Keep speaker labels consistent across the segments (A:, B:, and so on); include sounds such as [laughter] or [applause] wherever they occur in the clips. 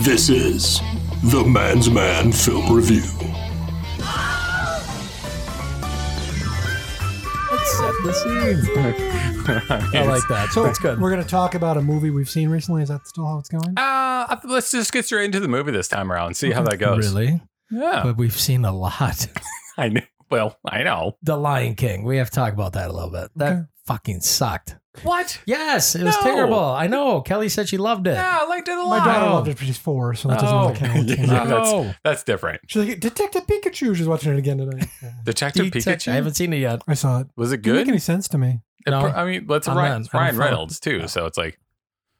A: This is the Man's Man Film Review.
B: Let's set the scene. I like that.
C: So
B: That's good.
C: We're going to talk about a movie we've seen recently. Is that still how it's going?
D: Uh, I- let's just get straight into the movie this time around. See how that goes.
B: Really?
D: Yeah.
B: But we've seen a lot. [laughs]
D: I know. Well, I know.
B: The Lion King. We have to talk about that a little bit. That
C: Okay.
B: fucking sucked.
D: What?
B: Yes, it was
D: No.
B: terrible. I know. Kelly said she loved it.
D: Yeah, I liked it a
C: My daughter
D: lot.
C: loved it, but she's four, so that doesn't
D: Oh.
C: really count.
B: [laughs]
D: [laughs] Yeah.
C: Yeah.
D: that's-
B: No.
D: That's different.
C: She's like, Detective Pikachu. She's watching it again
D: [laughs]
C: tonight. Yeah.
D: Detective
B: Detect-
D: Pikachu.
B: I haven't seen it yet.
C: I saw it.
D: was it
C: Didn't make
D: good?
C: any sense to me.
D: It
B: No.
D: pro- I mean, let's
B: I'm
D: Ryan,
B: not- I'm
D: Ryan
B: fine.
D: Reynolds too. So it's like,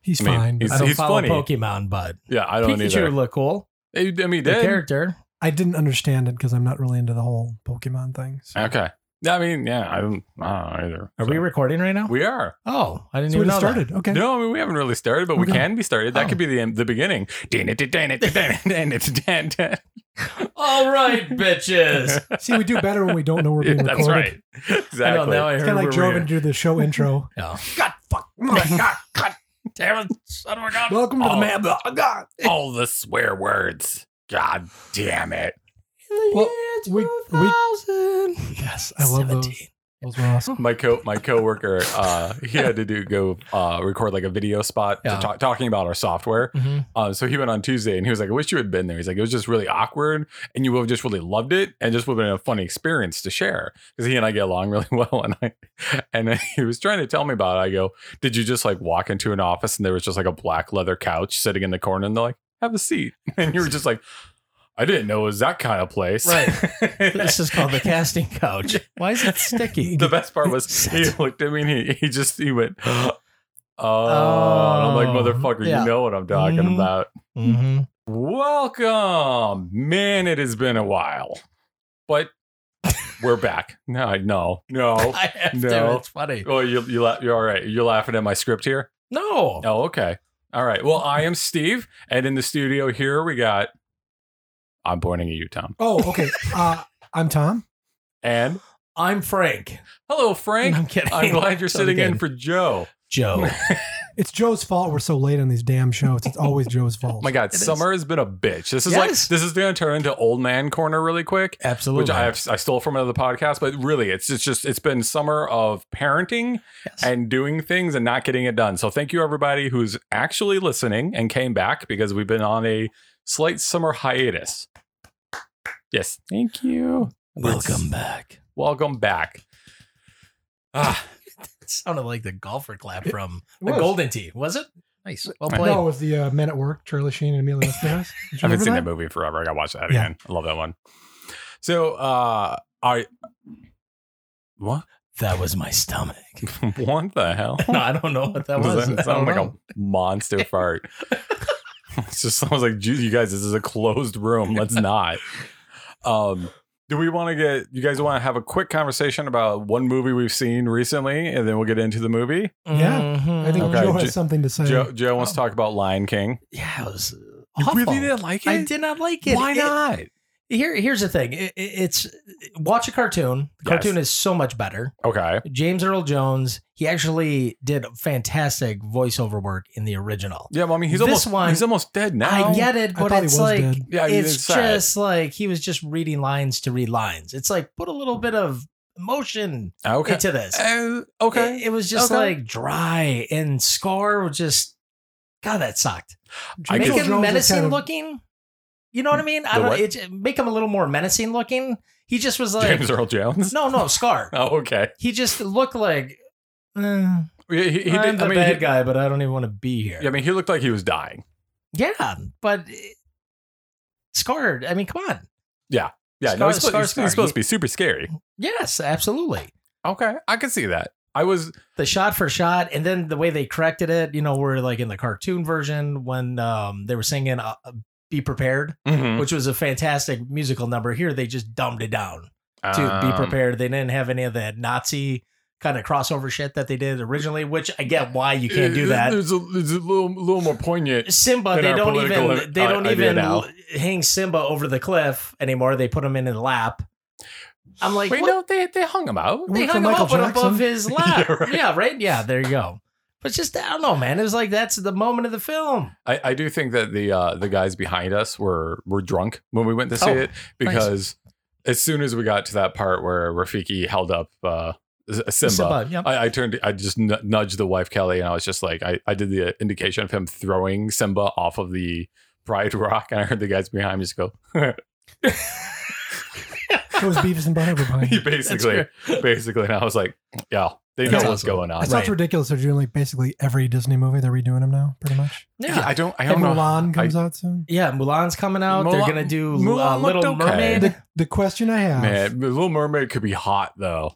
C: He's
D: I mean,
C: fine.
D: he's-
B: I don't follow
D: funny.
B: Pokemon, but
D: yeah, I don't
B: Pikachu
D: either.
B: look cool.
D: I I mean, he
B: The
D: did.
B: character.
C: I didn't understand it because I'm not really into the whole Pokemon thing. So,
D: Okay. I mean, yeah, I don't, I don't know either.
B: Are
D: So-
B: we recording right now?
D: we are.
B: oh, I didn't
C: so we
B: even know
C: just
B: that.
C: started. Okay.
D: No, I mean we haven't really started, but we
C: Okay.
D: can be started. That
B: Oh.
D: could be the the beginning.
B: [laughs] All right, bitches.
D: [laughs]
C: See, we do better when we don't know we're being recorded.
D: That's right. [laughs] Exactly.
B: I know. Now I
C: It's
B: heard
C: kind of
B: we're
C: like Joe
B: re-
C: to do the
D: [laughs]
C: show intro.
B: No.
C: God, fuck.
D: oh
C: My God. [laughs]
D: Damn it, son of a gun.
C: Welcome to
D: Oh.
C: the Mad Dog. God.
D: [laughs] All the swear words. God damn it.
C: Well, we- we-
B: yes,
C: I love those. Those were awesome.
D: My co my coworker, uh, he had to do go uh, record like a video spot to
B: Yeah.
D: talk, talking about our software.
B: Mm-hmm.
D: Uh, so he went on Tuesday and he was like, I wish you had been there. He's like, it was just really awkward and you would have just really loved it and just would have been a funny experience to share because he and I get along [laughs] really well. And I, and then he was trying to tell me about it. I go, did you just like walk into an office and there was just like a black leather couch sitting in the corner and they're like, have a seat. [laughs] And you were just like, I didn't know it was that kind of place. [laughs]
B: Right. This is called the casting couch. Why is it sticky?
D: the best part
B: [laughs]
D: was he looked at me and he, he just, he went, [gasps] oh, and I'm like,
B: Oh,
D: motherfucker,
B: yeah.
D: you know what I'm talking
B: Mhm.
D: about.
B: Mm-hmm.
D: Welcome, man. It has been a while, but
B: [laughs]
D: we're back. No, I- no, no.
B: I have to.
D: No.
B: It's funny.
D: Oh, you you la- you're all right. You're laughing at my script here.
B: No.
D: Oh, okay. All right. Well, I am Steve, and in the studio here we got. I'm pointing at you, Tom.
C: Oh,
D: [laughs]
C: okay. Uh, I'm Tom.
D: And
B: I'm Frank. [laughs]
D: hello,
B: I'm
D: Frank.
B: kidding.
D: I'm glad you're
B: So
D: sitting in
B: good.
D: for Joe.
B: Joe.
C: It's Joe's fault we're so late on these damn shows. It's always Joe's
D: [laughs] Oh
C: fault.
D: my God,
B: It is.
D: summer has been a bitch. This is
B: Yes.
D: like this is going to turn into old man corner really quick.
B: [laughs] Absolutely.
D: which I have I stole from another podcast, but really it's it's just it's been summer of parenting
B: Yes.
D: and doing things and not getting it done. So thank you everybody who's actually listening and came back because we've been on a slight summer hiatus. Yes, thank you.
B: Welcome back.
D: Welcome back. Ah,
B: It sounded like the golfer clap from
C: It
B: the
C: was.
B: Golden Tee, was it? Nice. Well played.
C: No, it was the uh, Men at Work, Charlie Sheen and Emilio Estevez. Did you
D: I haven't
C: remember
D: seen that? movie in forever. I gotta watch that
C: Yeah.
D: again. I love that one. So uh I what [laughs]
B: That was my stomach.
D: what the hell?
B: no, I don't know what that was.
D: It
B: I don't
D: sounded like
B: know.
D: a
B: [laughs]
D: monster fart. [laughs] it's just I was like, "Geez, you guys, this is a closed room. Let's not. Um, do we want to get you guys want to have a quick conversation about one movie we've seen recently, and then we'll get into the movie?
C: Yeah,
B: Mm-hmm.
C: I think
D: Okay,
C: Joe
D: Jo-
C: has something to say.
D: Joe, Joe wants
B: oh.
D: to talk about Lion King.
B: yeah, it was
D: You
B: awful.
D: really didn't like it?
B: I did not like it.
D: Why
B: It-
D: not?
B: here, here's the thing. It, it- it's watch a cartoon. The
D: Yes.
B: cartoon is so much better.
D: Okay,
B: James Earl Jones. He actually did fantastic voiceover work in the original.
D: yeah, well, I mean, he's
B: This
D: almost
B: one-
D: he's almost dead now.
B: I get it,
C: I
B: but
C: thought he
B: it's
C: was
B: like
C: dead.
D: yeah, I mean,
B: it's
D: sad.
B: just like he was just reading lines to read lines. It's like put a little bit of emotion
D: okay,
B: into this.
D: Uh, okay.
B: It, it was just
D: Okay.
B: like dry and Scar was just God, that sucked.
D: I
B: make
D: guess-
B: him
C: Jones is
B: menacing
C: kind of-
B: looking. You know what I mean? I
D: The
B: don't
D: what?
B: it, make him a little more menacing looking. He just was like
D: James Earl Jones. [laughs]
B: No, no, Scar.
D: Oh, okay.
B: He just looked like eh, I'm
D: Yeah, he, he did, I
B: the
D: mean,
B: bad
D: he-
B: guy, but I don't even want to be here.
D: yeah, I mean, he looked like he was dying.
B: Yeah, but it, Scar, I mean, come on.
D: Yeah,
B: Scar-
D: no, he's, supposed-
B: Scar-
D: he's- he's
B: Scar.
D: supposed to be super scary.
B: Yes, absolutely.
D: Okay, I can see that. I was
B: The shot for shot, and then the way they corrected it, you know, were like in the cartoon version when um, they were singing uh, uh, Be Prepared,
D: Hmm.
B: which was a fantastic musical number. Here, they just dumbed it down to
D: Um,
B: Be Prepared. They didn't have any of that Nazi kind of crossover shit that they did originally, which I get why you can't do that.
D: There's a, there's a little, little more poignant.
B: Simba,
D: In
B: they
D: our
B: don't
D: political,
B: even they
D: uh,
B: don't
D: idea
B: even
D: now.
B: hang Simba over the cliff anymore. They put him in a lap. I'm like,
D: Wait,
B: what?
D: no, they, they hung him out.
B: they
C: Worked for
B: hung him
C: Michael
B: up and
C: Jackson. [laughs]
B: above his lap.
D: Yeah,
B: yeah,
D: right.
B: right. Yeah, there you go. But just I don't know, man. It was like that's the moment of the film.
D: I, I do think that the uh, the guys behind us were were drunk when we went to see
B: Oh,
D: it because as soon as we got to that part where Rafiki held up uh, S- Simba,
B: Simba, yeah.
D: I, I turned, I just n- nudged the wife Kelly, and I was just like, I, I did the indication of him throwing Simba off of the Pride [laughs] Rock, and I heard the guys behind me just go, [laughs]
C: It was Beavis and Butthead were
D: [laughs]
C: behind. it.
D: basically, basically, and I was like, yeah, they know
B: That's
D: what's
B: awesome.
D: going on.
C: I thought
B: Right.
C: it's ridiculous. They're doing like basically every Disney movie. They're redoing them now, pretty much.
B: Yeah.
D: Yeah, I don't, I
C: And
D: don't know.
C: Mulan
D: I-
C: comes out soon.
B: Yeah, Mulan's coming out.
D: Mulan-
B: They're gonna do uh,
D: Mulan looked
B: Little
D: okay.
B: Mermaid.
C: The, the question I have:
D: Man, The Little Mermaid could be hot though.
C: are-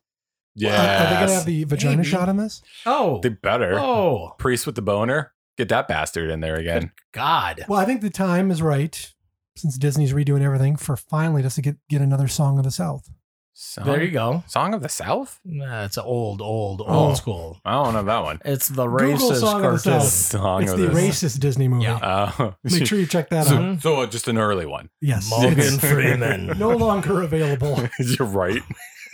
D: Yeah,
C: Are they gonna have the vagina
B: Maybe.
C: shot in this?
B: oh,
D: They better.
B: oh,
D: Priest with the boner. Get that bastard in there again.
B: God.
C: Well, I think the time is right since Disney's redoing everything for finally just to get get another song of the South.
D: Song,
B: There you go.
D: Song of the South?
B: Nah, it's old, old,
D: Oh.
B: old school.
D: I don't know that one.
B: It's the
C: Google
B: racist
C: Song of the
B: cartoon.
C: South.
D: [laughs] Song
C: it's
D: of
C: the
D: the
C: racist Disney movie.
B: Yeah.
D: [laughs] Oh.
C: Make sure you check that out.
D: so, so, uh, just an early one. [laughs]
C: Yes,
B: Morgan
D: Yes.
B: Freeman.
C: [laughs] no longer
D: [laughs]
C: available.
D: You're right,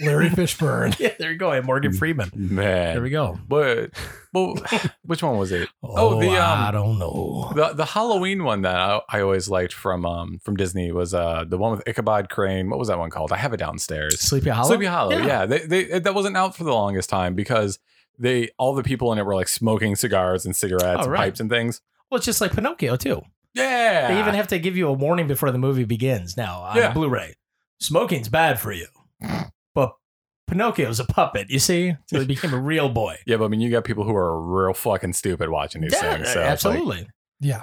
C: Larry Fishburne.
B: [laughs] Yeah, there you go. And Morgan Freeman. There
D: man.
B: we go.
D: But, well, [sighs] which one was it?
B: Oh,
D: the, um,
B: I don't know.
D: The the Halloween one that I, I always liked from um from Disney was uh the one with Ichabod Crane. What was that one called? I have it downstairs.
B: Sleepy Hollow.
D: Sleepy Hollow. Yeah, They, they, that wasn't out for the longest time because they all the people in it were like smoking cigars and cigarettes
B: Oh,
D: and
B: right.
D: pipes and things.
B: Well, it's just like Pinocchio too.
D: Yeah,
B: They even have to give you a warning before the movie begins. Now on
D: Yeah.
B: Blu-ray, smoking's bad for you, but Pinocchio's a puppet. You see, so he became a real
D: [laughs]
B: boy.
D: yeah, but I mean, you got people who are real fucking stupid watching these
B: Yeah,
D: things. So it's like,
B: absolutely.
C: Yeah,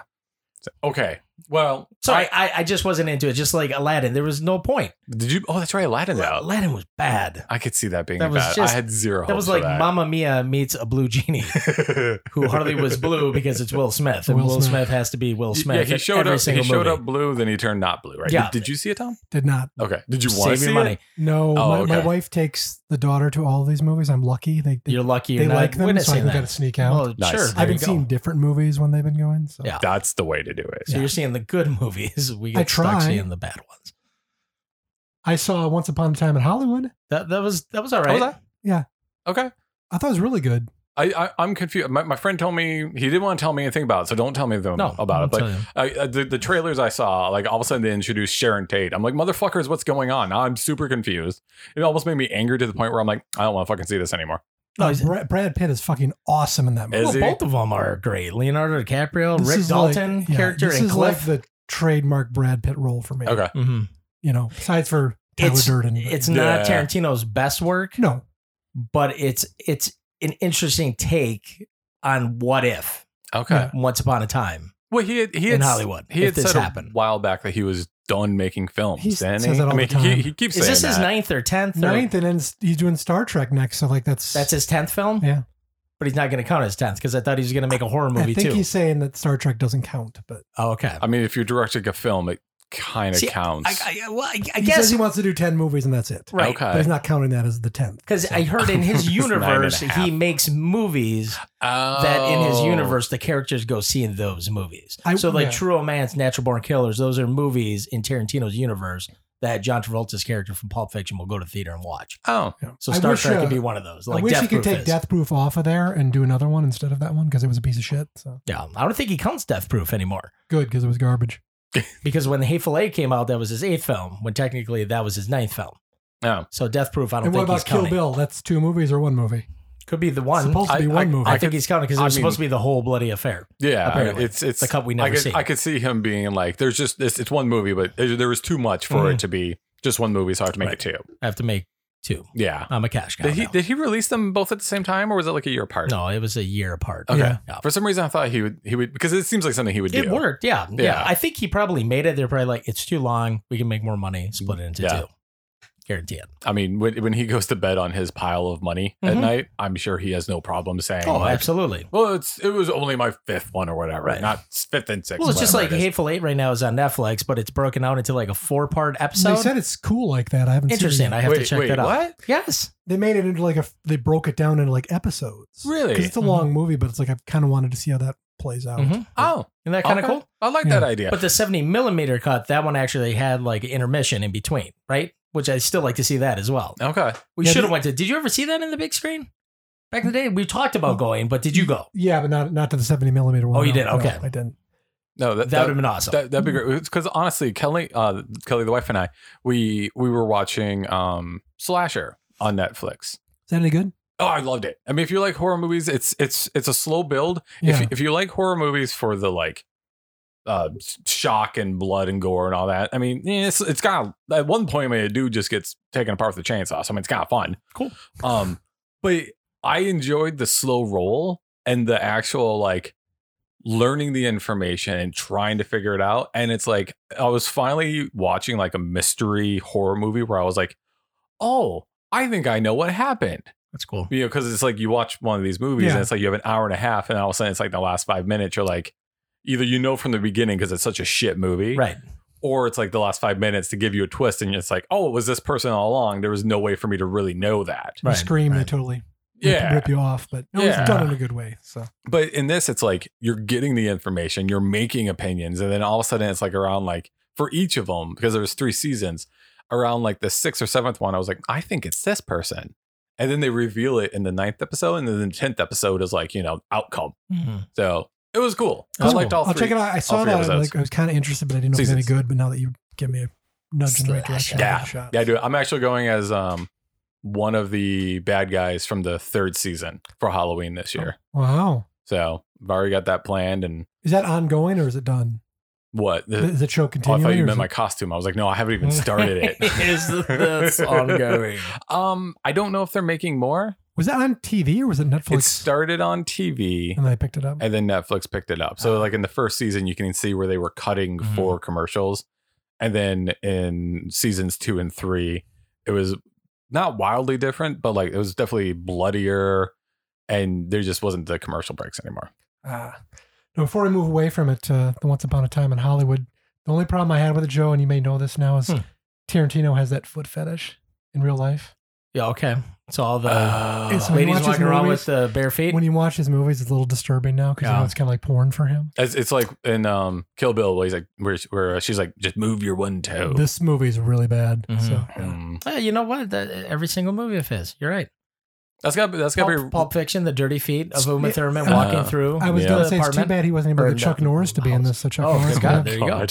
D: okay, well,
B: so
D: I-
B: I, I, I just wasn't into it. Just like Aladdin, there was no point.
D: did you? Oh, that's right, Aladdin's out.
B: Aladdin was bad.
D: I could see that being
B: That was
D: bad.
B: just-
D: I had zero.
B: That was like Mamma Mia meets a blue genie,
D: [laughs]
B: who hardly was blue because it's Will Smith, and
C: Will
B: Will,
C: Smith.
B: Smith. has to be
D: [laughs]
B: Will Smith.
D: Yeah, he
B: in
D: showed
B: every
D: up. He
B: single
D: showed
B: movie.
D: up blue, then he turned not blue. Right?
B: Yeah.
D: Did, did you see it, Tom?
C: did not.
D: Okay. Did you want to
B: Save
D: see
B: your
D: it?
B: money.
C: No,
D: Oh,
C: my, my
D: okay.
C: wife takes the daughter to all these movies. I'm lucky. They they,
B: You're lucky. You're
C: they
B: not
C: like them, so I
B: witnessing
C: can
B: that.
C: kind of sneak out.
B: Well,
D: Nice.
B: sure.
D: I've
B: there
C: I've
B: you
C: been
B: go.
C: seeing different movies when they've been going. So
B: Yeah.
D: That's the way to do it.
B: So you're seeing the good [laughs] movies. We get
C: I
B: stuck
C: try.
B: seeing the bad ones.
C: I saw Once Upon a Time in Hollywood.
B: That that was that was all right.
D: was that?
C: Yeah.
D: Okay.
C: I thought it was really good.
D: I, I I'm confused. My, my friend told me he didn't want to tell me anything about it, so don't tell me them
B: no,
D: about it.
B: I'll
D: But
B: tell you.
D: I, uh, the the trailers I saw, like all of a sudden they introduced Sharon Tate. I'm like, motherfuckers, what's going on? Now I'm super confused. It almost made me angry to the point where I'm like, I don't want to fucking see this anymore.
B: No,
C: Uh,
B: he's-
C: Brad, Brad Pitt is fucking awesome in that movie.
D: Is
B: well,
D: he?
B: both of them are great. Leonardo DiCaprio,
C: This
B: Rick
C: is like-
B: Dalton
C: yeah,
B: character,
C: This
B: and
C: is
B: Cliff.
C: like the trademark Brad Pitt role for me.
D: Okay.
B: Mhm.
C: You know, besides for Tyler
B: It's-
C: Durden. but-
B: It's
D: Yeah.
B: not Tarantino's best work,
C: no.
B: but it's it's an interesting take on what if
D: Okay.
C: Yeah.
B: Once Upon a Time.
D: Well, he had, he had
B: In
D: s-
B: Hollywood,
D: He
B: if
D: had
B: this
D: said a
B: happened.
D: while back that he was done making films.
C: He
D: didn't
C: says that all
D: I mean,
C: the
D: He,
C: time.
D: he keeps
B: Is
D: saying
B: this
D: that.
B: his ninth or tenth? or-
C: Ninth, and then s- he's doing Star Trek next. So, like, that's.
B: That's his tenth film.
C: Yeah.
B: but he's not going to count as tenth because I thought he was going to make a horror
C: I
B: movie
C: think
B: too.
C: he's saying that Star Trek doesn't count, but
B: Oh, okay.
D: I mean, if you're directing a film, it kind of
B: See,
D: counts.
B: I, I, well, I, I
C: he says
B: guess
C: he wants to do 10 movies and that's it.
B: right.
D: Okay.
C: But he's not counting that as the 10th.
B: Because I heard in his
D: It's nine and a
B: universe,
D: half.
B: he makes movies that in his
D: Oh.
B: universe, the characters go see in those movies.
C: I-
B: so, like
C: yeah.
B: True Romance, Natural Born Killers, those are movies in Tarantino's universe that John Travolta's character from Pulp Fiction will go to theater and watch.
D: Oh.
B: So,
C: I
B: Star
C: wish,
B: Trek
C: uh,
B: could be one of those. Like
C: I wish
B: Death
C: he could
B: Proof
C: take
B: is.
C: Death Proof off of there and do another one instead of that one because it was a piece of shit. So
B: Yeah, I don't think he counts Death Proof anymore
C: good because it was garbage.
B: because when Hateful Eight came out, that was his eighth film. When technically that was his ninth film.
D: Oh.
B: So Death Proof, I don't
C: And what
B: think
C: about
B: he's
C: Kill
B: counting.
C: Bill? That's two movies or one movie.
B: Could be the
C: It's
B: one.
C: supposed
D: I-
C: to be one
D: I-
C: movie.
B: I,
D: I
B: think
D: could-
B: he's counting because
D: I
B: it was
D: mean-
B: supposed to be the whole bloody affair.
D: Yeah,
B: Apparently.
D: it's it's
B: The cut we
D: I
B: never
D: could,
B: see.
D: I could see him being like, "There's just it's, it's one movie, but there there was too much for
B: Mm-hmm.
D: it to be just one movie, so I have to make it two.
B: I have to make two.
D: Yeah.
B: I'm a cash cow.
D: Did he
B: now.
D: did he release them both at the same time, or was it like a year apart?
B: No, it was a year apart.
D: Okay.
B: Yeah. Yeah.
D: For some reason, I thought he would he would because it seems like something he would
B: It
D: do.
B: worked. Yeah, yeah.
D: Yeah.
B: I think he probably made it. They're probably like, it's too long. We can make more money. Split it into
D: Yeah.
B: two. Guarantee it.
D: I mean, when, when he goes to bed on his pile of money at
B: Mhm.
D: night, I'm sure he has no problem saying,
B: Oh,
D: like,
B: absolutely.
D: Well, it's it was only my fifth one or whatever,
B: Right.
D: not fifth and sixth.
B: Well, it's just like
D: whatever it is.
B: Hateful Eight right now is on Netflix, but it's broken out into like a four part
C: they
B: episode.
C: said it's cool like that. I haven't seen
B: Interesting.
C: it.
B: I have
D: wait,
B: to check
D: wait,
B: that out.
D: What?
B: Yes.
C: They made it into like a. They broke it down into like episodes.
D: Really?
C: Because it's a
B: Mm-hmm.
C: long movie, but it's like I kind of wanted to see how that plays out.
B: Mhm. Isn't
D: Oh,
B: that kind of
D: okay.
B: cool?
D: I like
C: Yeah.
D: that idea.
B: But the 70 millimeter cut, that one actually had like intermission in between, right? which I still like to see that as well.
D: Okay.
B: We
C: Yeah,
B: should have
C: did-
B: went to. Did you ever see that in the big screen? Back in the day, we talked
C: Hmm.
B: about going, but did you go?
C: Yeah, but not not to the 70 millimeter one.
B: Oh, you did?
C: No,
B: Okay.
C: no, I didn't.
D: No,
B: That,
D: that,
B: would have been awesome.
D: That, that'd be great. Because honestly, Kelly, uh, Kelly, the wife and I, we we were watching um, Slasher on Netflix.
C: Is that any good?
D: Oh, I loved it. I mean, if you like horror movies, it's it's it's a slow build.
C: Yeah.
D: If if you like horror movies for the like uh s- shock and blood and gore and all that, I mean, yeah, it's it's got at one point, I mean, a dude just gets taken apart with a chainsaw. So I mean, it's kind of fun.
B: Cool.
D: Um, but I enjoyed the slow roll and the actual like learning the information and trying to figure it out. And it's like I was finally watching like a mystery horror movie where I was like, oh, I think I know what happened
B: That's cool.
D: you know, because it's like you watch one of these movies
C: Yeah.
D: and it's like you have an hour and a half, and all of a sudden it's like the last five minutes, you're like, either you know from the beginning because it's such a shit movie,
B: Right.
D: or it's like the last five minutes to give you a twist, and it's like, oh, it was this person all along. There was no way for me to really know that.
C: You
B: Right,
C: scream, they
B: right.
C: totally rip-
D: Yeah.
C: rip you off, but it
D: Yeah.
C: was done in a good way. So
D: But in this, it's like you're getting the information, you're making opinions, and then all of a sudden it's like around like for each of them, because there was three seasons, around like the sixth or seventh one, I was like, I think it's this person. And then they reveal it in the ninth episode, and then the tenth episode is like, you know, outcome.
C: Mm-hmm.
B: [laughs] Mhm.
D: So it was cool.
B: That's
D: I liked
B: cool.
D: all 3
C: I'll check it out. I saw that.
D: three
C: and,
D: episodes.
C: Like, I was kind of interested, but I didn't know if it was any
D: Seasons.
C: good. But now that you give me a nudge in the right direction, I'll give it a shot.
D: Yeah, I do. I'm actually going as um one of the bad guys from the third season for Halloween
C: Oh.
D: this year.
C: Wow.
D: So I've already got that planned. And
C: Is that ongoing or is it done?
D: what? The-
C: Is the show
D: oh, I
C: continuing?
D: thought you
C: or
D: meant
C: is
D: my costume. I was like, no,
C: [laughs]
D: I haven't even started
B: [laughs]
D: it.
B: Is this ongoing?
D: um, I don't know if they're making more.
C: it- was that on TV or was it Netflix?
D: It started on TV.
C: and I picked it up.
D: and then Netflix picked it up. So like in the first season, you can see where they were cutting
C: Mm-hmm.
B: Mhm.
D: for commercials, and then in seasons two and three, it was not wildly different, but like it was definitely bloodier, and there just wasn't the commercial breaks anymore.
C: Ah. Now, before we move away from it, uh, the Once Upon a Time in Hollywood, the only problem I had with it, Joe, and you may know this now, is
B: Hmm.
C: Tarantino has that foot fetish in real life.
B: Yeah. Okay. So all the
C: It's- Uh, when you
B: ladies
C: watch his
B: walking around
C: movies-
B: with the bare feet.
C: When you watch his movies, it's a little disturbing now because you
B: Yeah.
C: know it's kind of like porn for him.
D: It's, it's like in um, Kill Bill, where he's like, where, where she's like, just move your one toe.
C: This movie's really bad.
B: Mhm.
C: So yeah.
D: Mm.
B: Yeah, you know what? That, every single movie of his. You're right.
D: That's got that's got
B: Pulp,
D: to be
B: Pulp Fiction, the dirty feet of Uma
C: Yeah.
B: Thurman walking
D: Uh,
B: through.
C: I was
D: Yeah.
C: gonna
B: the
C: say it's too
B: apartment.
C: bad he wasn't able to
B: Burned
C: get Chuck
B: up
C: Norris to be in
B: house.
C: this. So Chuck
B: Oh,
C: Norris.
D: [laughs]
B: good God.
C: yeah.
B: There you go.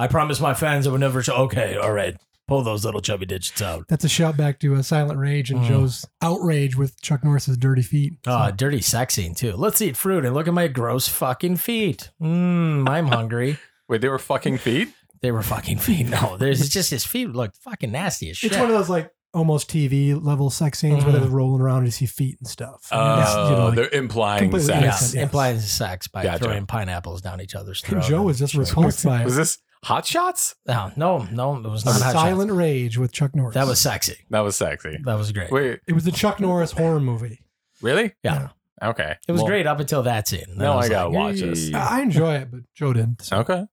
B: I promised my fans I would never. Show, okay, all right. Pull those little chubby digits out.
C: That's a shout back to uh, Silent Rage and
B: Mm.
C: Joe's outrage with Chuck Norris's dirty feet. So,
B: Ah, dirty sex scene too. Let's eat fruit and look at my gross fucking feet. Mmm, I'm hungry.
C: [laughs]
D: Wait, they were fucking feet.
B: They were fucking feet. No, there's it's just his feet looked fucking nasty as shit.
C: it's one of those like almost TV level sex scenes where
B: Mhm.
C: they're rolling around and you see feet and stuff.
D: Oh,
C: And it's, you know, like-
D: they're implying
C: completely
D: sex.
B: yeah,
C: Yes, yes.
B: implies sex by
D: Gotcha.
B: throwing pineapples down each other's
C: And
B: throat.
C: Joe was just repulsed
D: [laughs]
C: by
D: Was
C: it.
D: this Hot Shots?
B: no, no, no, it was not hot shots.
C: Silent Rage with Chuck Norris.
B: That was sexy.
D: That was sexy.
B: That was great.
D: Wait,
C: It was the Chuck Norris horror movie.
D: really?
B: Yeah.
D: Okay.
B: It was
D: Well,
B: great up until that scene. Then
D: Now
B: was
D: I gotta
B: like,
D: watch this.
B: "Hey."
C: I enjoy it, but Joe didn't. So
D: Okay.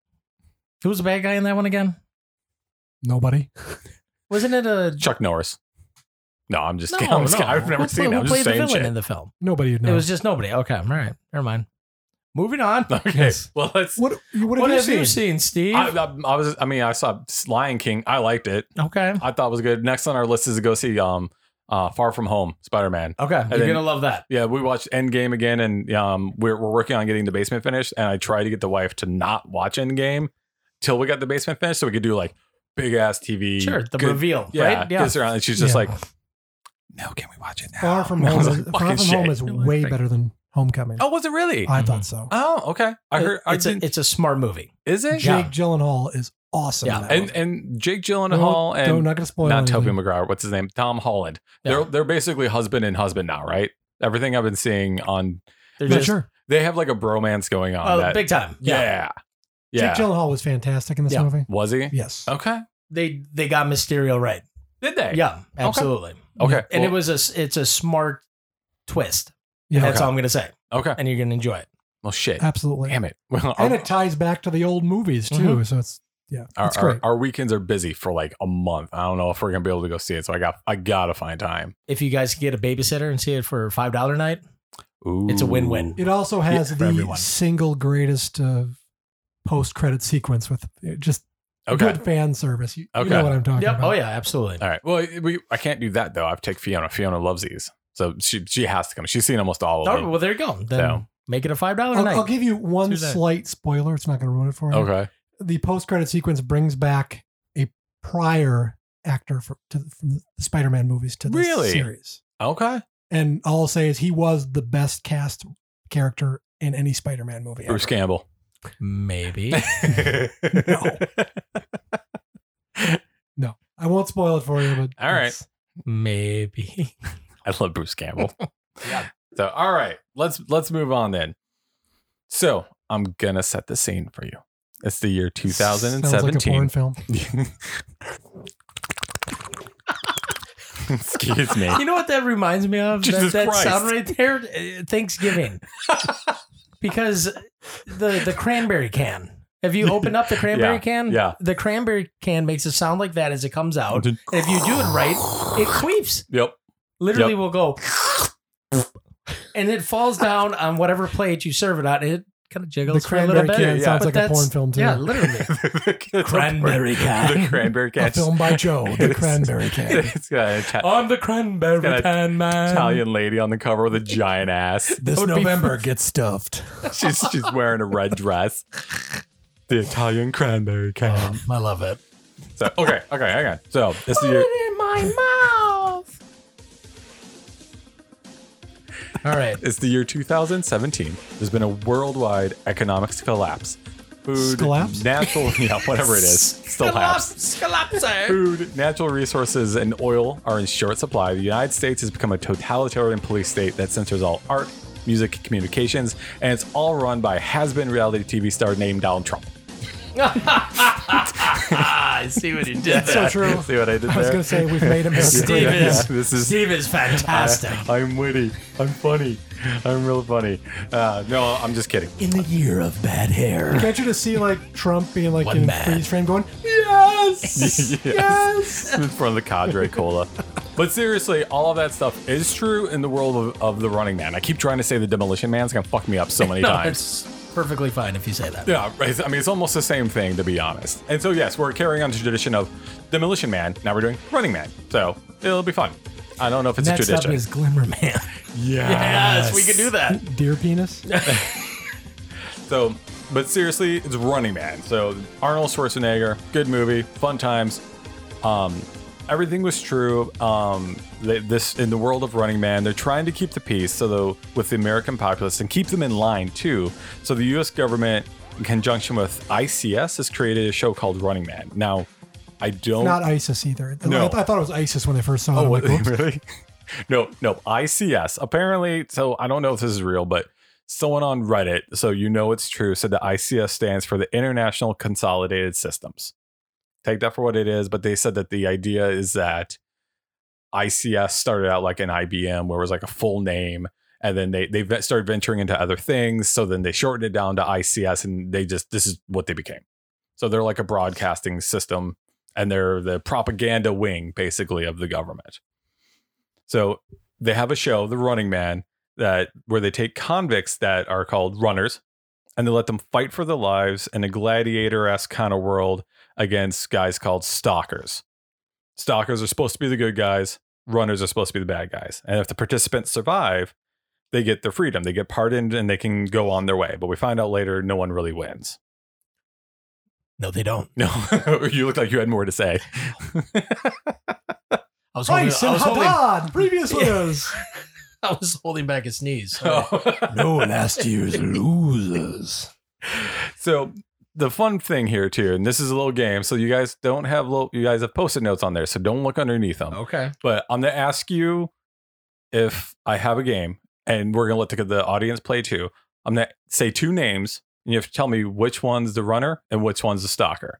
B: Who was the bad guy in that one again?
C: Nobody.
B: Wasn't it uh, a
D: Chuck Norris. No, I'm just kidding. [laughs] I'm just kidding. I've never
B: Who
D: seen
B: pla-
D: it.
B: Who
D: I'm just
B: played the
D: saying
B: villain
D: shit.
B: in the film?
C: Nobody would know.
B: It was just nobody. Okay, all right, never mind. Moving on.
D: [laughs] okay.
B: Yes.
D: Well, let's.
C: what, what,
B: What,
C: have, you seen?
B: Steve?
D: I, I, I was. I mean, I saw Lion King. I liked it.
B: okay,
D: I thought it was good. Next on our list is to go see um, uh, Far From Home, Spider Man.
B: okay, you're
D: then-
B: gonna love that.
D: Yeah, we watched Endgame again, and um, we're we're working on getting the basement finished. And I tried to get the wife to not watch Endgame till we got the basement finished, so we could do like big ass TV.
B: Sure, the
D: good-
B: reveal.
D: Yeah,
B: right? yeah.
D: gets around, and she's just
C: Yeah.
D: like, "No, can we watch it now?"
C: Far From
D: And I [laughs]
C: Home,
D: was
C: is,
D: like,
C: Far
D: "Fucking
C: From Home
D: shit."
C: is way better than Homecoming.
D: Oh, was it really?
C: I thought so.
D: oh, okay. I heard. I
B: it's, a,
D: didn't,
B: it's a smart movie.
D: is it?
B: Yeah.
C: Jake Gyllenhaal is awesome.
B: Yeah.
C: in that
D: And
C: one.
D: and Jake
C: No,
D: Gyllenhaal
C: don't,
D: and
C: not gonna spoil
D: not Toby
C: anything.
D: McGuire. What's his name? Tom Holland.
B: Yeah.
D: They're they're basically husband and husband now, right? Everything I've been seeing on
B: They're
C: Yeah,
B: just
C: sure.
D: they have like a bromance going on.
B: oh,
D: that,
B: big time.
D: yeah. yeah.
C: Jake Gyllenhaal was fantastic in this
B: Yeah.
C: movie.
D: Was he?
C: Yes.
D: Okay.
B: they they got Mysterio right.
D: Did they?
B: Yeah, absolutely.
D: Okay.
B: And it
D: Oh, Well,
B: was a s- it's a smart twist.
C: Yeah.
B: That's all I'm gonna say,
D: Okay.
B: and you're gonna enjoy it.
D: Well shit.
C: Absolutely.
D: Damn it. [laughs] Well
C: Uh, And
D: our,
C: it ties back to the old movies too.
B: Mhm.
C: So it's yeah,
D: our,
C: it's
D: our,
C: great.
D: our weekends are busy for like a month. I don't know if we're gonna be able to go see it. So I got I gotta find time.
B: If you guys can get a babysitter and see it for five dollar night,
D: Ooh.
B: It's a win-win.
C: It also has
B: for
C: the
B: everyone.
C: single greatest uh, post credit sequence with it just
D: Okay.
C: Good fan service. You, you
D: Okay.
C: know what I'm talking
B: Yep.
C: about.
B: Oh yeah, absolutely.
D: All right. Well, we, I can't do that though. I have to take Fiona. Fiona loves these, so she she has to come. She's seen almost all
B: All
D: of
B: right,
D: them.
B: well, there you go. Then
D: So-
B: make it a five dollar
C: I'll,
B: night.
C: I'll give you one
B: Too bad.
C: slight spoiler. It's not going to ruin it for you.
D: Okay.
C: The post-credit sequence brings back a prior actor for, to, from the Spider-Man movies to the
D: Really?
C: series.
D: Okay.
C: And all I'll say is he was the best cast character in any Spider-Man movie. ever. [laughs]
D: Bruce Campbell.
B: [laughs] Maybe.
D: no.
C: I won't spoil it for you, but
D: All right.
C: it's-
B: Maybe.
D: [laughs] I love Bruce
C: [laughs]
D: Campbell. yeah. So all right, let's let's move on then. So I'm gonna set the scene for you. It's the year
C: Sounds like a
D: 2017.
C: porn film.
D: Excuse me.
B: [laughs] You know what that reminds me of?
D: Jesus
B: that that
D: Christ.
B: sound right there, Uh, [laughs] Thanksgiving, because the the cranberry can. Have you opened
D: [laughs]
B: up the cranberry
D: Yeah,
B: can?
D: yeah.
B: The cranberry can makes a sound like that as it comes out. And if you do it right, it queeps.
D: [laughs] Yep.
B: Literally,
D: Yep.
B: will go, [laughs] and it falls down on whatever plate you serve it on. It kind of
C: The
B: jiggles for a little
C: Cranberry
B: bit.
C: Can
D: Yeah, yeah.
C: sounds
B: But
C: like a
B: that's-
C: porn film too.
B: Yeah, literally. [laughs] Cranberry can.
D: [laughs] The cranberry
C: a
D: can. [laughs]
C: film by Joe, the Cranberry Can.
D: It's got an Ita-
B: I'm the cranberry
D: Got a
B: can Oh, man.
D: Italian lady on the cover with a giant ass. [laughs]
C: This
B: would
C: [laughs]
B: be-
C: gets stuffed.
D: She's she's wearing a red dress. The Italian cranberry can.
B: I love it.
D: So okay, okay, hang on. So this is your
B: in my mouth. All right.
D: It's the year 2017. There's been a worldwide economic collapse. Food,
C: Collapse?
D: natural, yeah, whatever it is, still collapse.
B: Scalapse.
D: Food, natural resources, and oil are in short supply. The United States has become a totalitarian police state that censors all art, music, communications, and it's all run by a has-been reality TV star named Donald Trump.
B: [laughs] I see what you did
C: So
B: there.
C: true.
D: See what I did
C: I was
D: there?
C: gonna
D: [laughs]
C: say we've made him.
B: Steve is,
D: This is- uh,
B: Steve is fantastic.
D: I'm witty. I'm funny. I'm real funny. Uh, no, I'm
C: [laughs]
D: just kidding. [laughs]
B: in the year of bad hair.
C: Can't you just see like Trump being like
B: One
C: in
B: man.
C: freeze frame going, yes,
D: Yes.
C: yes.
D: in front of the cadre cola. But seriously, all of that stuff is true in the world of, of the running man. I keep trying to say the demolition man's gonna fuck me
C: [laughs]
D: up so many
B: No,
D: times.
B: it's perfectly fine if you say that.
D: Yeah, right. I mean it's almost the same thing to be honest. And so yes, we're carrying on the tradition of demolition man. Now we're doing running man. So it'll be fun. I don't know if it's a
B: Next up
D: tradition.
B: is Glimmer Man.
D: [laughs]
B: yes, we can do that.
C: Deer penis.
D: So, but seriously, it's Running Man. So Arnold Schwarzenegger, good movie, fun times. Um, everything was true. Um, th- this in the world of Running Man, they're trying to keep the peace, so though with the American populace and keep them in line too. So the U.S. government, in conjunction with ICS, has created a show called Running Man. Now, I don't
C: Not ISIS either.
D: Oh. No. Oh,
C: I, I thought it was ISIS when I first saw it. I'm like, whoops.
D: [laughs] really? No, no. ICS. Apparently, so I don't know if this is real, but someone on Reddit, so you know it's true, said the ICS stands for the International Consolidated Systems. Take that for what it is, but they said that the idea is that ICS started out like an IBM where it was like a full name. And then they they ve- started venturing into other things. So then they shortened it down to ICS, and they just this is what they became. So they're like a broadcasting system, and they're the propaganda wing basically of the government. So they have a show, The Running Man, that where they take convicts that are called runners and they let them fight for their lives in a gladiator-esque kind of world against guys called stalkers. Stalkers are supposed to be the good guys, runners are supposed to be the bad guys. And if the participants survive, they get their freedom, they get pardoned and they can go on their way. But we find out later no one really wins. [laughs]
B: No, they don't.
D: No, you look like you had more to say.
B: I was holding,
C: Price
B: I
C: and
B: was holding,
C: Haddad, previous
B: Yeah.
C: winners.
B: I was holding back a sneeze.
D: [laughs]
A: No, last year's losers.
D: So the fun thing here too, and this is a little game, so you guys don't have little, you guys have post-it notes on there, so don't look underneath them.
B: Okay.
D: But I'm gonna ask you if I have a game, and we're gonna let the, the audience play too. I'm gonna say two names, and you have to tell me which one's the runner and which one's the stalker.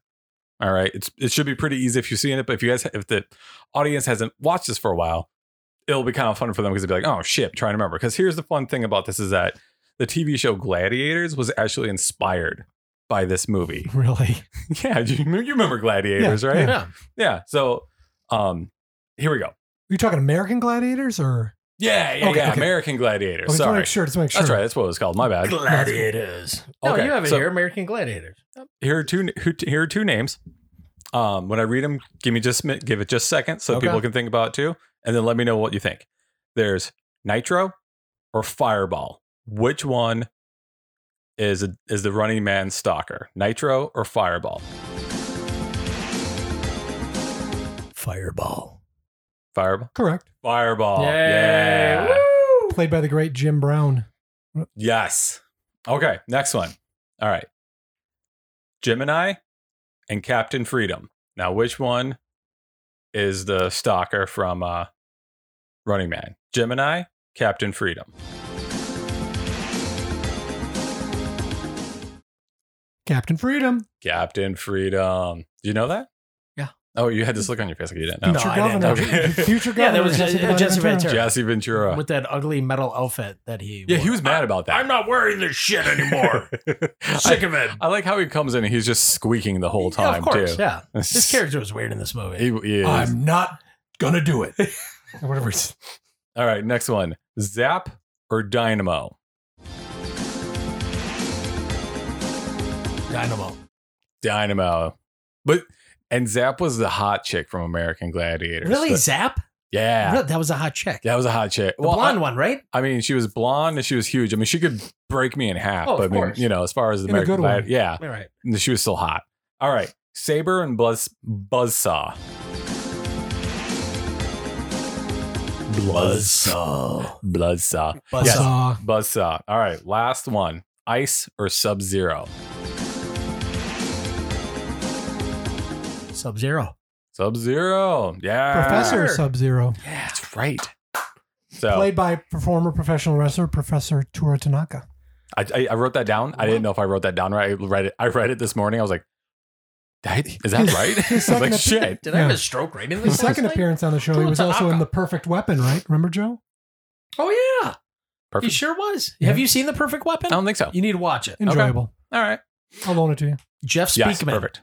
D: All right, it's it should be pretty easy if you've seen it, but if you guys if the audience hasn't watched this for a while, it'll be kind of fun for them because they'll be like, oh shit, trying to remember. Because here's the fun thing about this is that the TV show Gladiators was actually inspired by this movie. [laughs]
C: really?
D: yeah, you, you remember Gladiators,
C: Yeah,
D: right?
C: yeah.
B: [laughs] Yeah.
D: yeah. So, um, here we go.
C: You talking American gladiators or?
D: Yeah, yeah,
C: Okay,
D: yeah.
C: okay.
D: American Gladiator.
C: Oh, just wanna
D: Sorry.
C: make sure. Just make sure.
D: That's right. That's what it was called. My bad.
B: Gladiators. No,
D: Okay,
B: you have it
D: so-
B: here. American Gladiators.
D: Here are two. who- Here are two names, Um, when I read them, give me just a minute, give it just a second so
B: Okay.
D: people can think about it too, and then let me know what you think. There's Nitro or Fireball. Which one is is the running man stalker? Nitro or Fireball?
B: Fireball.
D: Fireball.
C: Correct.
D: Fireball.
B: Yay.
D: Yeah.
C: Played by the great Jim Brown.
D: Yes. Okay. Next one. All right. Gemini and Captain Freedom. Now, which one is the stalker from uh, Running Man? Gemini, Captain Freedom.
C: Captain Freedom.
D: Captain Freedom. Do you know that?
B: Yeah.
D: Oh, you had this look on your face like you didn't know.
B: No,
C: Future
B: I didn't.
C: governor. [laughs]
D: Okay.
C: Future governor.
B: Yeah, that was
C: Jesse
B: uh, Jesse Ventura.
D: Jesse Ventura.
B: With that ugly metal outfit that he.
D: yeah,
B: wore.
D: he was mad about that.
B: I'm not wearing this shit
D: [laughs]
B: anymore. Sick
D: I,
B: of it.
D: I like how he comes in and he's just squeaking the [laughs] whole
B: Yeah,
D: time,
B: of course,
D: too.
B: yeah. This character Oh, was weird in this movie.
D: [laughs] He, he is.
B: not gonna do
D: [laughs]
B: it.
C: Or whatever. it's-
D: All right, next one. Zap or Dynamo?
B: Dynamo.
D: Dynamo. But and Zap was the hot chick from American Gladiators.
B: Really,
D: But-
B: Zap?
D: yeah.
B: Really? That was a hot chick.
D: That was a hot chick.
B: the
D: well,
B: blonde
D: I,
B: one, right?
D: I mean, she was blonde and she was huge. I mean, she could break me in half.
B: Oh, of
D: but I mean,
B: course.
D: you know, as far as
C: In a
D: American
C: good way.
D: Gladiator, yeah,
B: All right.
D: she was still hot. All right, Saber and Buzz Buzzsaw.
B: Buzzsaw.
D: Bloodsaw.
B: Buzzsaw.
D: Yes.
C: Saw.
D: Buzzsaw. All right, last one. Ice or Sub Zero?
B: Sub Zero.
D: Sub Zero. Yeah.
C: Professor Sub Zero.
D: Yeah, that's right. So
C: Played by former professional wrestler Professor Tora Tanaka.
D: I, I, I wrote that down. I didn't know if I wrote that down right. I read it. I read it this morning. I was like, "That- is
B: [laughs]
D: that right? [laughs] I was like,
C: second
D: shit.
B: Did I
C: Yeah.
B: have a stroke right in
C: His
B: this?
C: second
B: last night?
C: appearance on the show, he
B: Tora
C: was also in
B: Tanaka.
C: The Perfect Weapon, right? Remember, Joe?
B: Oh yeah, he
D: Perfect.
B: sure was.
C: Yeah.
B: Have you seen The Perfect
D: I
B: Weapon?
D: don't think so.
B: You need to watch it.
C: Enjoyable.
D: All right.
C: I'll loan it to you.
B: Jeff Speakman.
D: Yes, perfect.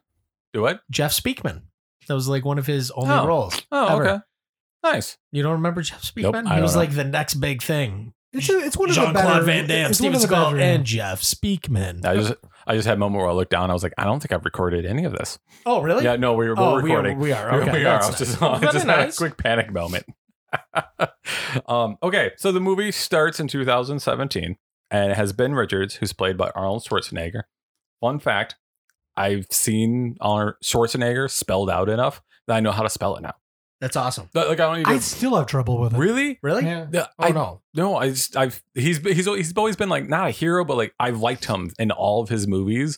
D: Do what?
B: Jeff Speakman. That was like one of his only
D: Oh.
B: roles.
D: Oh,
B: Ever.
D: okay. Nice.
B: You don't remember Jeff Speakman?
D: Nope, I
B: he was
D: don't know.
B: like the next big thing.
C: It's, a, it's one of
B: Jean
C: the better.
B: Claude Van Damme,
C: it's one
B: Steven
C: of the
B: Seagal,
C: better-
B: and Jeff Speakman.
D: I just I just had a moment where I looked down. I was like, I don't think I've recorded any of this.
B: Oh, really?
D: Yeah, no, we, we're
B: oh,
D: recording.
B: We are. We are. Okay,
D: we are. I
B: that's
D: was
B: nice.
D: [laughs] just, I
B: Very
D: just had a
B: nice.
D: quick panic moment. [laughs] um, okay, so the movie starts in 2017 and it has Ben Richards, who's played by Arnold Schwarzenegger. Fun fact I've seen Arnold Schwarzenegger spelled out enough that I know how to spell it now.
B: That's awesome.
D: Like, I don't
C: I
D: even.
C: still have trouble with it.
D: really?
B: Really?
C: Yeah.
D: No,
B: Oh
D: I
B: no.
D: no, I just I've he's he's he's always been like not a hero, but like I've liked him in all of his movies.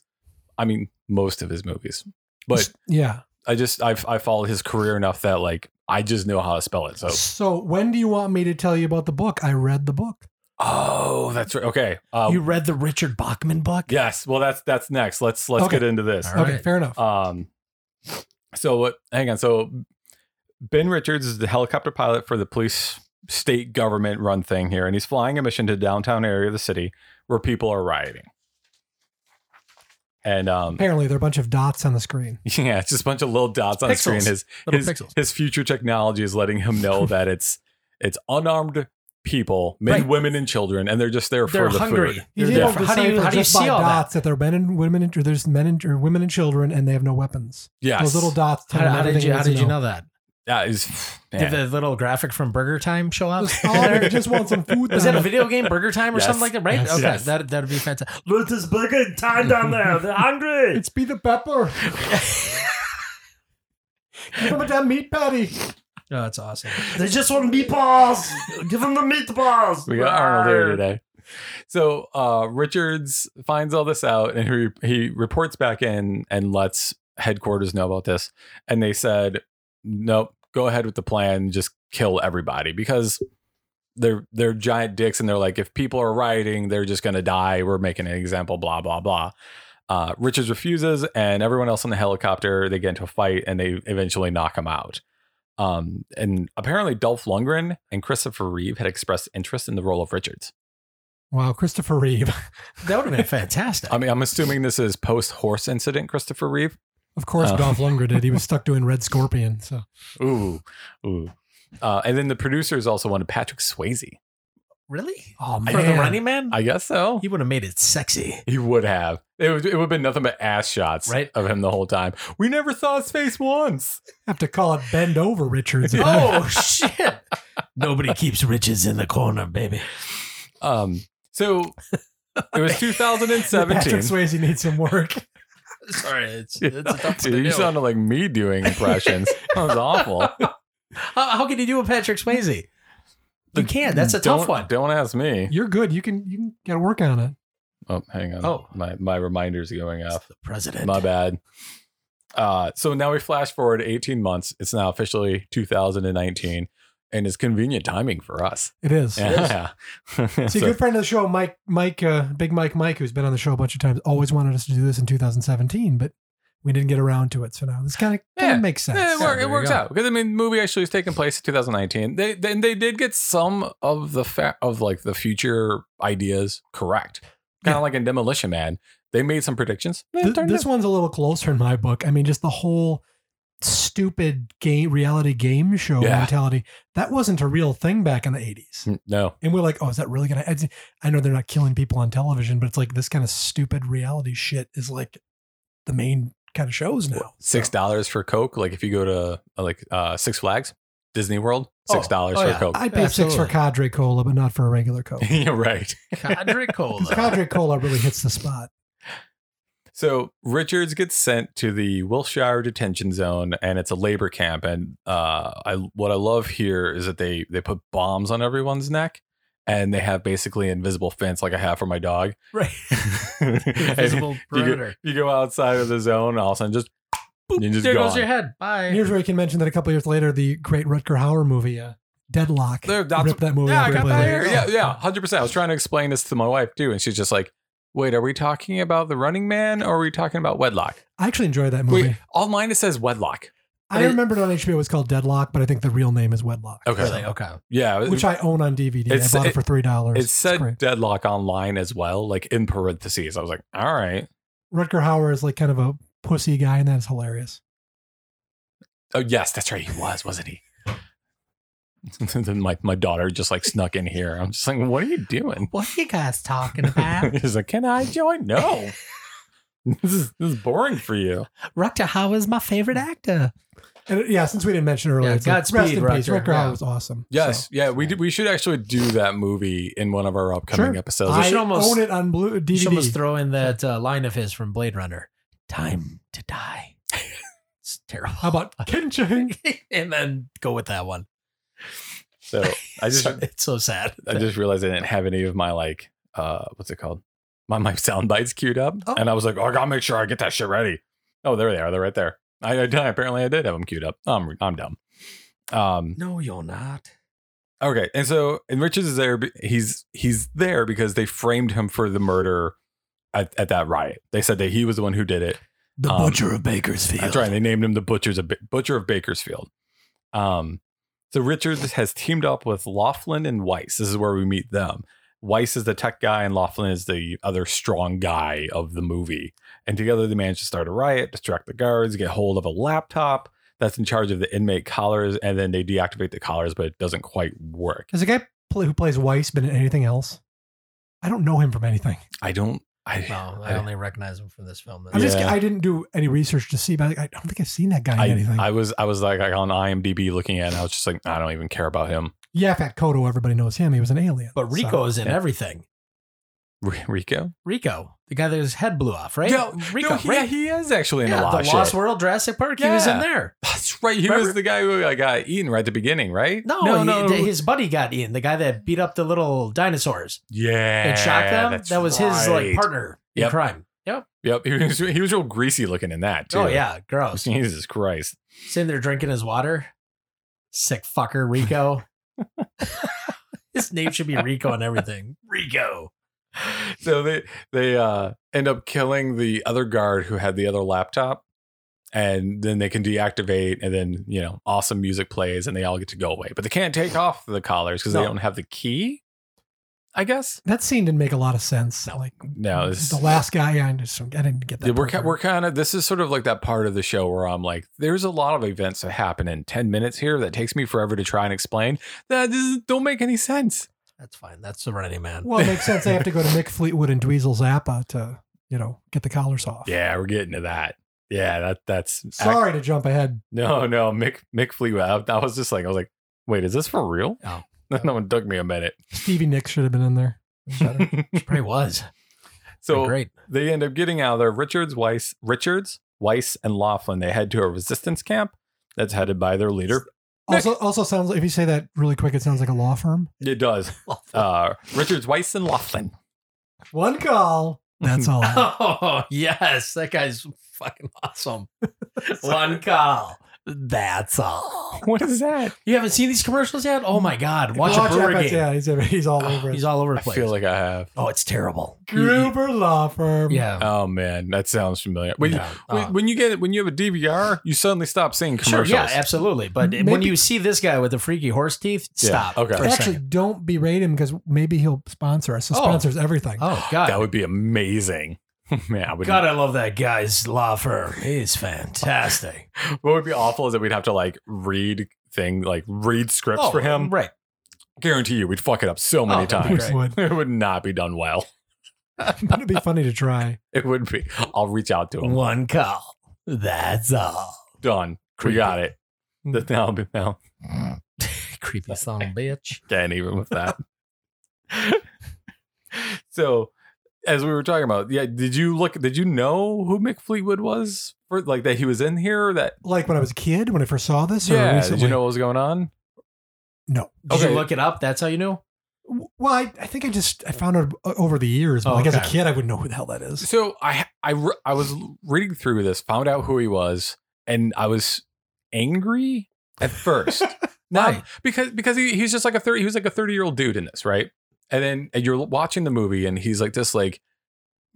D: I mean, most of his movies, but
C: Yeah.
D: I just I've I followed his career enough that like I just know how to spell
B: Oh.
D: it. So
C: So when do you want me to tell you about the book? I read the book.
D: oh, that's right. Okay. Uh,
B: you read the Richard Bachman book?
D: yes. Well, that's that's next. Let's let's
C: Okay.
D: get into this.
B: All
C: okay,
B: right.
C: fair enough.
D: Um. So what? Hang on. So Ben Richards is the helicopter pilot for the police state government run thing here, and he's flying a mission to downtown area of the city where people are rioting. And um,
C: Apparently, there are a bunch of dots on the screen.
D: [laughs] yeah, it's just a bunch of little dots on the screen.
B: Pixels.
D: His
B: Little
D: his,
B: pixels.
D: his future technology is letting him
B: [laughs]
D: know that it's it's unarmed people, men,
B: Right.
D: women, and children, and they're just there
B: They're
D: for the
B: hungry.
D: food.
C: He's
B: They're
C: able
B: there.
C: to
B: How do you
C: decipher
B: how do you
C: just by
B: see all that?
C: dots that? there are men and women and or there's men and or women and children, and they have no weapons.
D: Yes,
C: Those little dots. Tell
B: How,
C: him
B: how did
C: everything he
B: you how
C: needs to
B: did you know that?
D: that is
B: Did
D: man.
B: the little graphic from Burger Time show up?
C: Just, oh,
B: [laughs]
C: they just want some food.
B: Was
C: [laughs]
B: that a
C: now.
B: video game, Burger Time, or
D: Yes.
B: something like that? Right?
C: Yes.
B: okay,
D: Yes.
B: that that'd be fantastic. Look, this Burger Time down there. They're hungry.
C: It's be the
B: [laughs]
C: pepper. Give him a damn meat patty.
B: Oh, that's awesome. They just want meatballs. Give them the meatballs.
D: We got Arnold there today. So uh, Richards finds all this out, and he he reports back in and lets headquarters know about this. And they said, "Nope, go ahead with the plan. Just kill everybody because they're they're giant dicks, and they're like, if people are rioting, they're just gonna die. We're making an example. Blah blah blah." Uh, Richards refuses, and everyone else on the helicopter they get into a fight, and they eventually knock him out. Um, and apparently, Dolph Lundgren and Christopher Reeve had expressed interest in the role of Richards.
C: Wow, Christopher Reeve.
B: That would have
D: [laughs]
B: been fantastic.
D: I mean, I'm assuming this is post horse incident, Christopher Reeve.
C: Of course,
D: Oh.
C: Dolph Lundgren did. He was stuck doing Red Scorpion. So
D: Ooh, ooh. Uh, and then the producers also wanted Patrick Swayze.
B: Really?
C: Oh man,
B: For the Running Man?
D: I guess so.
B: he would have made it sexy.
D: He would have. It would, it would have been nothing but ass shots
B: Right.
D: of him the whole time. We never saw his face once.
C: have to call it bend over, Richards.
D: [laughs]
B: [laughs] Oh shit! Nobody keeps riches in the corner, baby.
D: Um, so
B: [laughs]
D: it was
C: Patrick
D: 2017.
C: Swayze needs some work.
B: [laughs] Sorry, it's,
D: Yeah.
B: it's a tough one to
D: [laughs] Dude,
B: do.
D: you sounded like me doing impressions. that was awful.
B: How, how can you do a Patrick Swayze? You can't. [laughs] That's a
D: don't,
B: tough one.
D: Don't ask me.
C: [laughs] You're good. You can you can gotta work on it.
D: Oh, hang on.
B: Oh.
D: my my reminder's going off.
B: It's the president.
D: My bad. Uh, so now we flash forward 18 months. It's now officially 2019, and it's convenient timing for us.
C: It is.
D: Yeah.
C: See,
D: [laughs] So-
C: a good friend of the show, Mike, Mike, uh, Big Mike, Mike, who's been on the show a bunch of times, always wanted us to do this in 2017, but we didn't get around to it. So now this kind of
D: Yeah.
C: makes sense.
D: Yeah, it, work,
B: there
D: it
B: you
D: works
B: go.
D: out because I mean, the movie actually is taking place in 2019. They then they did get some of the fa- of like the future ideas correct, kind of like in Demolition Man. They made some predictions. Eh,
C: Th-
D: turned
C: this
D: out-
C: one's a little closer in my book. I mean, just the whole stupid game reality game show
D: Yeah.
C: mentality that wasn't a real thing back in the 80s.
D: no,
C: And we're like, oh, is that really gonna? I, I know they're not killing people on television, but it's like this kind of stupid reality shit is like the main kind of shows now.
D: six dollars for Coke. Like if you go to uh, like uh, Six Flags, Disney World,
B: Oh,
D: six dollars
B: oh,
D: for
B: yeah.
D: Coke.
C: I'd pay six for
B: Absolutely.
C: Cadre Cola, but not for a regular Coke.
D: [laughs] yeah, right.
B: [laughs] Cadre
C: Because
B: Cola.
C: Cadre Cola really hits the spot.
D: So Richards gets sent to the Wilshire detention zone, and it's a labor camp. And uh, I what I love here is that they they put bombs on everyone's neck, and they have basically invisible fence, like I have for
B: [laughs]
D: my dog. [laughs]
B: Right.
D: And
B: Invisible
D: you go-
B: perimeter.
D: You go outside of the zone, and all of a sudden, just
B: Boop,
D: You're just
B: there
D: gone.
B: goes your head. Bye.
C: And here's where you can mention that a couple years later, the great Rutger Hauer movie, uh, Deadlock,
D: There, that's-
C: ripped that movie
D: yeah,
C: off
D: I got
C: completely.
D: that here. Yeah, yeah, hundred percent. I was trying to explain this to my wife too, and she's just like, "Wait, are we talking about the Running Man, or are we talking about Wedlock?"
C: I actually enjoyed that movie.
D: Wait, all mine it says Wedlock.
C: I remembered on HBO it was called Deadlock, but I think the real name is Wedlock.
D: Okay.
B: Really? Okay.
D: Yeah,
C: Which I own on DVD. I
D: It's-
C: bought it,
D: it-
C: for three dollars.
D: It said deadlock online as well, like in parentheses. I was like, all right.
C: Rutger Hauer is like kind of a pussy guy, and that is hilarious.
D: Oh yes, that's right. He was, wasn't he? [laughs] then my, my daughter just like snuck in here. I'm just like, what are you doing?
B: What are you guys talking
D: [laughs]
B: [laughs]
D: He's like, can I join? No. [laughs] this is this is boring for you.
B: Rutger Hauer is my favorite actor.
C: And it- yeah, since we didn't mention it earlier,
B: Yeah,
C: it's like, rest
B: Godspeed,
C: in peace.
B: Rutger,
C: Rutger
B: yeah.
C: Hauer was awesome.
D: Yes,
C: So,
D: yeah, we did, we should actually do that movie in one of our upcoming
C: Sure.
D: episodes.
B: We
C: I
B: should almost-
C: own it on blue DVD.
B: You should almost throw in that uh, line of his from Blade Runner. Time to die. It's terrible.
C: How
B: [laughs]
C: about Kinching?
B: and then go with that one.
D: so I just
B: [laughs] it's so sad.
D: I just realized I didn't have any of my like uh what's it called? My my [laughs] sound bites queued up.
B: Oh.
D: And I was like, oh, I gotta make sure I get that shit ready. Oh, there they are. They're right there. I, I did- apparently I did have them queued up. Oh, I'm I'm dumb. Um
B: no, you're not.
D: okay. And so and Richards is there be- he's he's there because they framed him for the murder at, at that riot. They said that he was the one who did it.
B: The
D: Um,
B: butcher of Bakersfield.
D: That's right. They named him the Butcher's of, Ba- Butcher of Bakersfield. Um, so Richards has teamed up with Laughlin and Weiss. This is where we meet them. Weiss is the tech guy, and Laughlin is the other strong guy of the movie. And together they manage to start a riot, distract the guards, get hold of a laptop that's in charge of the inmate collars, and then they deactivate the collars, but it doesn't quite work.
C: Has the guy play, who plays Weiss been in anything else? I don't know him from anything.
D: I don't. I,
B: No, I only recognize him from this film.
C: I'm just,
D: Yeah.
C: I didn't do any research to see, but I, I don't think I've seen that guy in
D: I,
C: anything.
D: I was I was like on IMDb looking at, it, and I was just like, I don't even care about him.
C: yeah, Fat Kodo, everybody knows him. He was an alien.
B: But
C: so-
B: Rico is in
D: Yeah.
B: everything.
D: Rico,
B: Rico, the guy that his head blew off, right?
D: No,
B: Rico,
D: no, he,
B: right?
D: yeah, he is actually in
B: Yeah,
D: a lot
B: the
D: of
B: Lost
D: shit.
B: World, Jurassic Park. He was in
D: Yeah.
B: there.
D: [laughs] That's right. He
B: Remember-
D: was the guy who like, got eaten right at the beginning, right?
B: No, he- the- his buddy got in. The guy that beat up the little dinosaurs
D: yeah,
B: and shot them.
D: Ah, that's
B: That was his like
D: right.
B: partner in
D: Yep.
B: crime. Yep.
D: Yep, he was he was real greasy looking in that too.
B: Oh yeah, gross.
D: Jesus Christ.
B: Sitting there drinking his water. Sick fucker, Rico. his name should be Rico and everything. Rico.
D: So they they uh, end up killing the other guard who had the other laptop, and then they can deactivate, and then you know awesome music plays, and they all get to go away. But they can't take off the collars because
B: No.
D: they don't have the key. I guess
C: That scene didn't make a lot of sense. Like
D: no. This,
C: the last guy, I, just, I didn't get that.
D: Yeah, we're
C: part
D: ki-
C: right.
D: we're kind of this is sort of like that part of the show where I'm like, there's a lot of events that happen in ten minutes here that takes me forever to try and explain. That doesn't- don't make any sense.
B: That's fine. That's Serenity Man.
C: Well, it
D: [laughs]
C: makes sense. They have to go to Mick Fleetwood and Dweezil Zappa to, you know, get the collars off.
D: Yeah, we're getting to that. Yeah, that that's ac-
C: Sorry to jump ahead.
D: no, no, Mick Mick Fleetwood. I, I was just like, I was like, wait, is this for real? [laughs]
B: Oh.
D: no one took me a minute.
C: Stevie Nicks should have been in there. Better.
B: Probably was.
D: so
B: great.
D: they end up getting out of there. Richards, Weiss, Richards, Weiss, and Laughlin. They head to a resistance camp that's headed by their leader.
C: also, also sounds like, if you say that really quick, it sounds like a law firm.
D: It does. Uh, Richards, Weiss, and Laughlin.
C: One call. That's all. [laughs] I-
B: Oh yes, that guy's fucking [laughs] awesome. One call. That's all.
D: What is that?
B: You haven't seen these commercials yet? Oh my god, watch,
C: Watch
B: a brewer
C: Apex,
B: game.
C: Yeah, he's, he's all
B: Oh,
C: over it.
B: he's all over the
D: I
B: place.
D: feel like I have.
B: oh, it's terrible.
C: Gruber Law Firm.
B: Yeah.
D: Oh man, that sounds familiar. When,
B: Yeah.
D: when,
B: Uh,
D: when you get when you have a DVR, you suddenly stop seeing
B: Sure,
D: commercials.
B: yeah, absolutely. But when
C: Maybe-
B: you see this guy with the freaky horse teeth,
D: Yeah,
B: stop.
D: okay.
B: for a
C: Actually,
B: second.
C: don't berate him because maybe he'll sponsor us. He
B: Oh.
C: sponsors everything.
B: oh god,
D: That would be amazing. [laughs] man, I would.
B: God, I love that guy's law firm. He's fantastic.
D: What would be awful is that we'd have to like read thing like read scripts for him.
B: Oh, right?
D: Guarantee you, we'd fuck it up so many
B: Oh, [laughs] that'd be
D: times.
C: We
B: great.
C: would. [laughs]
D: It would not be done well.
C: But it'd be funny to try.
D: It would be. I'll reach out to him.
B: One call. That's all.
D: Done. We got it.
B: Mm.
D: That now, now
B: [laughs] Creepy son of a bitch.
D: can't even with that. so, as we were talking about, yeah, did you look? Did you know who Mick Fleetwood was? For, like that he was in here. That
C: Like when I was a kid, when I first saw this. Or
D: yeah.
C: recently?
D: Did you know what was going on?
C: No.
B: Did
D: Okay.
B: you look it up? That's how you knew.
C: Well, I, I think I just I found out o- over the years. But
B: Oh,
C: like as a
B: okay.
C: kid, I wouldn't know who the hell that [laughs] is.
D: So I I re- I was reading through this, found out who he was, and I was angry at
C: [laughs]
D: first. Not
B: Why?
D: because because he, he's just like a thirty he was like a thirty year old dude in this, right? And then and you're watching the movie, and he's like this like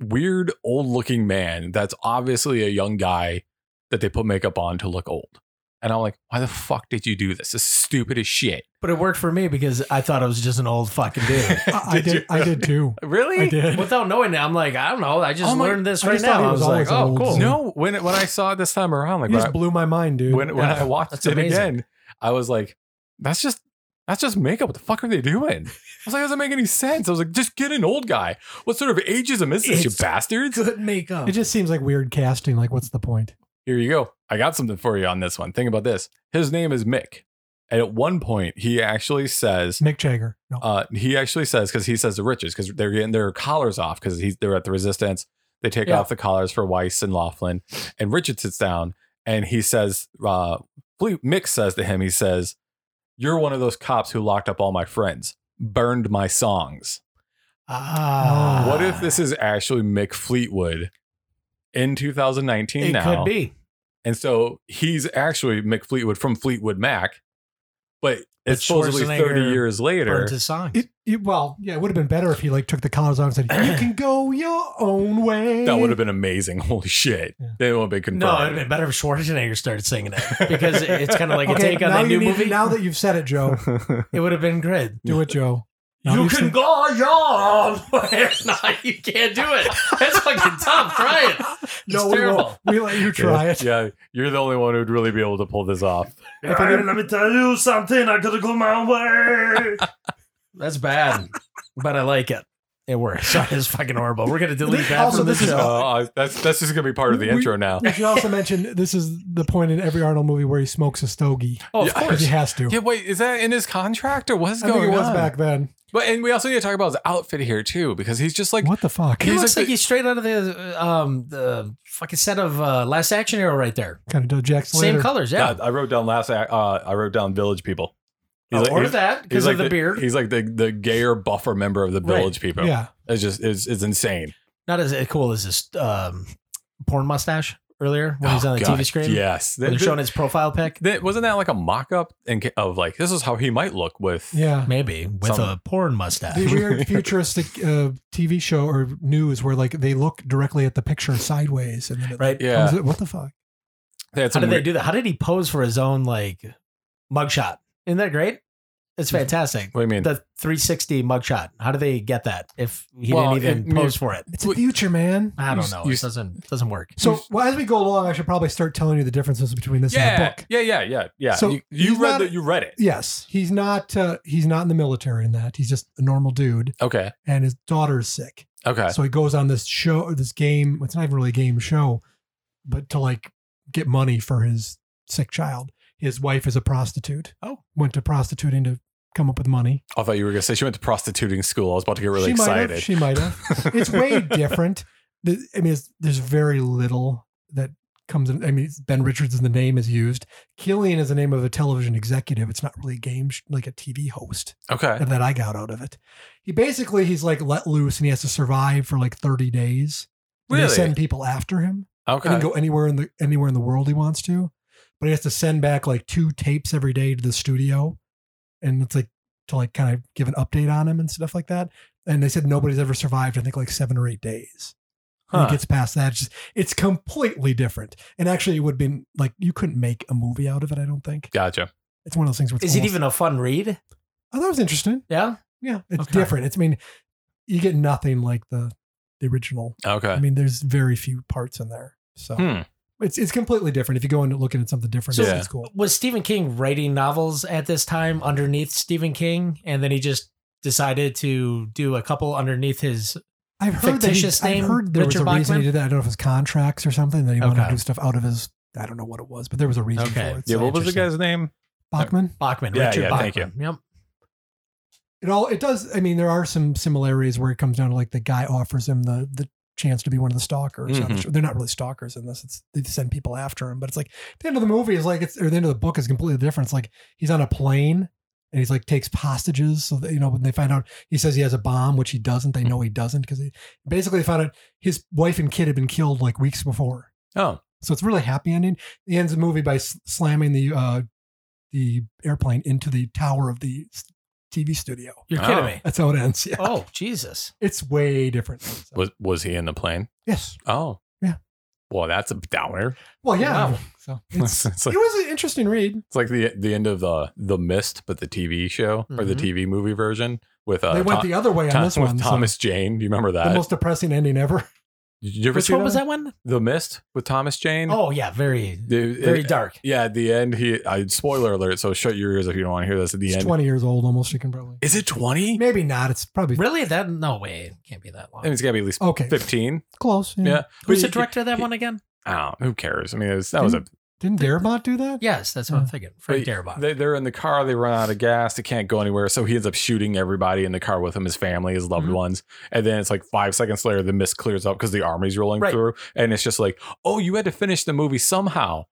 D: weird old looking man that's obviously a young guy that they put makeup on to look old. And I'm like, why the fuck did you do this? This is stupid as shit.
B: But it worked for me because I thought it was just an old fucking
D: [laughs]
B: dude.
C: [laughs]
B: [laughs]
C: I, I did.
D: you
C: I did too.
D: [laughs]
C: [laughs]
D: Really?
C: I did.
B: Without knowing it, I'm like, I don't know. I just
D: Oh my-
B: learned this
C: I
B: right
C: just thought
B: now.
C: he
B: I
C: was
B: was
C: always
B: like,
C: an
B: oh,
C: old
B: cool.
C: dude.
D: No, when it- when I saw it this time around, like
C: You
D: when I-
C: just blew my mind, dude.
D: when when
B: Yeah.
D: I watched
B: That's
D: it
B: amazing.
D: again, I was like, that's just that's just makeup. What the fuck are they doing? I was like, it doesn't make any sense. I was like, just get an old guy. What sort of ageism is this, you
B: It's-
D: bastards?
B: Good makeup.
C: it just seems like weird casting. Like, what's the point?
D: Here you go. I got something for you on this one. Think about this. His name is Mick. And at one point, he actually says,
C: Mick Jagger. No.
D: uh, he actually says, because he says to Richards, because they're getting their collars off, because he's they're at the resistance. They take
B: Yeah.
D: off the collars for Weiss and Laughlin, and Richard sits down and he says, uh, Fle- Mick says to him, he says, "You're one of those cops who locked up all my friends, burned my songs.
B: ah,
D: what if this is actually Mick Fleetwood in 2019
B: It
D: now?
B: could be.
D: And so he's actually Mick Fleetwood from Fleetwood Mac, but it's supposedly 30
B: Schwarzenegger
D: years later.
B: Burnt his song.
C: It, it, well, yeah, it would have been better if he like took the collars off and said, "You can go your own way."
D: That would have been amazing. [laughs] Holy shit.
C: Yeah.
D: They would have been confirmed.
B: No, it'd have been better if Schwarzenegger started singing it because it's kind of [clears throat] like
C: okay.
B: a take on
C: now
B: that
C: you
B: new
C: need-
B: movie.
C: Now that you've said it,
B: [laughs]
C: Joe,
B: it would have been great.
C: do it, Joe. Now
B: you
C: you've
B: can
C: said-
B: go your own way. [laughs] No, you can't do it. That's fucking tough. Try it.
C: No,
B: it's
C: we
B: terrible.
C: won't. We let you try it.
D: Yeah, you're the only one who'd really be able to pull this
B: [laughs]
D: off.
B: let me tell you something. I gotta go my way. That's bad, but I like it. It works. [laughs] It's fucking horrible. We're gonna delete that
C: Also,
B: from the
C: this is
B: show.
D: Uh, that's that's just gonna be part of the
C: We-
D: intro now.
C: We should also mention this is the point in every Arnold movie where he smokes a stogie.
B: oh, of
D: Yeah.
C: Because
B: course.
C: he has to.
D: Yeah, wait, is that in his contract or what's
C: I think
D: going
C: it was
D: on?
C: back then.
D: But and we also need to talk about his outfit here too, because he's just like
C: what the fuck?
B: He
D: He's
B: looks
D: like
B: like he's straight out of the um the fucking set of uh, Last Action Hero right there.
C: Kind of does Jack Slater.
B: Same colors, yeah.
D: God, I wrote down last. act- Uh, I wrote down Village People.
B: Oh, or
D: he's-
B: that
D: he's
B: because
D: like
B: of the, beard.
D: He's like the the gayer buffer member of the
B: Right.
D: Village People.
C: Yeah.
D: it's just it's, it's insane.
B: Not as cool as this um, porn mustache earlier when he's
D: Oh,
B: on the
D: God,
B: TV screen.
D: Yes,
B: When they're showing his profile pic.
D: That- wasn't that like a mock-up in, ca- of like this is how he might look with
C: Yeah.
B: Maybe with
D: Some-
B: a porn mustache.
C: The weird futuristic uh, TV show or news where like they look directly at the picture sideways and then it
B: [laughs] Right?
D: yeah
C: comes- what the fuck?
D: that's
B: How did they do that? How did he pose for his own like mugshot? Isn't that great? It's fantastic.
D: What do you mean?
B: The 360 mugshot. How do they get that if he
D: Well,
B: didn't
D: it-
B: even pose for it?
C: It's the
D: Wait.
C: future, man.
B: I
D: you-
B: don't know.
D: you-
B: It doesn't doesn't work.
C: So well, as we go along, I should probably start telling you the differences between this and the
D: yeah,
C: book.
D: yeah, yeah, yeah, yeah.
C: So
D: you, you
C: he's
D: read
C: not-
D: that. You read it.
C: Yes, he's not. Uh, he's not in the military in that. He's just a normal dude,
D: Okay.
C: and his daughter is sick,
D: Okay.
C: so he goes on this show, or this game. It's not even really a game show, but to like get money for his sick child. His wife is a prostitute.
B: Oh.
C: went to prostituting to come up with money.
D: I thought you were gonna say she went to prostituting school. I was about to get really
C: she Might
D: excited.
C: have, she might have.
D: [laughs]
C: it's way different. The- I mean, it's, there's very little that comes in. I mean, it's- Ben Richards is the name is used. Killian is the name of a television executive. It's not really a game, sh- like a TV host
D: okay.
C: that I got out of it. He basically, he's like let loose and he has to survive for like 30 days. And They
D: Really?
C: send people after him. He
D: Okay.
C: can go anywhere in the anywhere in the world he wants to, but he has to send back like two tapes every day to the studio, and it's like to like kind of give an update on him and stuff like that. And they said nobody's ever survived. I think like seven or eight days. When
D: Huh.
C: he gets past that, it's just it's completely different. And actually, it would have been like you couldn't make a movie out of it. I don't think
D: Gotcha.
C: it's one of those things. Where it's
B: Is it
C: almost-
B: even a fun read?
C: I thought it was interesting.
B: Yeah.
C: Yeah, it's
B: Okay.
C: different. It's I mean, you get nothing like the the original.
D: Okay.
C: I mean, there's very few parts in there. So
D: Hmm.
C: it's it's completely different. If you go in looking at something different,
B: So-
C: it's- it's cool.
B: Was Stephen King writing novels at this time underneath Stephen King, and then he just decided to do a couple underneath his?
C: I've heard that he-
B: fictitious name,
C: I've heard there
B: Richard
C: was a reason
B: Bachman?
C: he did that. I don't know if it was contracts or something that he wanted
B: Okay.
C: to do stuff out of his. I don't know what it was, but there was a reason
B: Okay.
C: for it.
D: Yeah.
C: So
D: What was the
C: interesting.
D: guy's name?
C: Bachman?
B: Bachman,
D: Yeah,
B: Richard
D: yeah, thank
B: Bachman. Yep.
C: It all it does. I mean, there are some similarities where it comes down to like the guy offers him the the chance to be one of the stalkers. on the
D: Mhm.
C: show. They're not really stalkers in this. It's they send people after him, but it's like the end of the movie is like it's or the end of the book is completely different. It's like he's on a plane and he's like takes hostages. So that, you know when they find out he says he has a bomb, which he doesn't. They know he doesn't because he basically they found out his wife and kid had been killed like weeks before.
D: Oh.
C: So it's a really happy ending. He ends the movie by s- slamming the uh, the airplane into the tower of the s- TV studio.
B: You're
D: Oh.
B: kidding me.
C: [laughs] That's how it ends. Yeah,
B: Oh Jesus.
C: it's way different. So-
D: Was Was he in the plane?
C: yes.
D: Oh.
C: Yeah.
D: Well, that's a downer.
C: Well, yeah.
B: Wow.
D: [laughs]
C: So it's,
D: It's, it's
C: it
D: like
C: was an interesting read.
D: it's like the the end of the the Mist, but the TV show or the
B: Mhm.
D: TV movie version with uh,
C: they went
D: Tom-
C: the other way on
D: Tom-
C: this
D: with
C: one. so
D: Thomas uh, Jane. Do you remember that?
C: the most depressing ending ever.
D: Did you ever
B: Which
D: see
B: one was that one?
D: The Mist with Thomas Jane.
B: Oh yeah, very
D: The-
B: very
D: it-
B: dark.
D: yeah, at the end, he. I spoiler alert. So shut your ears if you don't want to hear this. At the
C: He's
D: end,
C: twenty years old almost. You can probably
D: is it twenty?
C: maybe not. It's probably
B: Really? That no way. It can't be that long.
D: I mean, it's gotta be at least
C: okay.
D: fifteen.
C: Close.
D: Yeah.
B: Who's the
D: But you-
B: director of that
D: he-
B: one again?
D: I don't. Who cares? I mean, it was, that was a.
C: Didn't Darabont do that?
B: Yes, that's what
D: Uh,
B: I'm thinking. Frank
D: But
B: Darabont.
D: They, they're in the car. They run out of gas. They can't go anywhere. So he ends up shooting everybody in the car with him, his family, his loved
B: Mhm.
D: ones. And then it's like five seconds later, the mist clears up because the army's rolling
B: Right.
D: through, and it's just like, oh, you had to finish the movie somehow.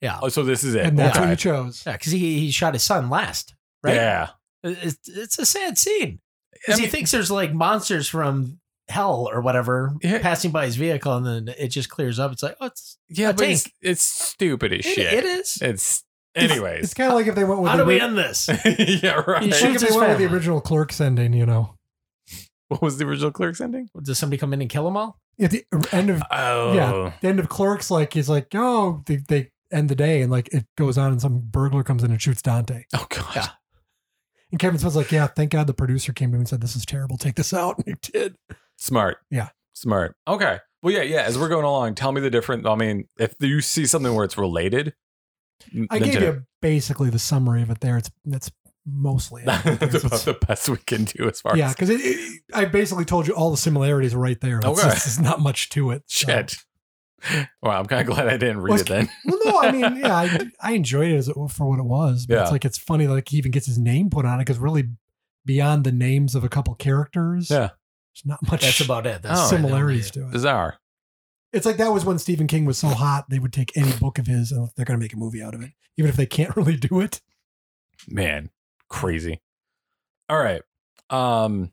B: Yeah.
D: Oh, so this is it.
C: And that's
D: Okay.
C: what you chose.
B: yeah, because he, he shot his son last, right?
D: Yeah.
B: It's, it's a sad scene.
D: I
B: 'Cause
D: mean-
B: he thinks there's like monsters from hell or whatever
D: Yeah.
B: passing by his vehicle, and then it just clears up. It's like, oh, it's
D: Yeah,
B: I
D: but it's, it's stupid as
B: it-
D: shit.
B: it is.
D: It's
C: It's-
D: anyways.
C: it's kind of like if they went with
B: How
C: the
B: do we
C: ri-
B: end
D: [laughs]
B: this?
D: yeah,
B: You
D: right.
C: it's like
B: Shoots
C: if
B: his
C: they went with the
B: family.
C: original Clerks ending. You know.
D: [laughs] What was the original Clerks ending?
B: Does somebody come in and kill them all?
C: at the end of
D: Oh,
C: the end of Clerks, like he's like, oh, they, they end the day, and like it goes on, and some burglar comes in and shoots Dante,
D: oh god.
B: Yeah.
C: and Kevin Smith's like, yeah, thank God the producer came to him and said, this is terrible, take this out, [laughs] and he did.
D: Smart.
C: Yeah.
D: Smart. Okay. Well, yeah, yeah. As we're going along, tell me the different. I mean, if you see something where it's related, m-
C: I
D: mention
C: gave
D: it.
C: you basically the summary of it there. It's that's mostly it.
D: [laughs] That's
C: There's-
D: about the best we can do as far
C: yeah,
D: as
C: because it, it, I basically told you all the similarities right there. It's
D: Okay.
C: just- there's not much to it. so.
D: shit. [laughs] Well, I'm kind of glad I didn't read
C: Well,
D: it then.
C: [laughs] Well, no, I mean, yeah, I, I enjoyed it as it, for what it was. But
D: Yeah.
C: it's like it's funny, like he even gets his name put on it because really, beyond the names of a couple characters,
D: Yeah.
C: there's not much.
B: That's about it. That's
D: Oh.
C: [laughs] similarities to it.
D: Bizarre.
C: It's like that was when Stephen King was so hot they would take any book of his and they're going to make a movie out of it, even if they can't [laughs] really do it.
D: Man, crazy. All right. Um.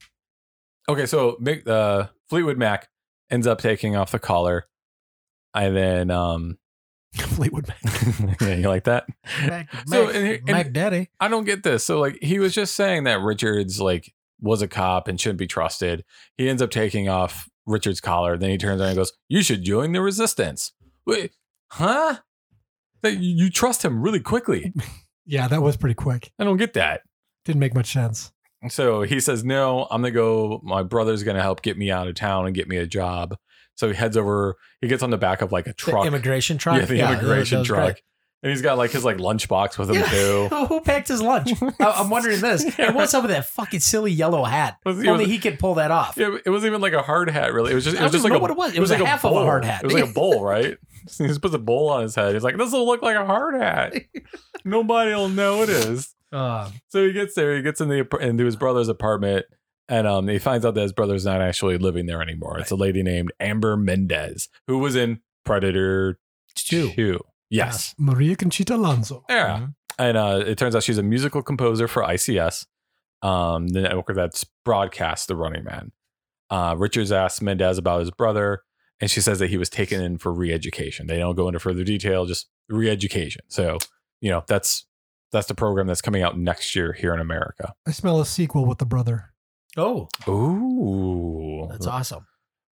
D: Okay, so Mick, uh, Fleetwood Mac ends up taking off the collar, and then um, [laughs]
C: Fleetwood Mac.
D: yeah, you like that?
B: Mac, Mac,
D: So, and- and-
B: Mac Daddy.
D: I don't get this. So like he was just saying that Richards like was a cop and shouldn't be trusted. He ends up taking off Richard's collar. Then he turns around and goes, "You should join the resistance." Wait, huh? That you you trust him really quickly.
C: Yeah, that was pretty quick.
D: I don't get that.
C: Didn't make much sense.
D: So he says, No, I'm going to go. My brother's going to help get me out of town and get me a job. So he heads over, he gets on the back of like a
B: The
D: truck.
B: immigration truck.
D: Yeah, the
B: that-
D: immigration
B: that was
D: truck.
B: great.
D: And he's got like his like lunchbox with him
B: Yeah.
D: too.
B: Who- Who packed his
D: [laughs]
B: lunch? [laughs] I- I'm wondering this. And what's up with that fucking silly yellow hat?
D: Was- it
B: Only
D: was-
B: he could pull that off.
D: Yeah, it wasn't even like a hard hat, really. It was just, it
B: I
D: was
B: don't
D: just like
B: know
D: a,
B: what it was. It was a half of a
D: bowl.
B: hard hat.
D: It was like
B: [laughs]
D: a bowl, right? he just puts a bowl on his head. He's like, "This will look like a hard hat. Nobody will notice."
B: [laughs] Um,
D: So he gets there. He gets in the ap- into his brother's apartment, and um, he finds out that his brother's not actually living there anymore. It's a lady named Amber Mendez who was in Predator
B: two.
D: Two. Yes,
C: Maria Conchita Alonso.
D: yeah.
B: Mm-hmm.
D: And uh, it turns out she's a musical composer for ICS, um, the network that's broadcast The Running Man. Uh, Richards asks Mendez about his brother, and she says that he was taken in for re-education. They don't go into further detail, just re-education. So, you know, that's that's the program that's coming out next year here in America.
C: I smell a sequel with the brother.
B: Oh,
D: Ooh,
B: that's awesome.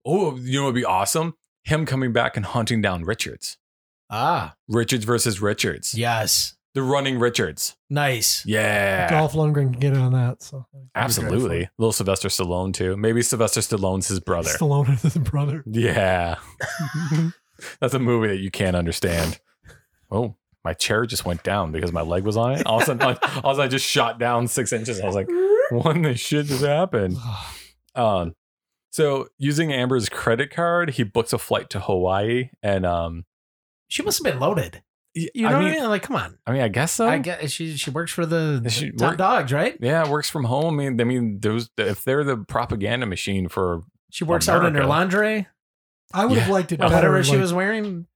D: Oh, you know, it'd be awesome. Him coming back and hunting down Richards.
B: Ah,
D: Richards versus Richards.
B: yes.
D: The running Richards.
B: Nice.
D: Yeah.
C: Dolph Lundgren can get in on that. So
D: Absolutely. Little Sylvester Stallone too. Maybe Sylvester Stallone's his brother.
C: Stallone is his brother.
B: [laughs]
D: yeah. That's a movie that you can't understand. Oh, my chair just went down because my leg was on it. All of a sudden, all of a sudden I just shot down six inches. I was like, what in the shit just happened? Um, so using Amber's credit card, he books a flight to Hawaii and um
B: She must have been loaded. You know
D: I
B: what
D: mean,
B: I mean? Like, come on.
D: I mean, I guess so.
B: I guess she she works for the
D: Is she
B: top
D: work-
B: dogs, right?
D: yeah, it works from home. I mean, I mean, those if they're the propaganda
B: [laughs]
D: machine for
B: She works out in her
D: America.
B: lingerie
C: I would have
D: Yeah.
C: liked it
B: or
C: better.
B: whatever she
C: like-
B: was wearing.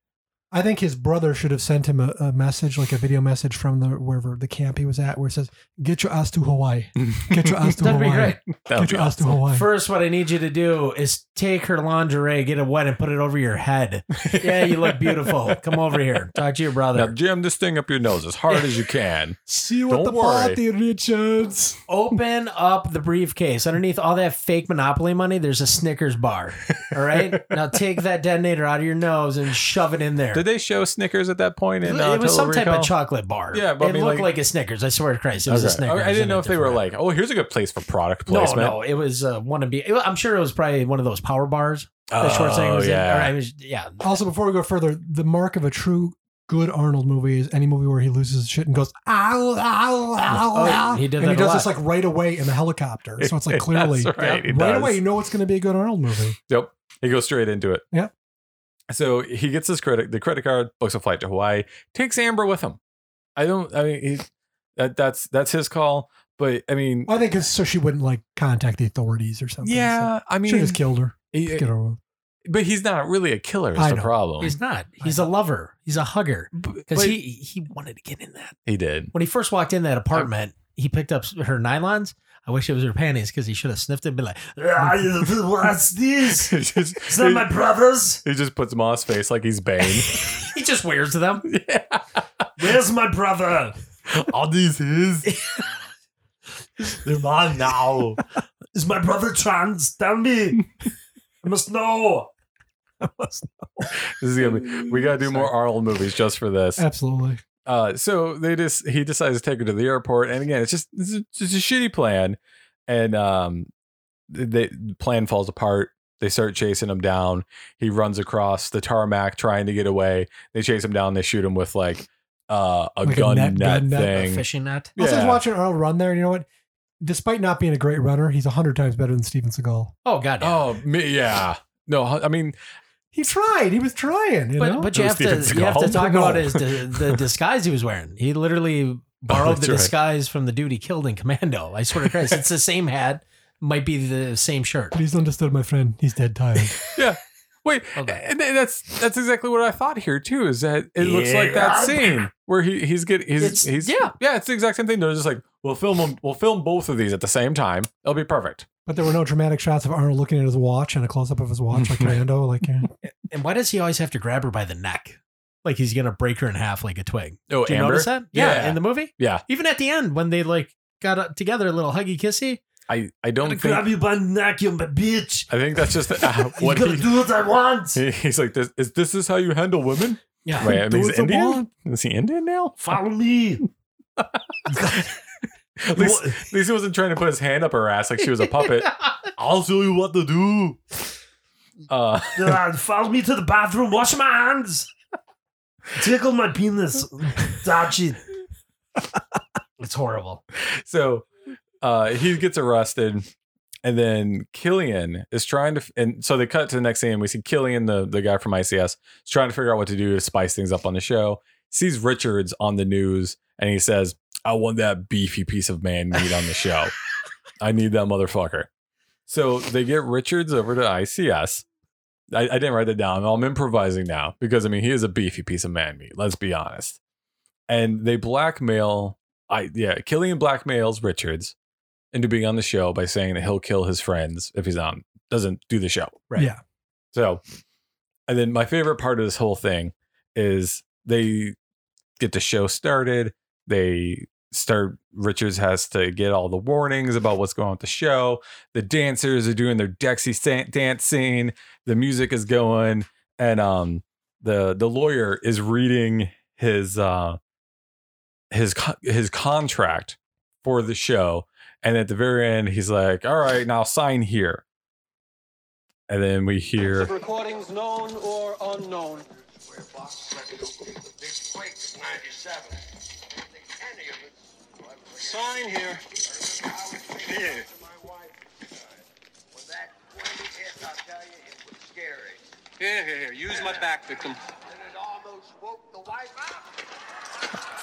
C: I think his brother should have sent him a, a message, like a video message from the wherever the camp he was at, where it says, "Get your ass to Hawaii. Get your
B: [laughs]
C: ass to
B: That'd be
C: Hawaii.
B: great.
D: That would
C: Get
D: be
C: your ass to Hawaii."
B: First, what I need you to do is take her lingerie, get it wet, and put it over your
D: [laughs]
B: head. Yeah, you look beautiful. Come over here. Talk to your
D: Now
B: brother.
D: jam this thing up your nose as hard as you can.
C: See you at
D: Don't
C: the
D: worry.
C: party, Richards.
B: Open up the briefcase. Underneath all that fake Monopoly money, there's a Snickers bar. All
D: [laughs]
B: right. Now take that detonator out of your nose and shove it in there.
D: Did they show Snickers at that point? In, uh,
B: it was some
D: Total
B: type
D: Recall?
B: of chocolate bar.
D: Yeah, but I
B: it
D: mean,
B: looked
D: like-
B: like, a Snickers. I swear to Christ, it was a
D: Okay.
B: Snickers.
D: I didn't
B: and
D: know
B: a
D: if they were
B: different-
D: like, oh, here's a good place for product
B: No,
D: placement.
B: no, it was uh, one of be. I'm sure it was probably one of those power bars that Schwarzenegger
D: Oh,
B: was in. Or, I
D: yeah.
B: was, yeah,
C: Also, before we go further, the mark of a true good Arnold movie is any movie where he loses his shit and goes, ow, ow, ow,
B: Oh,
C: ow.
B: he did
C: and
B: that
C: he
B: a
C: does this
B: lot.
C: like right away in the helicopter. So it's like clearly
D: [laughs] That's right, he
C: right
D: does.
C: away, you know it's going to be a good Arnold movie.
D: Yep. He goes straight into it.
C: Yeah.
D: So he gets his credit, the credit card, books a flight to Hawaii, takes Amber with him. I don't. I mean, he, that, that's that's his call. But I mean,
C: I think it's so she wouldn't like contact the authorities or something.
D: yeah. I
C: So.
D: mean,
C: Should just killed her.
D: he-
C: Just get her over.
D: but he's not really a killer. Is
C: I
D: the
C: know.
D: problem?
B: he's not. He's a lover. He's a hugger because he he wanted to get in that.
D: he did. [laughs]
B: When he first walked in that apartment, he picked up her nylons. I wish it was her panties because he should have sniffed it and been like, [laughs] "Ah, "What's this?
D: He just,
B: Is that my brother's?
D: he just puts him on his face like he's Bane.
B: He just wears
D: [laughs]
B: them.
D: yeah.
B: Where's my brother?
D: [laughs] All these his.
B: They're mine now. Is my brother trans? Tell me. I must know.
D: This is gonna be. We gotta do more Arnold movies just for this.
C: Absolutely.
D: Uh, so they just he decides to take her to the airport, and again, it's just it's a, it's a shitty plan, and um, they, the plan falls apart. They start chasing him down. He runs across the tarmac trying to get away. They chase him down. They shoot him with like uh, a
C: Like a
D: gun
C: net-
D: net,
C: gun net, a
B: A
D: thing.
B: fishing net.
C: Also, I was
D: Yeah.
C: watching Arnold run there. And you know what? Despite not being a great runner, he's 100 times better than Steven Seagal.
B: Oh god. damn.
D: Oh me, yeah. No, I mean
C: He tried. He was trying. You
B: but
C: know?
B: but you
D: It was
B: have to
D: Steven
B: you have to
D: Seagal.
B: talk
D: No. [laughs]
B: about his the, the disguise he was wearing. He literally [laughs] borrowed
D: [laughs] that's
B: the
D: right.
B: disguise from the dude he killed in Commando. I swear to Christ, it's the same hat, might be the same shirt.
C: Please understood, my friend. He's dead tired.
D: Wait,
B: Okay.
D: and th- that's that's exactly what I thought here too. Is that it looks like that scene where he he's getting he's,
B: It's-
D: he's
B: yeah.
D: yeah it's the exact same thing. They're just like we'll film 'em- we'll film both of these at the same time. It'll be perfect.
C: But there were no dramatic shots of Arnold looking at his watch and a close up of his watch,
D: [laughs]
C: like Commando. Like, yeah.
B: And why does he always have to grab her by the neck? Like he's gonna break her in half like a twig.
D: Oh,
B: Do you
D: Amber,
B: notice that? Yeah,
D: Yeah.
B: in the movie.
D: Yeah.
B: Even at the end when they like got uh, together, a little huggy kissy.
D: I I don't think
B: grab you by the neck, you bitch.
D: I think that's just [laughs] uh,
B: You
D: what
B: gonna
D: he,
B: do what I want.
D: he- he's like. This is this is how you handle women?
B: Yeah.
D: Wait, I mean,
C: Do
D: he's
C: what you
D: Indian.
C: want.
D: Is he Indian now?
B: Follow me.
D: At least, at least he wasn't trying to put his hand up her ass like she was a puppet. [laughs] I'll show you what to do. Uh,
E: follow me to the bathroom, wash my hands, tickle my penis, dodge it.
B: It's horrible.
D: so uh, he gets arrested, and then Killian is trying to. f- And so they cut to the next scene. We see Killian, the the guy from ICS, is trying to figure out what to do to spice things up on the show. Sees Richards on the news, and he says, "I want that beefy piece of man meat on the show. I need that motherfucker." So they get Richards over to ICS. I, I didn't write that down. I'm improvising now because I mean he is a beefy piece of man meat. Let's be honest. And they blackmail I yeah, Killian blackmails Richards into being on the show by saying that he'll kill his friends if he's on doesn't do the show.
B: Right.
C: Yeah.
D: So, and then my favorite part of this whole thing is they get the show started. They start. Richards has to get all the warnings about what's going on with the show. The dancers are doing their Dexy sa- dance scene. The music is going, and um, the the lawyer is reading his uh his co- his contract for the show. And at the very end, he's like, "All right, now sign here." And then we hear
F: Of recordings known or unknown.
G: We're box records. The big quake of 97. I don't think any of us.
F: Sign here.
G: Here. When that quake hit, I'll tell you, it was scary.
F: Here, here, here. Use my back, victim.
G: And it almost woke the wife up.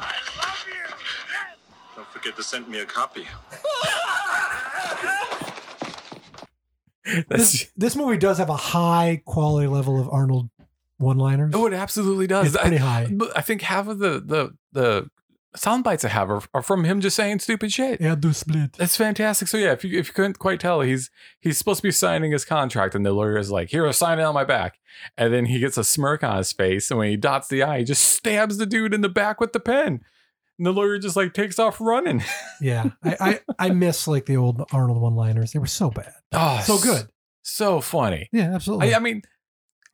G: I love you. Yes.
H: Don't forget to send me a copy.
D: that's
C: This, this movie does have a high quality level of Arnold one-liners.
D: Oh, it absolutely does.
C: it's pretty
D: I, [laughs]
C: high.
D: but I think half of the the the sound bites I have are, are from him just saying stupid shit.
C: Yeah, do split.
D: That's fantastic. So yeah, if you if you couldn't quite tell, he's he's supposed to be signing his contract, and the lawyer is like, "Here, sign it on my back," and then he gets a smirk on his face, and when he dots the i, he just stabs the dude in the back with the pen, and the lawyer just like takes
C: [laughs]
D: off running.
C: Yeah, I, I I miss like the old Arnold one-liners. They were so bad,
D: Oh,
C: so good.
D: so funny.
C: Yeah, absolutely.
D: I, I mean,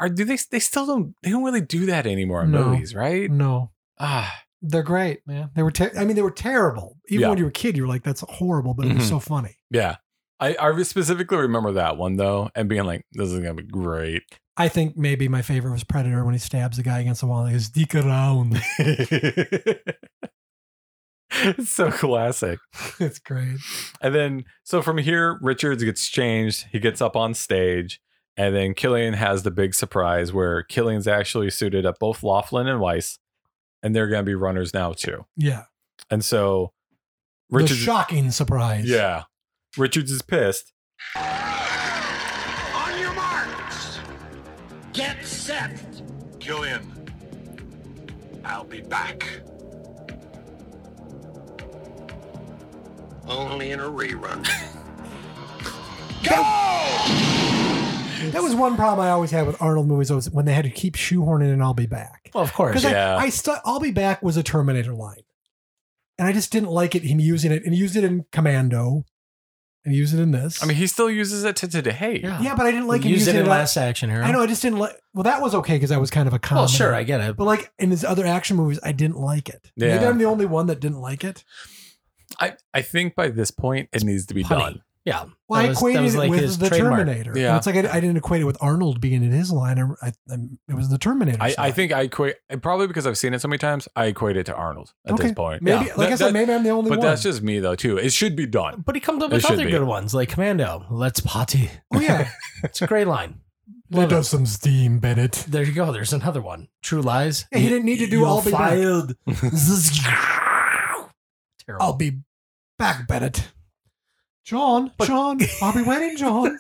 D: are do they they still don't they don't really do that anymore in
C: No. Mm.
D: movies, right?
C: no,
D: Ah,
C: they're great, man. They were. Ter- I mean, they were terrible. Even
D: Yeah.
C: when you were a kid, you were like, "That's horrible," but it was
D: Mhm.
C: so funny.
D: Yeah. I, I specifically remember that one though, and being like, "This is gonna be great." [laughs]
C: I think maybe my favorite was Predator when he stabs the guy against the wall. He goes, "Dick around." [laughs]
D: it's so classic.
C: it's great.
D: And then, so from here, Richards gets changed. He gets up on stage, and then Killian has the big surprise where Killian's actually suited up both Laughlin and Weiss, and they're gonna be runners now too.
C: Yeah,
D: And so,
C: the
D: Richards,
C: shocking surprise.
D: yeah, Richards is pissed.
G: On your marks. Get set.
H: Killian, I'll be back.
G: Only in a
H: [laughs]
G: rerun.
C: that was one problem I always had with Arnold movies was when they had to keep shoehorning in "I'll be back."
B: [laughs] Well, of course.
C: Because
D: Yeah.
C: I, I stu- I'll be back was a Terminator line, and I just didn't like it. Him using it, and he used it in Commando, and he used it in this.
D: I mean, he still uses it to today.
C: yeah, but I didn't like him
B: Use
C: using
B: it in
C: it. uh,
B: last action hero.
C: I know, Um, I just didn't like. Well, that was okay because I was kind of a comedy.
B: Well, sure, I get it.
C: But like in his other action movies, I didn't like it. Maybe
D: Yeah.
C: I'm the only one that didn't like it.
D: I, I think by this point it needs to be
B: punny.
D: done.
B: Yeah.
C: Well,
B: That
C: I
B: was- that
C: equated
B: was like
C: it
B: his
C: with the
B: trademark.
C: Terminator. And
D: Yeah.
C: it's like I, I didn't equate it with Arnold being in his line. I, I, I, it was the Terminator.
D: I, I
C: side.
D: think I equate probably because I've seen it so many times. I equate it to Arnold at this
C: Okay.
D: point.
C: maybe,
D: Yeah.
C: like I
D: That-
C: said,
D: that-
C: maybe I'm the only
D: but
C: one.
D: that's just me though too. It should be done.
B: But he comes up
D: It
B: with
D: should
B: other
D: be.
B: good ones like Commando. Let's potty.
C: oh
B: [laughs]
C: yeah,
B: It's a great line.
C: let us some steam, Bennett.
B: There you go. There's another one. True Lies.
C: Yeah, he didn't need to do
B: You're
C: I'll be back.
E: [laughs]
B: fired. Terrible.
C: I'll be back, Bennett. John, John, I'll be waiting, John.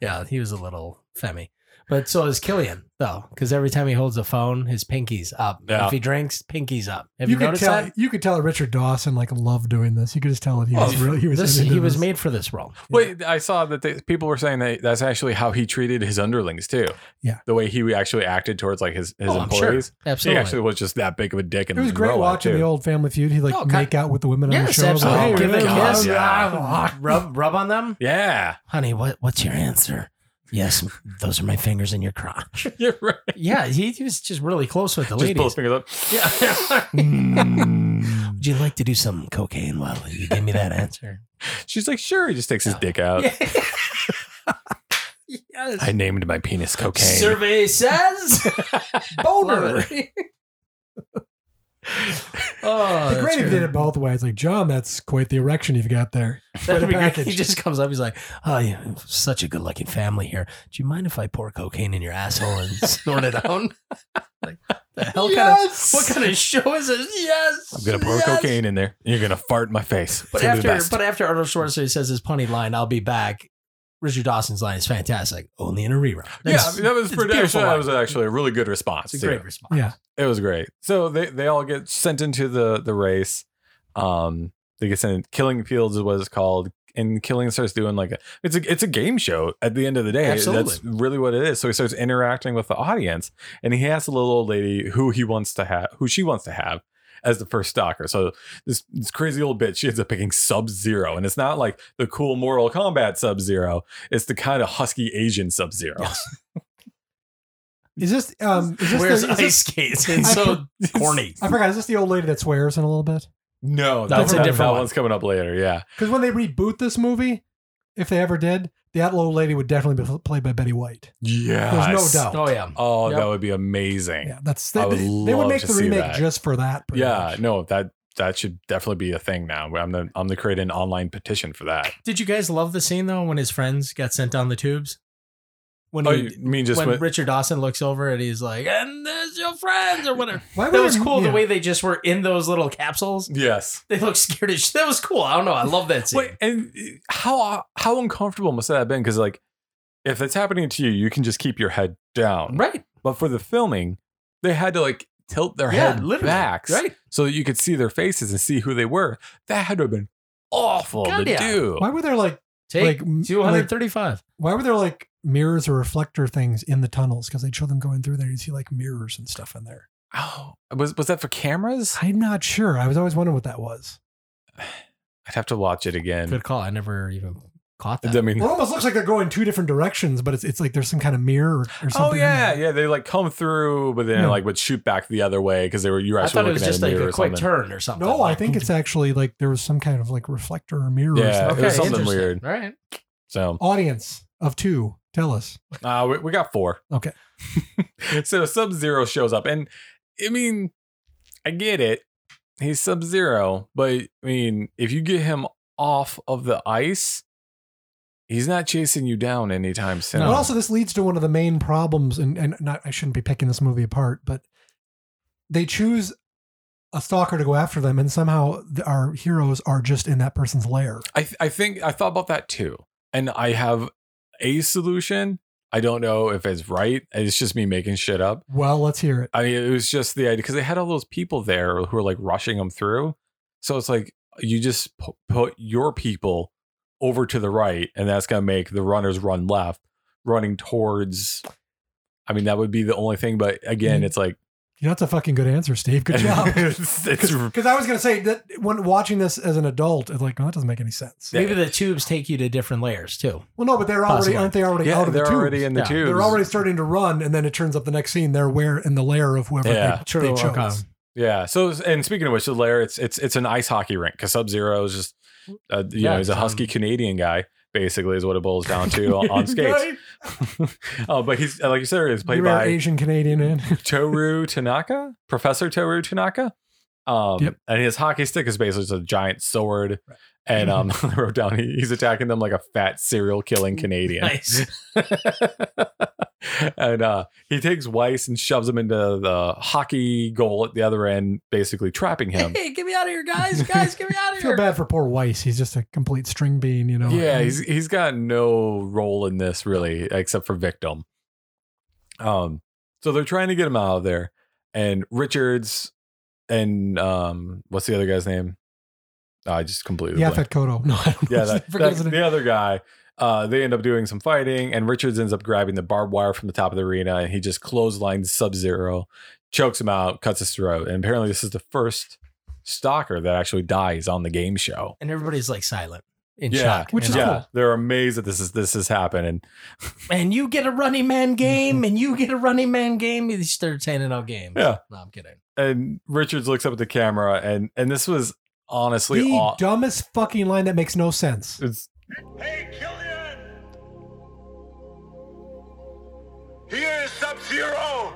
B: Yeah, he was a little femmy. But so is Killian, though, because every time he holds a phone, his pinky's up.
D: Yeah.
B: If he drinks, pinky's up. [laughs] Have
C: you
B: you,
C: could
B: noticed
C: tell.
B: that?
C: You could tell that Richard Dawson like loved doing this. You could just tell that he was
D: Well,
C: really he was
B: Oh, This,
C: into
B: he was
C: this.
B: made for this role.
D: Wait, I saw that they, people were saying that that's actually how he treated his underlings too.
C: Yeah.
D: the way he actually acted towards like his his
B: Oh, I'm sure.
D: employees. He
B: Absolutely.
D: actually was just that big of a dick. And
C: It was great watching the old Family Feud. He like
B: Oh,
C: make out with the women on the
B: yes,
C: show.
B: absolutely.
D: Oh,
C: Like,
D: my
B: Give a
D: God,
B: kiss.
D: yeah.
B: Ah, Rub, rub on them.
D: Yeah, [laughs]
B: Honey, what, what's your answer? Yes, those are my fingers in your crotch.
D: You're right.
B: [laughs] Yeah, he, he was just really close with the
D: Just pull
B: ladies. [laughs]
D: his fingers up.
B: Mm. Would you like to do some cocaine while you give me that answer?
D: She's like, sure. He just takes his dick out.
B: [laughs] yes.
D: Uh, I named my penis cocaine.
B: Survey
D: [laughs]
B: says boner. oh,
C: It'd be great if they did it both ways. Like, John, that's quite the erection you've got there.
B: That'd
C: What a
B: be great.
C: package.
B: He just comes up. He's like, "Oh, yeah, such a good-looking family here. Do you mind if I pour cocaine in your asshole and [laughs] snort it out?" like, the hell kind of what kind of show is this? Yes,
D: I'm gonna pour
B: yes.
D: cocaine in there. You're gonna fart in my face.
B: But
D: It'll be
B: after,
D: best.
B: but after Arnold Schwarzenegger says his punny line, "I'll be back." Richard Dawson's line is fantastic. Only in a rerun.
D: yeah,
B: That's-
D: I mean, that was
B: it's
D: pretty.
B: beautiful
D: Actually, that
B: line.
D: was actually a really good response.
B: it's a
D: too.
B: great response.
C: Yeah.
D: It was great. So they they all get sent into the the race. Um, they get sent. Killing Fields is what it's called, and Killing starts doing like a it's a it's a game show. At the end of the day, that's
B: Absolutely.
D: really what it is. So he starts interacting with the audience, and he asks the little old lady who he wants to have, who she wants to have. As the first stalker, so this, this crazy old bitch, she ends up picking Sub Zero, and it's not like the cool Mortal Kombat Sub Zero. It's the kind of husky Asian Sub Zero.
C: Is this, um, is this,
B: Where's
C: the, is
B: ice
C: this-
B: skates? It's
C: I-
B: so corny.
C: I forgot, [laughs] is this the old lady that swears in a little bit?
D: No,
B: That's
D: that's
B: a
D: that,
B: different
D: that
B: one.
D: one's coming up later. Yeah,
C: Because when they reboot this movie, if they ever did, the outlaw lady would definitely be played by Betty White.
D: yeah.
C: There's no doubt.
B: Oh yeah.
D: Oh,
B: Yep.
D: that would be amazing.
C: Yeah,
D: Yeah,
C: that's
D: I
C: they,
D: would
C: they would
D: love
C: make
D: to
C: the
D: see
C: remake
D: that.
C: just for that. pretty much.
D: no, that that should definitely be a thing now. I'm the I'm the create an online petition for that.
B: Did you guys love the scene though when his friends got sent down the tubes? When
D: oh,
B: he,
D: you mean just
B: when
D: with,
B: Richard Dawson looks over and he's like, "And there's your friends" or whatever.
C: Why
B: That
C: would
B: [laughs] was
C: it-
B: cool.
C: yeah.
B: The way they just were in those little capsules,
D: yes.
B: they looked scared. As sh- that was cool. I don't know. I love that scene.
D: Wait, and uh, how how uncomfortable must that have been? Because like, if it's happening to you, you can just keep your head down.
B: right?
D: But for the filming, they had to like tilt their
B: Yeah,
D: head
B: literally.
D: backs
B: Right.
D: so that you could see their faces and see who they were. That had to have been awful
B: God,
D: to
B: yeah.
D: do.
C: Why were there like
B: Take
C: Like, m-
B: two hundred thirty-five.
C: why were there like mirrors or reflector things in the tunnels? Because they'd show them going through there, you'd see like mirrors and stuff in there.
D: Oh, was was that for cameras?
C: I'm not sure. I was always wondering what that was.
D: I'd have to watch it again.
B: Good call. I never even caught that.
D: I mean,
C: It
D: [laughs]
C: almost looks like they're going two different directions, but it's it's like there's some kind of mirror or, or something.
D: oh
C: in
D: yeah,
C: there.
D: yeah. They like come through, but then
C: Yeah.
D: like would shoot back the other way because they were you were
B: I
D: actually
B: thought it
D: looking
B: was
D: at
B: just
D: a
B: like
D: mirror
B: a
D: or
B: quick
D: something.
B: turn or something.
C: No, I think it's actually like there was some kind of like reflector or mirror. Or
D: Yeah,
C: something.
D: it was something
B: interesting.
D: weird.
B: All right.
D: So
C: Audience of two, tell us.
D: [laughs] uh, we, we got four.
B: [laughs]
C: Okay.
D: [laughs] so Sub Zero shows up, and I mean, I get it. He's Sub Zero, but I mean, if you get him off of the ice, he's not chasing you down anytime soon.
C: But also, this leads to one of the main problems, and, and not I shouldn't be picking this movie apart, but they choose a stalker to go after them, and somehow th- our heroes are just in that person's lair.
D: I th- I think I thought about that too, and I have a solution. I don't know if it's right. It's just me making shit up.
C: Well, let's hear it.
D: I mean, it was just the idea because they had all those people there who were like rushing them through. So it's like you just pu- put your people over to the right, and that's gonna make the runners run left, running towards. I mean, that would be the only thing. But again,
C: Mm.
D: it's like
C: You know, that's a fucking good answer, Steve.
D: [laughs]
C: Good job.
D: it's, it's-
C: Because I was going to say that when watching this as an adult, it's like, oh, that doesn't make any sense.
D: Yeah.
B: Maybe the tubes take you to different layers too.
C: Well, no, but they're already
B: Possibly.
C: aren't they already
D: yeah,
C: out of
D: they're
C: the tubes?
D: already in the
B: Yeah,
D: tubes.
C: they're already starting to run, and then it turns up the next scene they're where in the lair of whoever
D: Yeah.
C: they,
B: True.
C: they chose.
B: Okay.
D: Yeah. So, and speaking of which, the lair it's it's it's an ice hockey rink because Sub Zero is just, uh, you
B: Yeah,
D: know, he's a
B: it's,
D: husky
B: um,
D: Canadian guy. Basically, is what it boils down to on, on skates. [laughs] oh, but he's uh, like you said, he's played
C: Rare
D: by
C: Asian [laughs] Canadian in.
D: Toru Tanaka, Professor Toru Tanaka. Um,
C: Yep.
D: and his hockey stick is basically just a giant sword. And um, [laughs] I wrote down he, he's attacking them like a fat serial
B: [laughs]
D: killing Canadian.
B: Nice.
D: [laughs] and uh, he takes Weiss and shoves him into the hockey goal at the other end, basically trapping him.
B: Hey, get me out of here, guys! Guys, get me out
C: I [laughs]
B: of
C: feel
B: here!
C: bad for poor Weiss. He's just a complete string bean, you know.
D: Yeah, he's he's got no role in this really, except for victim. Um, so they're trying to get him out of there, and Richards, and um, what's the other guy's name? Ah, I just completely
C: yeah,
D: blanked.
C: Fat Kodo. No, I don't know.
D: yeah, that,
C: I forget
D: that's
C: his name. [laughs]
D: the other guy. Uh, they end up doing some fighting, and Richards ends up grabbing the barbed wire from the top of the arena, and he just clotheslines Sub Zero, chokes him out, cuts his throat, and apparently this is the first stalker that actually dies on the game show.
B: And everybody's like silent. in
D: Yeah,
B: shock.
C: which
B: you
C: is
B: know?
D: yeah,
C: cool.
D: they're amazed that this is this has happened, and
B: And you get a running
C: [laughs]
B: man game, and you get a running man game. He starts handing out games.
D: Yeah.
B: No, I'm kidding.
D: and Richards looks up at the camera, and and this was honestly
C: the
D: aw-
C: dumbest fucking line that makes no sense.
D: it's
H: Hey, Killian! Here is Sub Zero!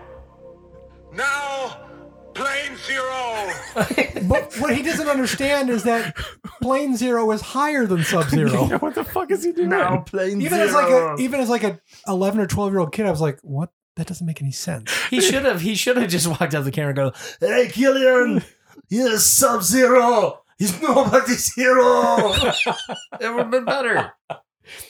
H: Now, Plane
G: [laughs]
H: Zero!
C: But what he doesn't understand is that plane zero is higher than
D: [laughs]
C: sub zero.
D: Yeah, what the fuck is he doing?
E: Now playing
C: even as like a even as like a eleven or twelve year old kid, I was like, what? That doesn't make any sense.
B: He should have. He should have just walked out the camera and go,
E: hey, Killian, here's Sub Zero.
B: [laughs]
E: He's nobody's hero.
B: "It would have been better."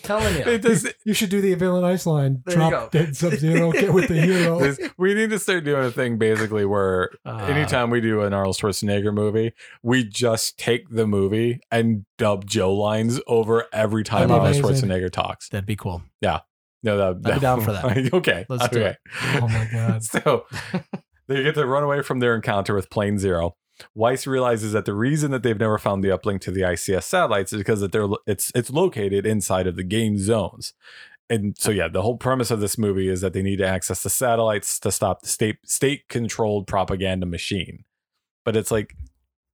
B: Telling you.
C: [laughs]
D: It does-
C: You should do the Vanilla Ice line.
B: There you go.
C: Drop [laughs] dead sub zero, get with the hero.
D: [laughs] this- we need to start doing a thing basically where
B: Uh.
D: anytime we do an Arnold Schwarzenegger movie, we just take the movie and dub Joe lines over every time
C: That'd be
D: Arnold
C: amazing.
D: Schwarzenegger talks.
B: That'd be cool.
D: No, that,
B: I'd be down for that.
D: [laughs] okay,
B: Let's do
D: okay.
B: it.
C: Oh my god.
D: [laughs] So they get to run away from their encounter with Plane Zero. Weiss realizes that the reason that they've never found the uplink to the ICS satellites is because that they're it's it's located inside of the game zones. And so yeah, the whole premise of this movie is that they need to access the satellites to stop the state state controlled propaganda machine. But it's like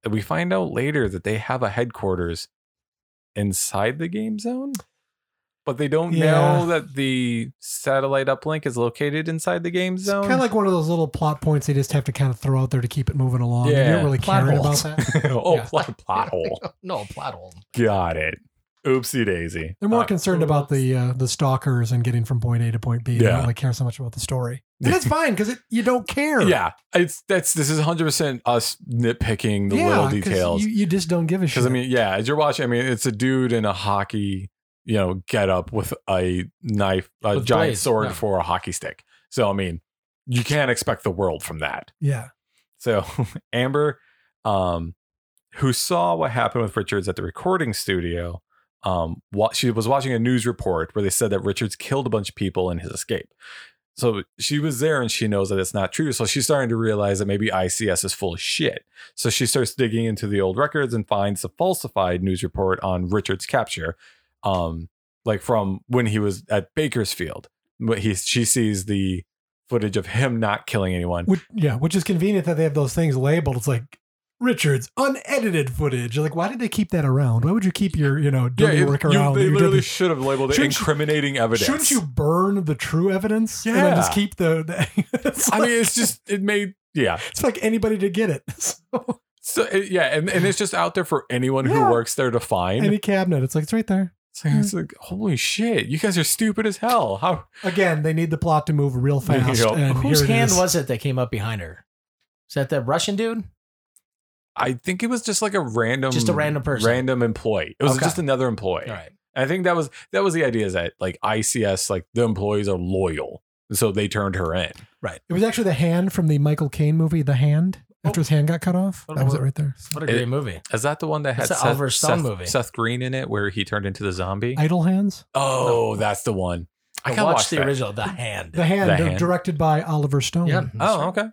D: we find out later that they have a headquarters inside the game zone, but they don't
C: Yeah.
D: know that the satellite uplink is located inside the game
C: It's
D: zone.
C: kind of like one of those little plot points they just have to kind of throw out there to keep it moving along. Yeah,
D: Yeah.
C: you don't really
B: Plot
C: care about
B: holes.
C: that.
D: [laughs] oh,
B: Yeah.
D: plot,
C: [laughs]
D: plot hole.
B: [laughs] No plot hole.
D: Got it. Oopsie daisy.
C: They're more
D: Uh,
C: concerned about the uh, the stalkers and getting from point A to point B. They
D: Yeah.
C: don't really care so much about the story. And
D: [laughs]
C: that's fine because you don't care.
D: yeah, it's that's this is hundred percent us nitpicking the
C: Yeah,
D: little
C: 'cause
D: details.
C: You, you just don't give a shit.
D: Because I mean, yeah, as you're watching, I mean, it's a dude in a hockey, you know, get up with a knife, a
B: With
D: giant
B: blades,
D: sword
B: yeah.
D: for a hockey stick. So I mean, you can't expect the world from that.
C: yeah.
D: So [laughs] Amber, um, who saw what happened with Richards at the recording studio, um, wa- she was watching a news report where they said that Richards killed a bunch of people in his escape. So she was there and she knows that it's not true. So she's starting to realize that maybe ICS is full of shit. So she starts digging into the old records and finds a falsified news report on Richards' capture, um, like from when he was at Bakersfield. But he she sees the footage of him not killing anyone.
C: Which, yeah, which is convenient that they have those things labeled. It's like Richards unedited footage. You're like, why did they keep that around? Why would you keep your you know dirty
D: it-
C: work
D: you-
C: around? that
D: they
C: you did
D: literally
C: the-
D: should have labeled it
C: Shouldn't you-
D: incriminating evidence.
C: Shouldn't you burn the true evidence? and then
D: Yeah.
C: just keep the. the- [laughs] it's,
D: I
C: like,
D: mean, it's just it made yeah.
C: it's like anybody to get it. [laughs] So,
D: So it- yeah, and, and it's just out there for anyone
C: Yeah.
D: who works there to find.
C: any cabinet, it's like it's right there.
D: it's, like, it's like, holy shit, you guys are stupid as hell. How
C: Again, they need the plot to
D: [laughs]
C: move real
D: There you
C: fast.
D: go.
C: and
B: Whose
C: here it
B: hand
C: is.
B: was it that came up behind her? Is that that Russian dude?
D: I think it was just like a random,
B: Just a random person.
D: random employee. It was
B: Okay.
D: just another employee.
B: All right.
D: I think that was that was the idea is that like ICS, like the employees are loyal, so they turned her in.
C: It was actually the hand from the Michael Caine movie, The Hand. After his hand got cut off,
B: Oh,
C: that was
B: what-
C: it right there.
B: What a great
D: It-
B: movie.
D: Is that the one that had
B: That's the
D: Seth,
B: Oliver Stone
D: Seth-
B: movie.
D: Seth Green in it, where he turned into the zombie?
C: Idle Hands.
D: oh, that's the one. I
B: Watch
D: gotta watch
B: the
D: that.
B: original, The Hand.
C: The Hand,
D: The
C: uh,
D: Hand.
C: directed by Oliver Stone.
B: Yeah.
D: Oh, okay.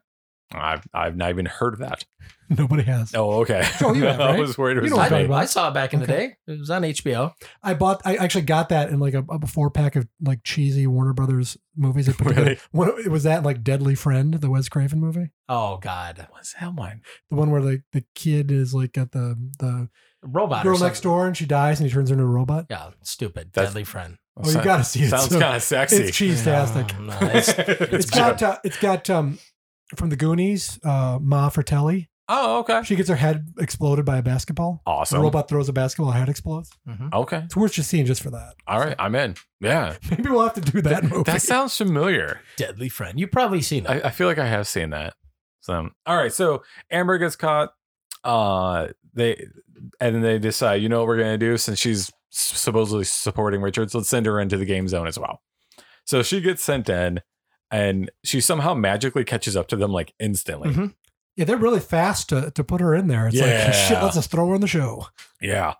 D: I've I've not even heard of that.
C: [laughs] Nobody has.
D: Oh, okay.
C: [laughs] Oh, you have,
D: [laughs] I
C: right?
D: was worried it
C: You
D: was
C: know what I'm
D: me.
C: talking
B: I,
C: about.
B: I saw it back in the day. It was on HBO.
C: I bought. I actually got that in like a, a four pack of like cheesy Warner Brothers movies. That put together. [laughs]
D: Really?
C: What- it was that like Deadly Friend, the Wes Craven movie,
B: Oh God,
D: What's that one?
C: the one where the the kid is like got the the
B: robot. or
C: girl next
B: something.
C: door and she dies and he turns her into a robot.
B: Yeah, stupid.
D: That's-
B: Deadly friend.
C: Oh, you gotta see it.
D: Sounds
C: So-
D: kind of sexy. [laughs]
C: It's cheesetastic.
B: No,
C: [laughs]
B: no, it's-
C: It's got uh, it's got um from the Goonies, uh, Ma Fratelli.
D: oh, okay.
C: She gets her head exploded by a basketball. The
D: Awesome.
C: robot throws a basketball, her head explodes.
D: Okay.
C: It's worth just seeing just for that. [laughs]
D: All right. I'm in. Yeah.
C: Maybe we'll have to do that movie.
D: That sounds familiar.
B: Deadly friend. You've probably seen it.
D: I, I feel like I have seen that. So, all right. So Amber gets caught. Uh, they and then they decide, you know what we're gonna do since she's supposedly supporting Richards, let's send her into the game zone as well. So she gets sent in, and she somehow magically catches up to them like instantly.
B: Mhm.
C: yeah, they're really fast to, to put her in there. It's
D: Yeah.
C: like shit, let's just throw her in the show.
D: Yeah.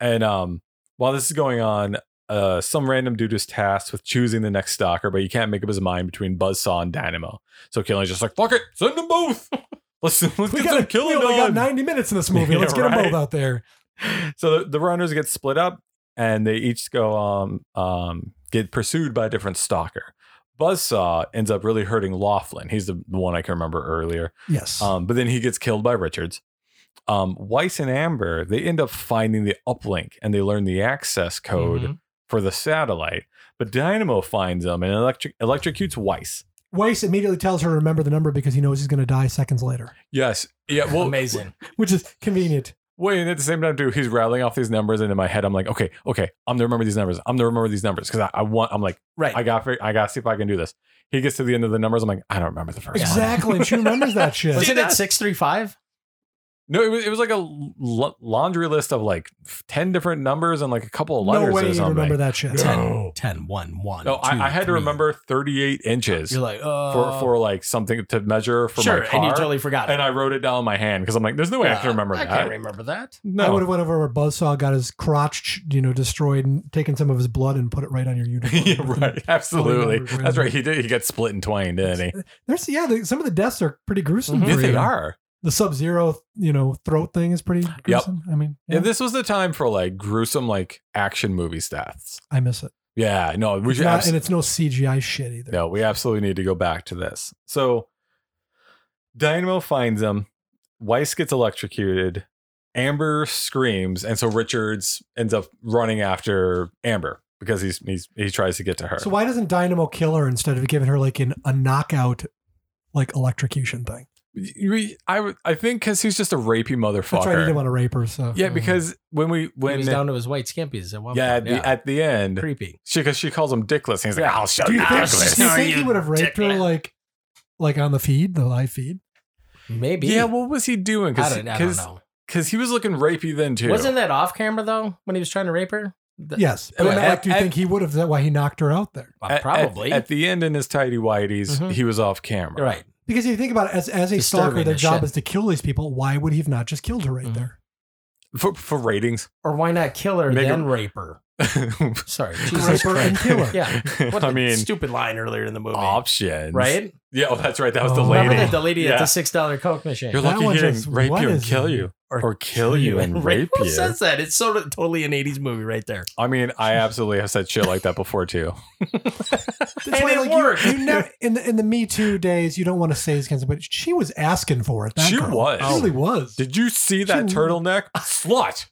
D: And um, while this is going on, uh, some random dude is tasked with choosing the next stalker, but he can't make up his mind between Buzzsaw and Dynamo. So Killian's just like, fuck it, send them both. [laughs] Let's, let's
C: We
D: get
C: got,
D: some
C: we
D: killing
C: only got
D: done.
C: 90 minutes in this movie.
D: [laughs] Yeah,
C: Let's get
D: right.
C: them both out there.
D: So the, the runners get split up, and they each go um um get pursued by a different stalker. Buzzsaw ends up really hurting Laughlin. He's the, the one I can remember earlier.
C: Yes.
D: Um, but then he gets killed by Richards. Um, Weiss and Amber, they end up finding the uplink and they learn the access code
C: Mm-hmm.
B: Mhm.
D: for the satellite. But Dynamo finds them and electric electrocutes Weiss.
C: Weiss immediately tells her to remember the number because he knows he's going to die seconds later,
D: Yes. Yeah. Well,
B: Amazing.
C: which is convenient.
D: Wait, and at the same time, too, he's rattling off these numbers, and in my head, I'm like, okay, okay, I'm gonna remember these numbers. I'm gonna remember these numbers because I, I want. I'm like,
B: Right.
D: I got, I got to see if I can do this. He gets to the end of the numbers. I'm like, I don't remember the first one.
C: Exactly. and she remembers
D: [laughs]
C: that shit.
B: Wasn't it 635?
D: No, it was, it was like a l- laundry list of like ten different numbers and like a couple of
C: No
D: letters
C: way
D: or
C: you
D: something.
C: remember that shit.
B: 10, 10, 1, 1.
D: no, I, I had to remember 38 inches
B: You're like, uh,
D: for for like something to measure for
B: sure,
D: my car,
B: and you totally forgot.
D: and I wrote it down in my hand because I'm like, there's no way I
B: Uh,
D: can remember
B: I
D: that.
B: can't remember that.
D: no,
C: I would have went over where Buzzsaw got his crotch, you know, destroyed and taken some of his blood and put it right on
D: [laughs]
C: your uniform.
D: [laughs]
B: [laughs]
D: yeah, right. Absolutely.
C: numbers,
D: That's
C: random.
D: right. He did. He got split in twain, didn't he?
C: There's yeah, the, some of the deaths are pretty gruesome.
D: Yeah,
C: for
D: Mm-hmm. they
C: you.
D: are.
C: The Sub Zero, you know, throat thing is pretty gruesome. I mean, yeah,
D: Yeah, this was the time for like gruesome like action movie deaths.
C: I miss it.
D: Yeah, no, we
C: It's
D: should
C: not-
D: abs-
C: and it's no CGI shit either.
D: no, we absolutely need to go back to this. So Dynamo finds him. Weiss gets electrocuted. Amber screams, and so Richards ends up running after Amber because he's he's he tries to get to her.
C: So why doesn't Dynamo kill her instead of giving her like an, a knockout, like electrocution thing?
D: You- I would- I think because he's just a rapey motherfucker.
C: That's right. He didn't want to rape her. So
D: yeah, because when we
B: When
D: when
B: he was down to his white skimpies at one
D: yeah, at
B: point.
D: the, at the end,
B: creepy.
D: She because she calls him dickless. And he's like, I'll show
B: [laughs]
C: do
D: you
C: you think, do you
D: dickless.
C: think he would have raped her like, like on the feed, the live feed?
B: Maybe.
D: Yeah, what was he doing?
B: I don't, I don't
D: Because
B: know.
D: he was looking rapey then too.
B: Wasn't that off camera though when he was trying to rape her? The-
C: Yes, but
D: Yeah.
C: not like, do you
D: At-
C: think he would have? Is that why he knocked her out there?
B: Well,
D: At- at-
B: probably.
D: at, the end in his tidy whities,
B: Mhm.
D: he was off camera.
B: You're right.
C: Because if you think about it, as as a stalker,
B: Disturbing
C: their
B: as
C: job
B: shit.
C: is to kill these people. Why would he have not just killed her right
D: Mm-hmm.
B: Mhm.
C: there?
D: for for ratings. [laughs]
B: Or why not kill her
D: Make
B: then
D: her-
B: rape her? Sorry, Jesus
C: Rape her and
B: Christ.
C: kill her.
B: Yeah.
D: [laughs]
B: What
D: I
B: a
D: mean,
B: stupid line earlier in the movie,
D: options,
B: right?
D: Yeah, oh, that's right. That was the
C: Oh.
B: Remember
D: lady.
B: that the lady
D: Yeah.
B: at the six dollar Coke machine.
D: You're
C: That
D: lucky
C: one
D: he didn't
C: just-
D: rape
C: what
D: you and
C: is-
D: kill you, or kill you and rape
B: Who
D: you.
B: says that? It's so totally an '80s movie right there.
D: I mean, I absolutely have said shit like that before too.
B: [laughs]
C: That's
B: And
C: why,
B: it
C: like, you-
B: worked.
C: You, never in the in the Me Too days, you don't want to say these kinds of, but she was asking for it. That
D: She
C: girl.
D: was.
C: She really was.
D: Did you see that
C: She-
D: turtleneck? Slut.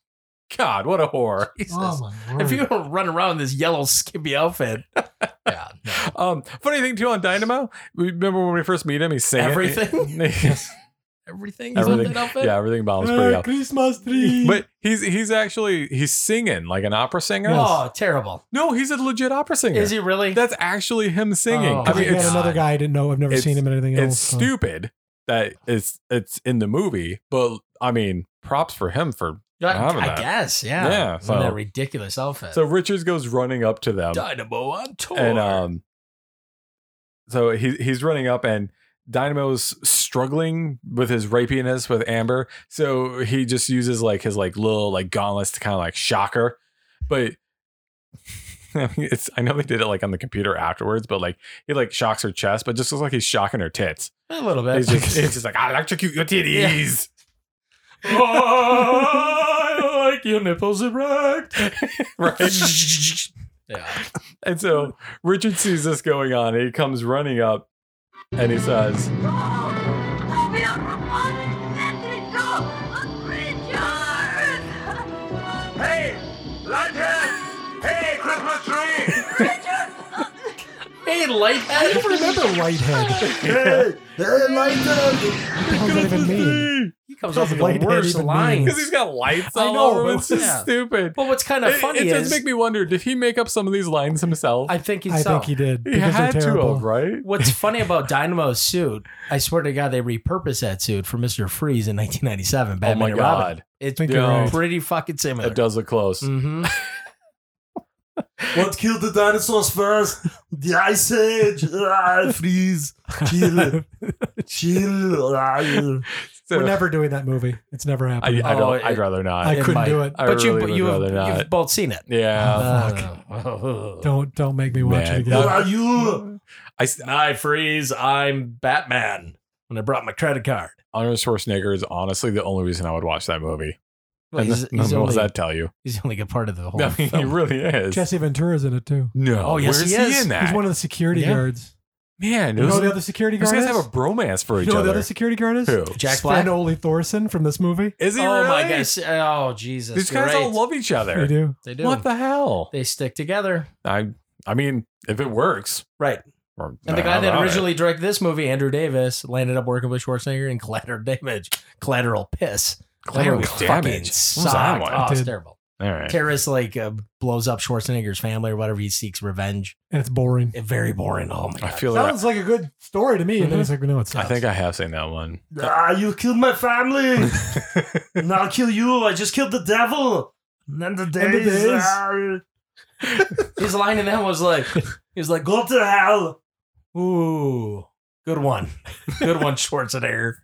D: God, what a
B: [laughs]
D: whore.
B: Jesus.
C: oh my word!
B: if you don't run around in this yellow skimpy outfit, [laughs]
D: [laughs]
B: yeah, no.
D: Um, funny thing too on Dynamo. Remember when we first meet him? He's singing [laughs]
B: Everything?
D: Yes.
B: everything is
D: everything.
B: in that outfit.
D: Yeah, everything balanced pretty
C: Merry
D: up.
C: Uh, Christmas tree.
D: But he's he's actually he's singing like an opera singer.
B: Oh, terrible!
D: No, he's a legit opera singer.
B: Is he really?
D: That's actually him singing.
B: Oh,
D: I mean,
C: Again, [laughs]
D: it's
C: another guy I didn't know. I've never
D: it's-
C: seen him in anything else.
D: it's
C: so.
D: stupid that it's it's in the movie, but I mean, props for him for. Out of
B: I,
D: that.
B: guess. Yeah.
D: Yeah,
B: In
D: so-
B: that ridiculous outfit.
D: So Richards goes running up to them.
B: Dynamo on tour.
D: and um so he he's running up and Dynamo's struggling with his rapiness with Amber. So he just uses like his like little like gauntlets to kind of like shock her. But [laughs] I mean, it's I know they did it like on the computer afterwards, but like he like shocks her chest, but just looks like he's shocking her tits.
B: a little bit.
D: He's
B: [laughs]
D: just, he's just like, I'll electrocute your titties.
B: I like your nipples erect.
D: [laughs] right.
B: yeah.
D: And so Richard sees this going on and he comes running up and he says,
H: Hey, Lighthead! Hey, Christmas tree!
B: Hey, lighthead.
C: I remember Whitehead.
E: Hey, hey, Lighthead!
C: What the hell does that even mean?
B: He comes
D: [laughs]
B: off with the
C: Lighthead
B: worst
C: even
B: lines.
D: Because he's got lights
B: I
D: all
B: know.
D: over him. It's just
B: Yeah.
D: stupid.
B: But what's kind of
D: It-
B: funny
D: it,
B: is,
D: does make me wonder, did he make up some of these lines himself?
B: I think he's
C: I
B: so.
C: think he did.
D: he [laughs]
C: because they're
D: had to
C: terrible.
D: have, right?
B: What's funny about Dynamo's suit? I swear to God, they repurposed that suit for Mister Freeze in 1997. Batman
D: Oh my
B: and Robin.
D: God.
B: it's
C: Think you're
D: right.
B: pretty fucking similar.
D: It does look close.
B: hmm
E: What killed the dinosaurs first? The Ice Age! Ah, freeze! Chill! Chill! Ah, yeah.
D: So,
C: We're never doing that movie. It's never
D: I, I
C: happening.
D: don't,
B: Oh,
D: I'd
B: it-
D: rather not.
C: I
B: it
C: couldn't
B: might.
C: do it.
D: I
B: but you,
D: really
B: but
D: would
B: you
D: rather
B: have,
D: not. Oh,
B: you've both seen it. Uh,
D: yeah. [laughs]
C: Don't don't make me watch
D: Man,
C: it
D: that-
C: again.
E: Who are you?
D: I, s-
B: I freeze. I'm Batman. When I brought my credit card.
D: Arnold Schwarzenegger is honestly the only reason I would watch that movie.
B: Well,
D: And
B: he's,
D: th-
B: he's
D: [laughs] what
B: only, Oh,
D: does that tell you?
B: he's the only good part of
D: [laughs]
B: the whole
D: I mean, he
B: film.
D: really is.
C: Jesse Ventura's in it too.
D: no.
B: Oh, yes,
D: where's
B: he is.
D: in that?
C: He's one of the security
B: Yeah.
C: guards.
D: Man,
C: You
D: those,
C: know the other security
D: those
C: guard
D: guys
C: is?
D: have a bromance for
C: you
D: each
C: know who the
D: other.
C: other security guard is?
D: Who?
B: Jack
C: Sven
B: Black.
C: Ole Thorson from this movie.
D: Is he
B: Oh
D: really?
B: my gosh! Oh Jesus!
D: These
B: you're
D: guys all
B: right.
D: love each
C: They
D: other.
C: do.
B: They do.
D: What the hell?
B: They stick together.
D: I I mean, if it works.
B: Right.
D: or-
B: And the
D: how
B: guy that
D: about it?
B: originally directed this movie, Andrew Davis, landed up working with Schwarzenegger in Collateral Damage, Collateral Piss,
D: Collateral
B: That movie
D: Damage?
B: fucking
D: What was that
B: Sucked.
D: one?
B: Oh, it's
C: Dude.
B: terrible.
D: All right.
B: Terrorist like uh, blows up Schwarzenegger's family or whatever. He seeks revenge.
C: And it's boring.
B: Eh, Very boring. Oh my
D: I
B: god.
D: feel like
C: Sounds like a good story to me. And then it's like, no, it's
D: I
C: not.
D: think I have seen
B: [laughs]
D: that one.
E: Ah, you killed my family. and I'll kill you. I just killed the devil. And then the
C: the
E: days,
C: days.
E: are-
B: His line in that was like, he was like,
E: go to hell.
B: "Ooh, good one, good one, Schwarzenegger."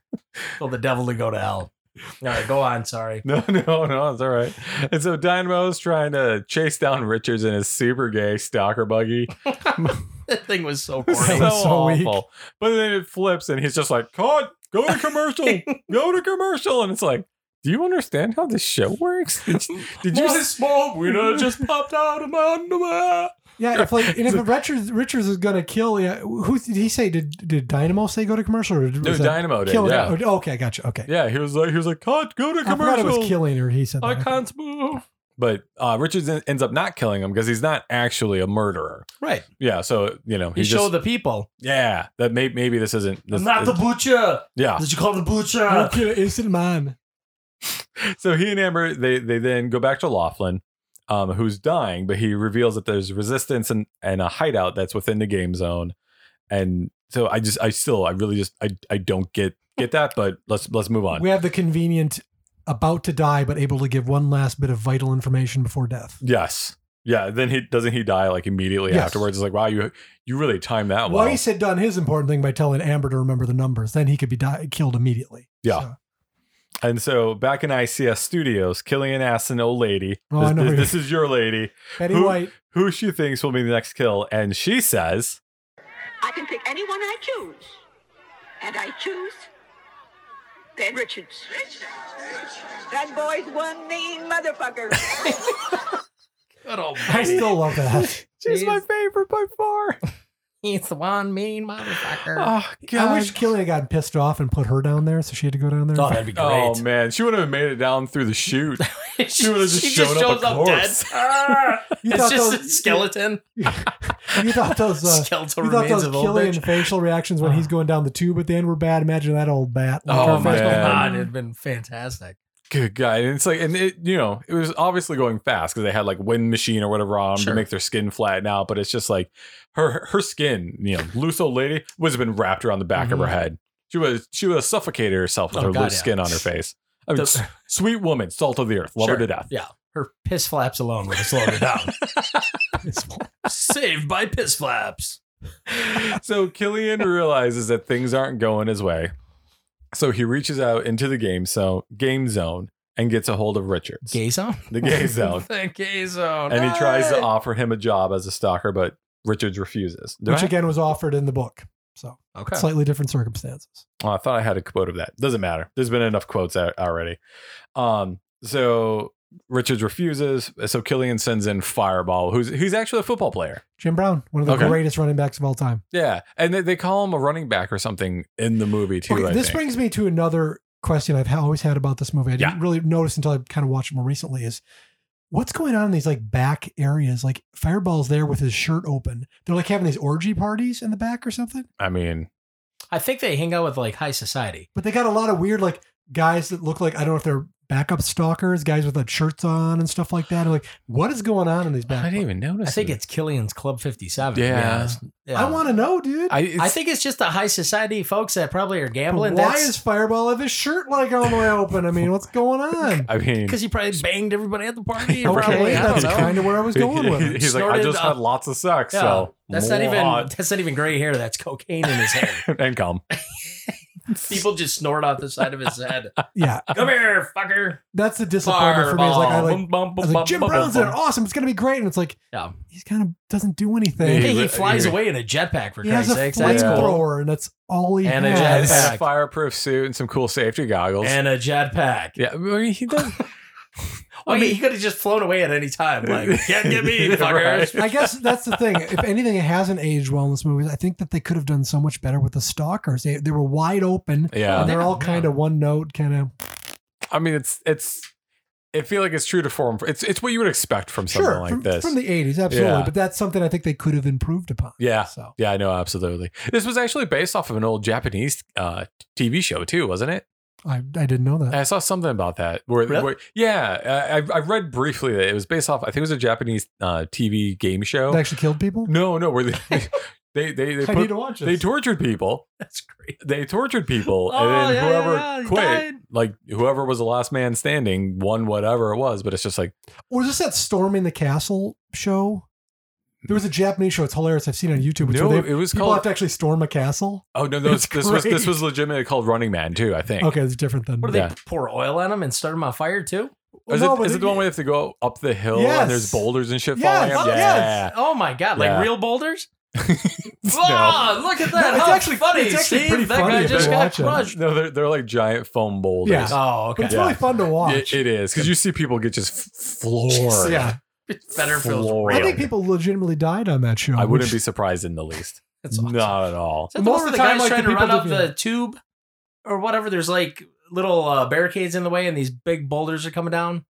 B: Told the devil to go to hell. [laughs] All right, go on. Sorry.
D: [laughs] No, no, no, it's all right. And so Dynamo's trying to chase down Richards in his super gay
B: [laughs]
D: stalker buggy.
B: That thing was so
D: It's so, [laughs]
B: boring.
C: was so weak.
D: awful. But then it flips and he's just like, God, go to commercial,
B: [laughs]
D: go to commercial. And it's like, do you understand how this show works? Did you, did you
B: My
D: s-
B: small wiener just popped out of my underwear.
C: Yeah, if like and
D: [laughs]
C: if Richards Richards is gonna kill, yeah, who did he say? Did did Dynamo say go to commercial? Or
D: No,
C: was that
D: Dynamo did.
C: killing?
D: Yeah.
C: Oh, okay, I got you. Okay,
D: yeah, he was like, he was like, God, go to
C: I thought it
D: commercial.
C: was killing, or he said
D: I
C: that.
D: can't move. But uh, Richards en- ends up not killing him because he's not actually a murderer.
B: Right.
D: Yeah, so you know
B: He,
D: he's
B: showed
D: just
B: the people.
D: yeah that may- maybe this isn't this,
E: I'm not the butcher.
D: [laughs]
E: [laughs]
D: yeah.
E: Did you call the
C: I'll
B: [laughs]
E: butcher?
C: kill an innocent man.
D: So he and Amber they they then go back to Laughlin, um, who's dying, but he reveals that there's resistance and and a hideout that's within the game zone, and so I just I still I really just I I don't get get that, but let's let's move on.
C: We have the convenient, about to die but able to give one last bit of vital information before death.
D: yes. Yeah, then he doesn't he die like immediately
C: Yes.
D: afterwards. It's like wow, you you really timed
B: Oh,
D: that well.
C: Weiss had done his important thing by telling Amber to remember the numbers. Then he could be di- killed immediately.
D: Yeah.
C: So-
D: And so back in ICS Studios, Killian asks an old lady,
C: Oh,
D: this,
C: I know
D: this-
C: who-
D: this is your lady,
C: Betty
B: [laughs]
D: Who-
C: White.
D: who she thinks will be the next kill, and she says,
I: I can pick anyone I choose. And I choose Dan Richards. That boy's one mean motherfucker.
B: [laughs]
C: I still love that.
D: "She's my favorite by far."
B: He's the one mean motherfucker.
D: Oh
C: I
D: God.
C: wish Killian got pissed off and put her down there, so she had to go down there.
B: Oh, that'd be great.
D: Oh man, she would have made it down through the chute.
B: [laughs] she
D: She would have just
B: she
D: shown
B: just
D: up,
B: shows
D: a
B: up dead.
D: corpse.
C: [laughs]
E: Ah,
B: [laughs]
C: you
B: It's
C: thought
B: just a
C: those-
B: skeleton.
C: You thought
B: [laughs]
C: those uh,
B: Skeletal
C: you thought
B: remains
C: those
B: of old
C: Killian
B: bitch. Uh.
C: facial reactions when he's going down the tube at the end were bad. Imagine that old bat. Like,
D: Oh,
C: our first
B: [laughs]
D: man.
C: one.
B: God, it'd been fantastic.
D: Good guy. And it's like, and it, you know, it was obviously going fast because they had like wind machine or whatever on 'em
B: Sure.
D: to make their skin flatten out. But it's just like her her skin, you know, loose old lady would have been wrapped around the back of her
B: Mhm.
D: head. She was she would have suffocated herself with
B: Oh,
D: her
B: God,
D: loose
B: yeah.
D: skin on her face. I mean,
B: The-
D: s- [laughs] sweet woman, salt of the earth, love her
B: Sure.
D: to death.
B: Yeah. Her piss flaps alone would have slowed her [laughs] down. Saved by piss flaps.
D: so
B: [laughs]
D: Killian realizes that things aren't going his way. So he reaches out into the game so game zone and gets a hold of Richards.
B: Gay zone?
D: The [laughs]
B: [laughs]
D: gay zone.
B: the gay zone.
D: and he tries to
B: Hey!
D: offer him a job as a stalker, but Richards refuses. Do
C: which
D: I-
C: again was offered in the book. So
B: Okay.
C: slightly different circumstances.
D: Oh, I thought I had a quote of that. Doesn't matter. There's been enough quotes out already. Um, so Richards refuses. So Killian sends in Fireball, who's he's actually a football player.
C: Jim Brown, one of the
D: Okay.
C: greatest running backs of all time.
D: Yeah, and they, they call him a running back or something in the movie too.
C: Okay,
D: I
C: this
D: think.
C: brings me to another question I've ha- always had about this movie. I didn't really notice until I kind of watched it more recently is what's going on in these like back areas? Like Fireball's there with his shirt open. They're like having these orgy parties in the back or something.
D: I mean,
B: I think they hang out with like high society.
C: But they got a lot of weird like guys that look like I don't know if they're backup stalkers, guys with like shirts on and stuff like that. I'm like, what is going on in these back?
D: I didn't even notice.
B: I think
D: it.
B: it's Killian's Club 57. to be
D: Yeah.
B: honest. yeah.
C: I want to know, dude.
D: I, it's,
B: I think it's just the high society folks that probably are
C: But
B: gambling.
C: why is Fireball have his shirt like all the way open? I mean, what's going on?
D: [laughs] I mean,
B: because he probably banged everybody at the [laughs] party.
D: Okay,
B: probably. I don't
C: that's
B: know.
C: kind of where I was going with
D: he-
C: it.
D: he's like, I
B: Snorted
D: just
B: a-
D: had lots of sex.
B: Yeah.
D: [laughs] So
B: that's not even
D: [laughs] Mwah.
B: that's not even gray hair. That's cocaine in [laughs] his hair.
D: and come.
B: People just snort off the side of his head.
C: Yeah,
B: Come here, fucker.
C: that's the disappointment for me. Is like I
B: Fireball.
C: like,
B: Boom, boom,
C: I
B: boom,
C: was
B: boom,
C: like Jim
B: boom,
C: Brown's
B: boom,
C: there,
B: boom.
C: awesome. It's gonna be great, and it's like
B: Yeah.
C: he's kind of doesn't do
D: He
C: anything.
B: Hey, he,
D: re-
B: flies
D: he-
B: away in a jetpack for
C: He has
B: Christ's
C: a
B: sakes. That's cool.
C: flamethrower, and that's all he
B: And a
D: And
C: has.
B: jetpack.
D: a fireproof suit and some cool safety goggles.
B: And a jetpack.
D: yeah, I mean, he does.
B: I mean, he could have just flown away at any time.
C: [laughs]
B: Like, can't get me, fuckers.
C: [laughs]
B: [laughs]
C: I guess that's the thing. If anything, it hasn't aged well in this movie. I think that they could have done so much better with the stalkers. They, they were wide open.
D: Yeah.
C: And they're all kind of one note, kind of.
D: I mean, it's it's. I feel like it's true to form. It's it's what you would expect from something like
C: from,
D: this.
C: from the 80s, absolutely.
D: Yeah.
C: But that's something I think they could have improved upon.
D: Yeah.
C: So
D: yeah, I know absolutely. This was actually based off of an old Japanese uh, TV show too, wasn't it?
C: I, I didn't know that.
D: I saw something about that. Where,
B: Really?
D: where- yeah, I, I- I read briefly that it was based off. I think it was a Japanese uh, TV game show.
C: They actually killed people?
D: No, no,
B: [laughs]
D: where they [laughs] they they they,
C: I
D: put-
C: need to watch this.
D: they tortured people.
B: That's great.
D: They
B: [laughs]
D: tortured people,
B: Oh,
D: and then
B: yeah,
D: whoever
B: yeah, yeah, he
D: quit,
B: died.
D: like whoever was the last man standing, won whatever it was. But it's just like
C: Or is this that Storming the Castle show? There was a Japanese show. It's hilarious. I've seen it on YouTube. Which
D: no,
C: where they,
D: it was
C: people have
D: called.
C: to actually storm a castle.
D: Oh no, no,
C: It's
D: this was this
C: great.
D: was legitimately called Running Man too. I think.
C: Okay, it's different then.
B: What do they
D: Yeah.
B: pour oil on him and start him on fire too?
D: Is,
C: No,
D: it,
C: but
D: is
C: they-
D: it the one where they have to go up the hill
C: Yes.
D: and there's boulders and shit
C: Yes.
D: falling?
C: Oh,
D: up?
C: yes.
B: Oh my god,
D: Yeah.
B: like
C: [laughs]
B: real boulders? Wow, look at that.
C: No, it's
B: How
C: actually-
B: funny,
C: it's actually
B: Steve.
C: pretty
B: that
C: funny
B: guy
C: if
B: just
C: you
B: got
C: watch it.
B: crushed.
D: No, they're they're like giant foam boulders.
C: Yeah.
B: Oh,
C: But
B: okay.
C: it's really fun to watch.
D: It, it is because you see people get just f- floored.
C: yeah.
B: It's better feels
D: Floored.
B: real.
C: I think people legitimately died on that show.
D: I wouldn't
C: which-
D: be surprised in the least.
B: That's awesome.
D: Not at all.
B: Is that the
C: Most
B: one
C: of
B: where
C: the
B: the
C: time,
B: guy's
C: like, the
B: trying to
C: people
B: run up
C: do-
B: the tube or whatever? There's like little uh, barricades in the way, and these big boulders are coming down.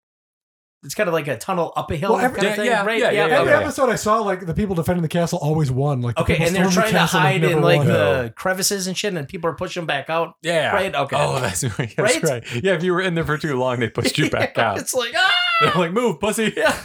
B: It's kind of like a tunnel up a hill
C: Well, every-
B: kind
D: yeah,
B: of thing,
D: yeah,
B: right?
D: yeah, yeah,
C: Every
D: yeah.
C: episode I saw, like the people defending the castle always won. Like the
B: Okay,
C: people
B: and they're
C: stormed the
B: trying to
C: castle and
B: hide
C: never
B: in like
C: won.
B: the crevices and shit, and people are pushing back out.
D: Yeah.
B: Right, okay. [laughs]
D: Oh, that's, [laughs] right. that's
B: Right?
D: right. Yeah. If you were in there for too long, they pushed
C: [laughs]
D: you back out.
B: It's like ah,
D: [laughs] They're like, move, pussy.
B: Yeah.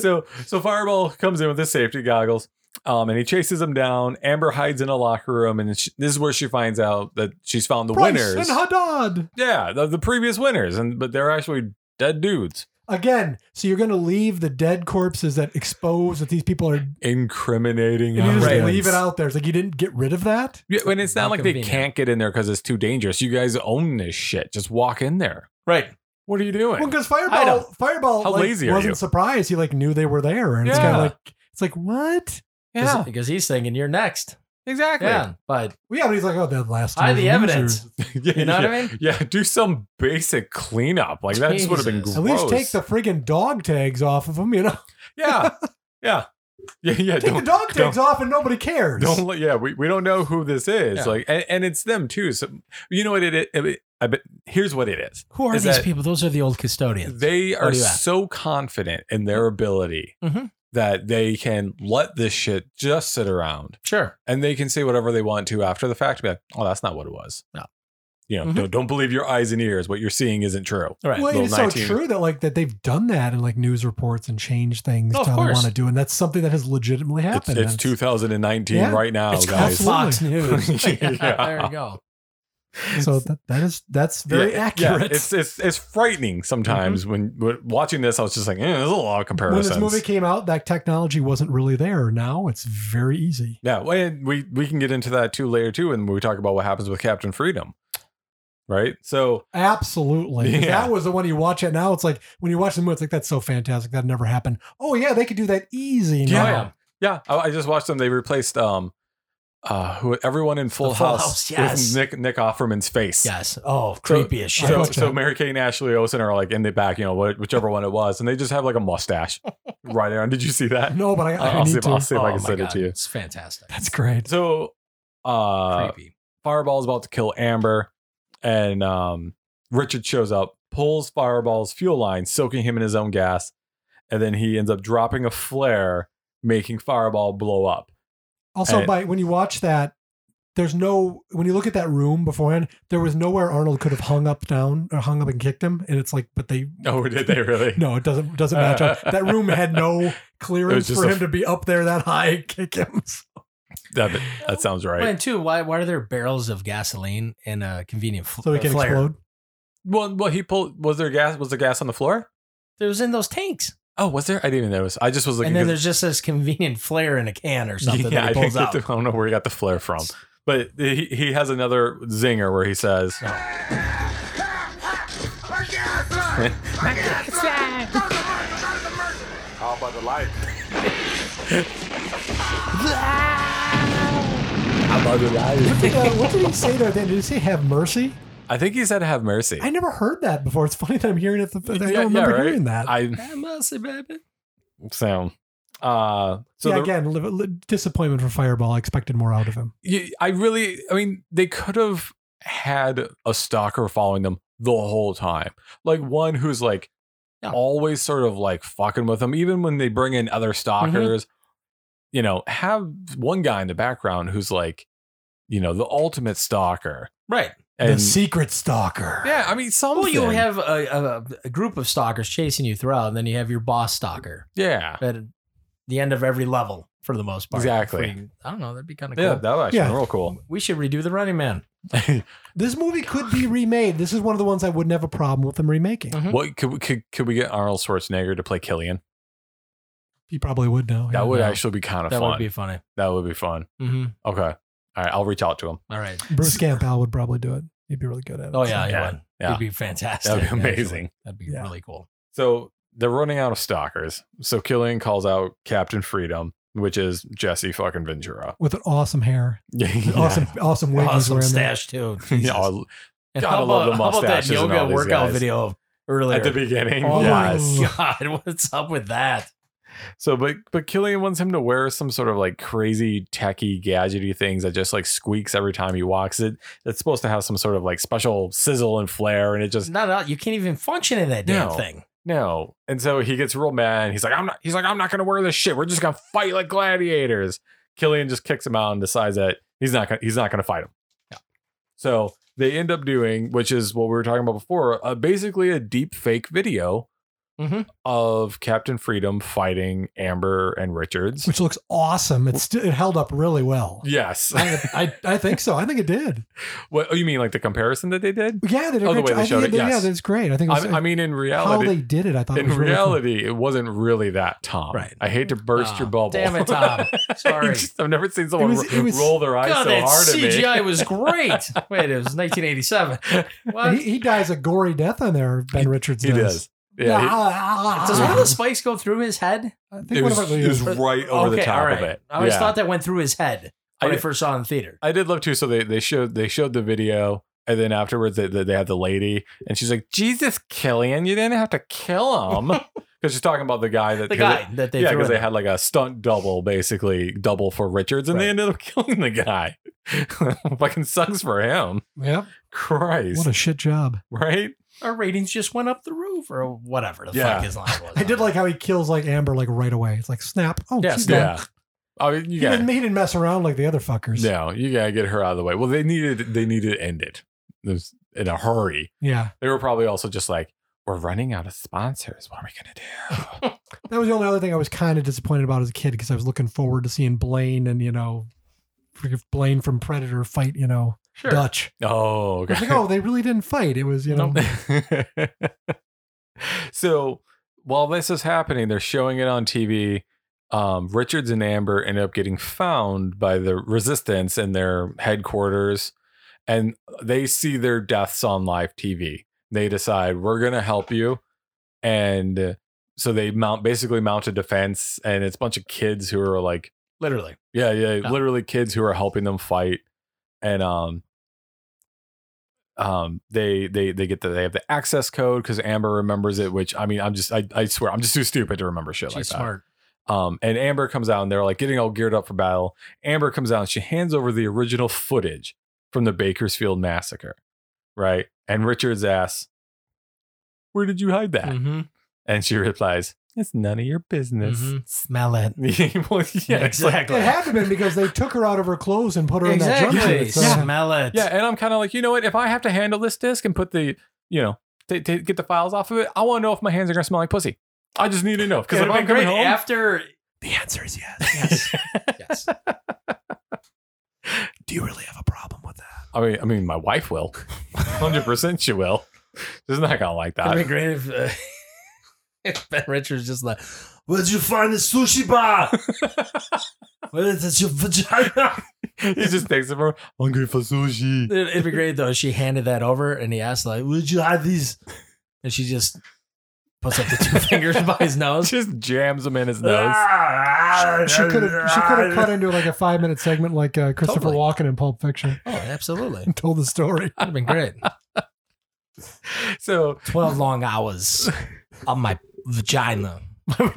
D: so so Fireball comes in with his safety goggles. Um, and he chases him down. Amber hides in a locker room, and she, this is where she finds out that she's found the
C: Bryce and
D: winners.
C: Haddad
D: yeah, the, the previous winners, and but they're actually dead dudes,
C: again. So you're going to leave the dead corpses that expose that these people are.
D: incriminating.
C: And you just
D: evidence.
C: leave it out there. It's like you didn't get rid of that.
D: Yeah, and it's not
B: Not
D: like they
B: convenient.
D: can't get in there because it's too dangerous. You guys own this shit. Just walk in there.
B: right.
D: What are you doing?
C: Well, because Fireball, Fireball,
D: How
C: like,
D: lazy are
C: wasn't
D: you?
C: surprised. He like knew they were there, and it's
D: Yeah.
C: kind of like it's like what?
B: Because- because he's thinking you're next.
D: exactly. [laughs]
B: Yeah, but
C: Well, yeah, but he's like, oh, that last.
B: hide the
C: losers. [laughs]
B: evidence.
D: Yeah,
B: You know
D: yeah.
B: what I mean?
D: Yeah, do some basic cleanup. Like that just would have been gross.
B: Jesus.
C: At least take the friggin' dog tags off of them. You know, [laughs]
D: yeah, yeah, [laughs] yeah, yeah.
C: take the
D: don't-
C: dog tags
D: don't-
C: off, and nobody cares.
D: Don't let, yeah, we, we don't know who this is.
B: Yeah.
D: Like, and, and it's them too. So, you know what it is? I mean, I bet, here's what it is
B: Who are
D: Is
B: these
D: that-
B: people? Those are the old custodians.
D: they
B: Where
D: are
B: you at?
D: so confident in their ability
C: Mm-hmm.
B: Mhm.
D: that they can let this shit just sit around
B: sure.
D: and they can say whatever they want to after the fact. Be like, oh, that's not what it was.
B: No.
D: You know,
B: Mhm.
D: don't, don't believe your eyes and ears. What you're seeing isn't true.
B: Right.
C: Mm-hmm. Well,
D: little
C: it's
D: 19.
C: so true that like that they've done that in like news reports and changed things
B: Oh, of
C: to how they
B: course.
C: want to do, and that's something that has legitimately
D: It's,
C: happened.
D: it's
C: and
D: 2019
C: Yeah.
D: right now,
B: it's called
D: guys.
C: absolutely.
B: Fox
C: [laughs]
B: News.
D: [laughs]
B: [laughs]
D: Yeah.
B: There you go.
C: so that, that is that's very
D: Yeah, yeah,
C: accurate. Mm-hmm.
D: it's it's it's frightening sometimes when, when watching this. I was just like, eh, there's a lot of
C: when
D: comparisons.
C: this movie came out, that technology wasn't really there. Now it's very easy.
D: yeah, well, and we we can get into that too later too, and we talk about what happens with Captain Freedom, right? So
C: Absolutely. 'Cause
D: Yeah.
C: That was the one you watch it now. It's like when you watch the movie, it's like that's so fantastic. That never happened. Oh yeah, they could do that easy now.
D: yeah, yeah. I, I just watched them. They replaced um, uh, who everyone in Full,
B: Full
D: House,
B: House, yes.
D: with Nick Nick Offerman's face.
B: Yes. Oh, creepy as shit.
D: So,
C: watched
D: so
C: that.
D: Mary Kay and Ashley Olsen are like in the back, you know, wh- whichever one it was, and they just have like
C: [laughs]
D: a mustache right around. Did you see that?
C: No,
B: [laughs]
C: but I,
D: [laughs]
C: I
D: I'll, see
C: need
D: if, I'll
C: to.
D: see if I
B: Oh
D: can
B: my
D: send it
B: God,
D: to you.
B: It's fantastic.
C: That's great.
D: So, uh,
B: creepy.
D: Fireball's about to kill Amber, and um, Richard shows up, pulls Fireball's fuel line, soaking him in his own gas, and then he ends up dropping a flare, making Fireball blow up.
C: Also,
D: I-
C: by when you watch that, there's no when you look at that room beforehand, there was nowhere Arnold could have hung up down or hung up and kicked him, and it's like, but they
D: [laughs] Oh, did they [laughs] really?
C: no, it doesn't doesn't match up. That room had
D: [laughs]
C: no clearance
D: just
C: for
D: a-
C: him to be up there that high and kick him.
D: That, that sounds right.
B: Well, and two, why why are there barrels of gasoline in a convenient fl-
C: So he
B: uh,
C: can
B: flare?
C: explode.
D: Well, well, he pulled. Was there gas? Was the gas on the floor?
B: It was in those tanks,
D: Oh, was there? I didn't even notice. I just was looking.
B: and then
D: 'cause-
B: there's just this convenient flare in a can or something
D: [laughs] yeah,
B: that
D: I
B: he
D: think
B: pulls
D: that
B: out.
D: the- [laughs] I don't know where he got the flare from, but he, he has another zinger where he says,
B: Oh.
H: How about the light?
C: What did, uh, what did he say there? Did he say have mercy?
D: I think he said "Have mercy."
C: I never heard that before. It's funny that I'm hearing it. The,
D: [laughs]
C: I don't
D: Yeah, yeah,
C: remember
D: right?
C: hearing that.
D: I
B: mercy, baby.
D: so, uh, so
C: yeah,
D: the-
C: again, li- li- disappointment for Fireball. I expected more out of him.
D: you- I really, I mean, they could have had a stalker following them the whole time, like one who's like
B: Yeah.
D: always sort of like fucking with them, even when they bring in
B: Mm-hmm.
D: other stalkers. You know, have one guy in the background who's like, you know, the ultimate stalker,
B: Right.
D: and
C: secret stalker.
D: yeah, I mean, something.
B: Well, you have a, a, a group of stalkers chasing you throughout, and then you have your boss stalker
D: yeah,
B: at the end of every level for the most part.
D: Exactly.
B: Pretty- I don't know. That'd be kind of
D: yeah,
B: cool.
D: that was actually
C: Yeah.
D: real cool.
B: we should redo the Running Man.
C: This movie could be remade. This is one of the ones I wouldn't have a problem with them remaking.
B: Mhm.
D: What could we could, could we get Arnold Schwarzenegger to play Killian?
C: He probably would know.
D: That would
B: Yeah.
D: actually be kind of
B: That
D: fun.
B: would be funny.
D: that would be fun.
B: hmm
D: Okay, all right, I'll reach out to him.
B: All right.
D: [laughs]
C: Bruce Campbell would probably do it. He'd be really good at it.
B: Oh yeah,
D: Yeah.
B: yeah.
D: Yeah.
B: It'd be fantastic.
D: That'd be
B: actually.
D: amazing.
B: That'd be
C: Yeah.
B: really cool.
D: So they're running out of stalkers. So Killian calls out Captain Freedom, which is Jesse
C: [laughs]
D: fucking Ventura.
C: With an awesome hair,
D: Yeah.
C: awesome, awesome wig. he's
B: awesome
C: wearing there.
B: stache too.
D: [laughs] Yeah,
B: Jesus.
D: I'll-
B: And
D: gotta love the
B: how about that
D: mustaches and all
B: yoga
D: these
B: workout
D: guys.
B: video of earlier?
D: at the beginning.
C: Oh my
D: yes.
B: [laughs]
D: [laughs]
B: God, what's up with that?
D: So but but Killian wants him to wear some sort of like crazy techie gadgety things that just like squeaks every time he walks. It it's supposed to have some sort of like special sizzle and flair and it just
B: Not out. You can't even function in that damn
D: No.
B: thing.
D: No. And so he gets real mad. He's like, I'm not he's like, I'm not gonna wear this shit. We're just gonna fight like gladiators. Killian just kicks him out and decides that he's not gonna he's not gonna fight him. So they end up doing, which is what we were talking about before, uh, basically a deep fake video
B: Mhm.
D: of Captain Freedom fighting Amber and
B: [laughs]
D: Richards.
C: which looks awesome. It's still, it held up really
D: [laughs]
C: well.
D: yes.
C: I, I, I think so. I think it did.
D: what oh, you mean like the comparison that they did?
C: Yeah, they did. a
D: Oh, the
C: great job.
D: way they
C: I
D: showed
C: think
D: it,
C: did-
D: yes.
C: Yeah, that's great. I think it
D: I,
C: was,
D: I mean in
C: how
D: reality.
C: they did it. I thought it
B: [laughs]
D: in
C: was really cool.
D: reality, it wasn't really that, Tom.
B: Right.
D: I hate to burst
B: Ah,
D: your bubble.
B: damn it,
D: [laughs]
B: Tom. Sorry.
D: I just- I've never seen someone
C: was-
D: ro-
C: it was-
D: roll their eyes
B: God,
D: so
B: that
D: hard at me. [laughs]
B: CGI was great. Wait, it was 1987. What?
C: He, he dies a gory death on there. Ben Richards
D: He does. Yeah. he-
C: Ah,
B: Does one of the spikes go through his head?
C: I think
D: it,
C: one
D: was,
C: of uh, it
D: it was right over the
B: Okay,
D: top
B: all
D: of
B: right.
D: it.
B: I always
D: Yeah.
B: thought that went through his head when
D: I-
B: I, first saw it in theater.
D: I did love too. So they, they showed they showed the video, and then afterwards they, they they had the lady, and she's like, "Jesus, Killian, you didn't have to
B: [laughs]
D: kill him," because she's talking about the guy that
B: The
D: 'cause
B: guy that
D: They,
B: they
D: yeah,
B: threw
D: because
B: in
D: they
B: there.
D: had like a stunt double, basically double for Richards, and they
B: Right.
D: ended up [laughs] killing the guy. Fucking sucks for him.
C: Yep.
D: Christ,
C: What a shit job.
D: right?
B: our ratings just went up the roof or whatever the
D: Yeah.
B: fuck his line was.
C: [laughs] I did like how he kills like Amber like right away. It's like snap. Oh
B: Yeah,
C: she's
B: snap.
C: dead.
D: Yeah. I mean, you
C: He,
D: got
C: didn't, he didn't mess around like the other fuckers.
D: No, you gotta get her out of the way. Well, they needed they needed to end it. It was in a hurry.
C: Yeah.
D: They were probably also just like, we're running out of sponsors. What are we gonna do?
C: That was the only other thing I was kind of disappointed about as a kid because I was looking forward to seeing Blaine and you know freaking Blaine from Predator fight you know Dutch.
D: oh,
C: I was
D: okay.
C: like, oh, they really didn't fight. It was you know
D: [laughs] so while this is happening, they're showing it on TV. Um, Richards and Amber end up getting found by the resistance in their headquarters, and they see their deaths on live TV. They decide we're going to help you, and uh, so they mount basically mount a defense, and it's a bunch of kids who are like
B: literally.
D: yeah, yeah,
B: Yeah.
D: literally kids who are helping them fight, and um, um, they they they get the they have the access code because Amber remembers it. Which I mean, I'm just I I swear I'm just too stupid to remember shit
B: She's
D: like that.
B: smart.
D: Um, and Amber comes out and they're like getting all geared up for battle. Amber comes out and she hands over the original footage from the Bakersfield massacre, right? And Richards asks, "Where did you hide that?"
B: Mm-hmm.
D: And she replies, "It's none of your business."
B: Mhm. Smell it.
D: Well,
B: Mm-hmm.
D: [laughs] yeah, it's like-
B: exactly.
C: it had to been because they took her out of her clothes and put her in that uh,
B: exactly.
C: jumpsuit. So.
B: Smell it.
D: Yeah, and I'm kind of like, you know what? If I have to handle this disc and put the, you know, t- t- get the files off of it, I want to know if my hands are gonna smell like pussy. I just need to know because
B: It'd
D: if
B: be
D: I'm coming
B: great
D: home,
B: after.
C: The answer is yes.
D: [laughs]
B: Yes. yes.
C: Do you really have a problem with that?
D: I mean, I mean, my wife will, hundred percent, she will. She's not gonna like
B: It'd
D: [laughs]
B: be
D: that.
B: great if, uh, [laughs] if Ben Richards just like,
E: Where'd you find the sushi bar? Where is your
B: [laughs]
E: vagina?
D: he just takes it from hungry for sushi.
B: it'd it'd be great though. if She handed that over and he asked like,
E: Where'd you hide these?
B: and she just puts up the two [laughs] fingers by his nose.
D: Just jams him in his nose.
B: Ah.
E: ah,
C: She could have she could have cut into like a five minute segment like uh, Christopher
B: Totally.
C: Walken in Pulp Fiction
B: Oh, absolutely.
C: and [laughs] told the story.
B: That'd have been [laughs] great.
D: So
B: 12 long hours on my vagina. [laughs]
D: yeah,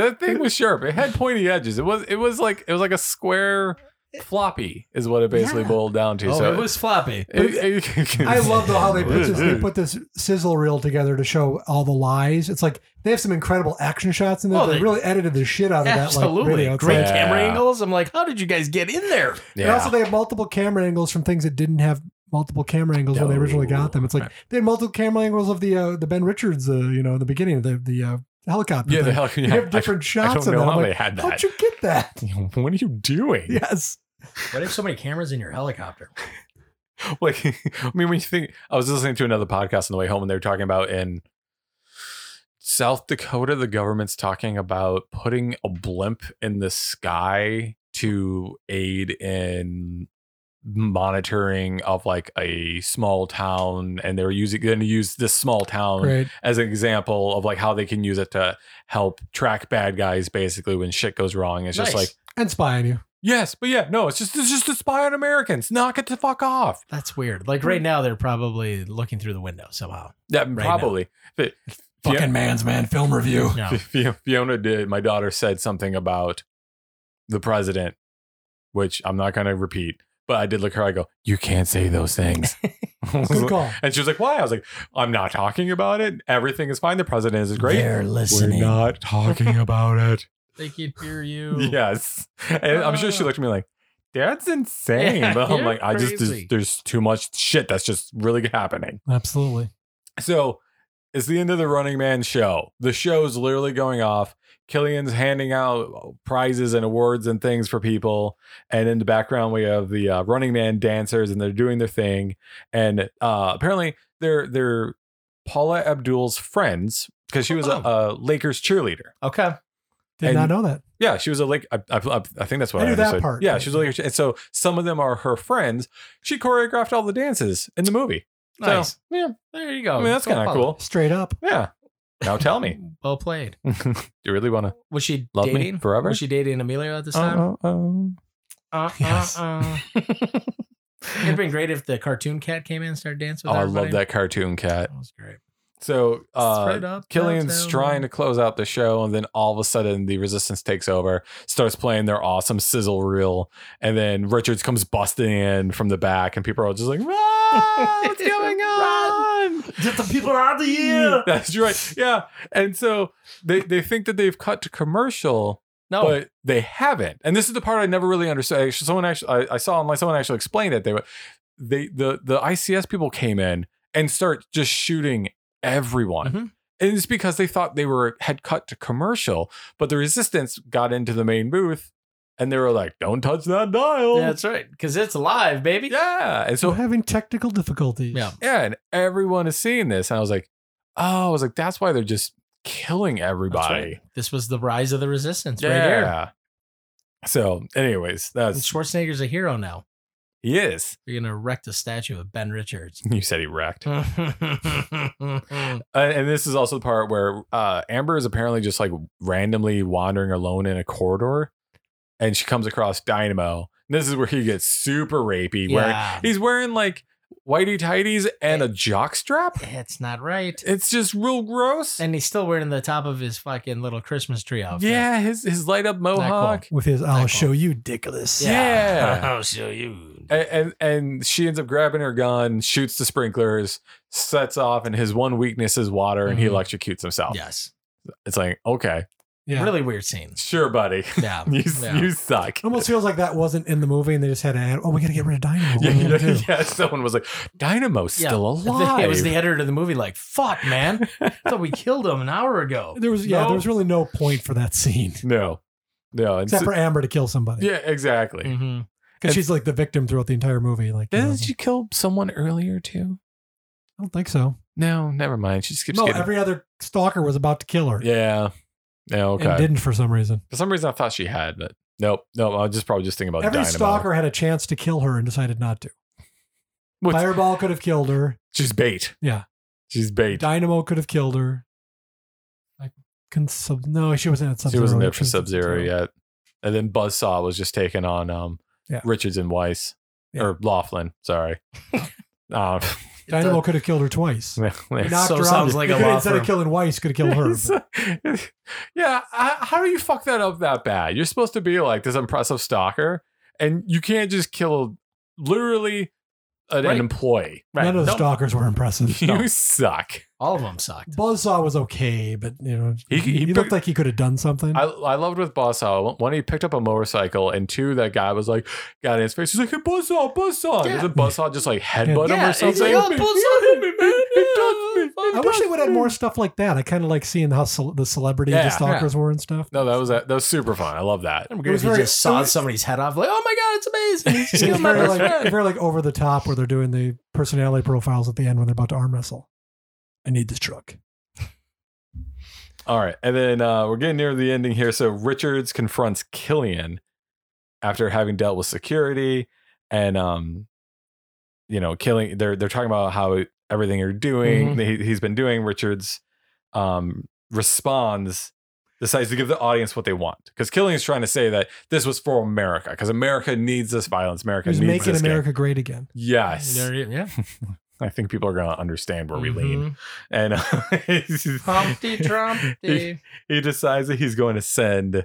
D: that thing was sharp. It had pointy edges. It was it was like it was like a square floppy is what it basically boiled down to.
B: oh,
D: so
B: it was floppy.
D: it- it-
C: I love though how they put
D: [laughs]
C: this, they put this sizzle reel together to show all the lies. It's like they have some incredible action shots in there.
B: Oh,
C: they,
B: they-
C: really edited the shit out of that. Like,
B: Absolutely.
C: video. It's
B: great
C: like-
B: camera
D: Yeah.
B: angles. I'm like, how did you guys get in there?
D: Yeah.
C: And also, they have multiple camera angles from things that didn't have multiple camera angles when they originally got them. It's like they had multiple camera angles of the uh, the Ben Richards, uh, you know, in the beginning, the the uh, helicopter.
D: yeah, the
C: thing.
D: hell
C: You have different
D: I
C: shots
D: don't
C: of that.
D: know how
C: I'm
D: they
C: like,
D: had
C: how'd
D: that.
C: you get
D: [laughs]
C: that?
D: What are you doing?
C: Yes.
B: Why do you have so many cameras in your helicopter?
D: [laughs] like I mean, when you think I was listening to another podcast on the way home, and they were talking about in South Dakota, the government's talking about putting a blimp in the sky to aid in monitoring of like a small town, and they were using going to use this small town
C: Great.
D: as an example of like how they can use it to help track bad guys basically when shit goes wrong. It's just
B: Nice.
D: like.
C: And spy on you.
D: Yes, but yeah, no, it's just it's just to spy on Americans. Knock it the fuck off.
B: That's weird. Like right now, they're probably looking through the window
D: [laughs]
B: somehow.
D: Yeah,
B: now.
D: probably.
B: [laughs]
D: But
C: Fucking
D: Yeah.
C: man's man film review.
B: No.
D: Fi- Fiona did. My daughter said something about the president, which I'm not going to repeat. But I did look at her. I go, you can't say those
B: [laughs]
D: things. [laughs]
C: Good call.
D: and she was like, why? I was like, I'm not talking about it. Everything is fine. The president is great.
B: They're listening.
D: We're
C: [laughs]
D: not talking about it.
B: They can hear you.
D: [laughs] yes. And I'm sure she looked at me like, that's insane.
B: Uh.
D: [laughs]
B: Yeah,
D: but I'm
B: you're
D: like, I just, there's,
B: crazy.
D: there's too much shit that's just really happening.
C: Absolutely.
D: So it's the end of the Running Man show. The show's literally going off. Killian's handing out prizes and awards and things for people. And in the background, we have the uh, Running Man dancers, and they're doing their thing. And uh, apparently, they're they're Paula Abdul's friends because she was a,
B: Oh.
D: a Lakers cheerleader.
B: Okay.
C: Did
D: And-
C: not know that.
D: Yeah, she was a Lake. I, I, I- I think that's what
C: I
D: I,
C: knew that
D: understood.
C: part.
D: Yeah, she was a Lakers. And so some of them are her friends. She choreographed all the dances in the movie. So,
B: Nice. Oh,
D: yeah,
B: there you go.
D: I mean that's
B: Go
D: kind of
B: follow.
D: cool.
C: Straight up.
D: Yeah. Now tell
B: [laughs]
D: me,
B: Well played.
D: do you really want to
B: Was she
D: love
B: dating?
D: me forever? Uh-huh.
B: Was she dating Emilio at this time? Uh,
C: [laughs] Yes.
B: uh, uh. It'd been great if the cartoon cat came in and started dancing
D: Oh,
B: with
D: I
B: everybody.
D: love that cartoon cat.
B: That was great.
D: So
B: Straight
D: uh,
B: up,
D: Killian's
B: downtown.
D: trying to close out the show, and then all of a sudden the resistance takes over, starts playing their awesome sizzle reel, and then Richards comes busting in from the back, and people are all just like, "Ah,
B: [laughs]
D: "What's going on?"
E: Get the people out of here.
D: [laughs] That's right. Yeah, and so they they think that they've cut to commercial,
B: No.
D: but they haven't. And this is the part I never really understood. Actually, someone actually I, I saw online someone actually explained it. They were they the the ICS people came in and start just shooting everyone.
B: Mhm.
D: And it's because they thought they were had cut to commercial, but the resistance got into the main booth and they were like, "Don't touch that dial."
B: Yeah, that's right. Because it's live, baby.
D: yeah. And
C: So
D: so
C: having technical difficulties.
B: Yeah.
D: yeah, and everyone is seeing this. And I was like, "Oh, I was like that's why they're just killing
B: That's
D: everybody."
B: right. This was the rise of the resistance right here.
D: So, anyways,
B: And
D: that's
B: Schwarzenegger's a hero now.
D: he is. [laughs]
B: You're going to erect a statue of Ben Richards. [laughs]
D: You said [laughs] he
B: Hmm.
D: wrecked. Uh,
B: yeah,
D: and this is also the part where uh, Amber is apparently just like randomly wandering alone in a corridor, and she comes across Dynamo. This is where he gets super rapey. Wearing, he's wearing like whitey tighties and a jockstrap.
B: it's not right.
D: It's just real gross.
B: And he's still wearing the top of his fucking little Christmas tree outfit.
D: yeah, his his light up mohawk.
C: With his I'll
B: Michael.
C: show you Dickless.
D: Yeah.
B: I'll show you.
D: and, and and she ends up grabbing her gun, shoots the sprinklers, sets off, and his one weakness is water, and he
B: Mhm.
D: electrocutes himself.
B: Yes.
D: It's like, okay,
C: Yeah.
B: Really weird
D: [laughs]
B: scene.
D: sure, buddy,
B: Yeah.
D: you
B: yeah.
D: you suck.
C: It almost feels like that wasn't in the movie and they just had to add, oh, we got to get rid of Dynamo.
D: [laughs]
C: What
D: yeah,
C: are we gonna
D: yeah,
C: do?
D: yeah, someone was like, Dynamo's
B: Yeah.
D: still alive.
B: [laughs] It was the editor of the movie, like, fuck,
D: [laughs]
B: man. I thought we killed him an hour ago.
C: There was, yeah,
B: No.
C: there was really no point for that scene
D: no, no, [laughs] and
C: except
D: so-
C: for Mm. Amber to kill somebody.
D: yeah, exactly.
B: hmm
C: Because she's like the victim throughout the entire movie. Like, you know,
B: Mm-hmm.
D: Didn't you kill someone earlier too?
C: I don't think so.
D: No, never mind. She skips.
C: No,
D: getting-
C: every other stalker was about to kill her.
D: yeah, yeah,
C: And
D: okay.
C: didn't for some reason.
D: for some reason, I thought she had, but nope, no. I was just probably just thinking about
C: Every
D: Oh, Dynamo.
C: stalker had a chance to kill her and decided not to.
D: What's-
C: Fireball could have killed her.
D: She's bait.
C: Yeah.
D: She's bait.
C: Dynamo could have killed her. I can sub. No, she wasn't at Sub
D: She
C: Zero.
D: wasn't there for Sub Zero yet. And then Buzzsaw was just taking on um,
C: Yeah.
D: Richards and Weiss
C: Yeah.
D: or Laughlin.
C: [laughs]
D: Sorry. [laughs] uh,
C: Dynamo could have killed her
D: [laughs]
C: twice. He knocked
B: So
C: her out.
B: sounds like
C: He
B: a
C: could-
B: law
C: Instead
B: firm.
C: of killing Weiss, could have killed her.
D: [laughs]
C: but-
D: yeah. I, how do you fuck that up that bad? You're supposed to be like this impressive stalker, and you can't just kill literally an, an
B: Right.
D: employee.
C: None of the
D: Nope.
C: stalkers were
D: [laughs]
C: impressive.
D: You suck.
B: All of them sucked.
C: Buzzsaw was okay, but you know
D: He-
C: he,
D: he
C: he looked
D: picked-
C: like he could have done something.
D: I, I loved with Buzzsaw. One, he picked up a motorcycle, and two, that guy was like, got in his face. He's like, hey, Buzzsaw, Buzzsaw.
B: Yeah.
D: Does a Buzzsaw just like headbutt him
B: Yeah,
D: or
B: it's like,
D: something?
B: "Oh,
D: [laughs]
B: Buzzsaw,
D: It touched me.
C: I wish they would have
D: [laughs]
C: more stuff like that. I kind of like seeing how cel- the celebrity
D: Yeah,
C: the stalkers were and stuff.
D: No, that was that was super fun. I love that.
B: I'm good if you just saw somebody's head off, like, oh my god, it's [laughs] amazing. He's
C: It's
B: killed my
C: very
B: best
C: like,
B: friend.
C: very like over the top where they're doing the personality profiles at the end when they're about to arm wrestle. I need this truck.
D: All right, and then uh, we're getting near the ending here. So Richards confronts Killian after having dealt with security, and um, you know, Killian. They're they're talking about how everything you're
C: Mm-hmm.
D: doing, he, he's been doing. Richards um responds, decides to give the audience what they want because Killian's trying to say that this was for America because America needs this violence. America
C: He's
D: needs
C: making
D: this gang.
C: America great again.
D: Yes,
B: There you- yeah. Mm-hmm.
D: I think people are going to understand where we lean.
C: Mm-hmm.
B: [laughs]
D: and [laughs] uh,
B: Humpty
D: he,
B: Trumpty.
D: he decides that he's going to send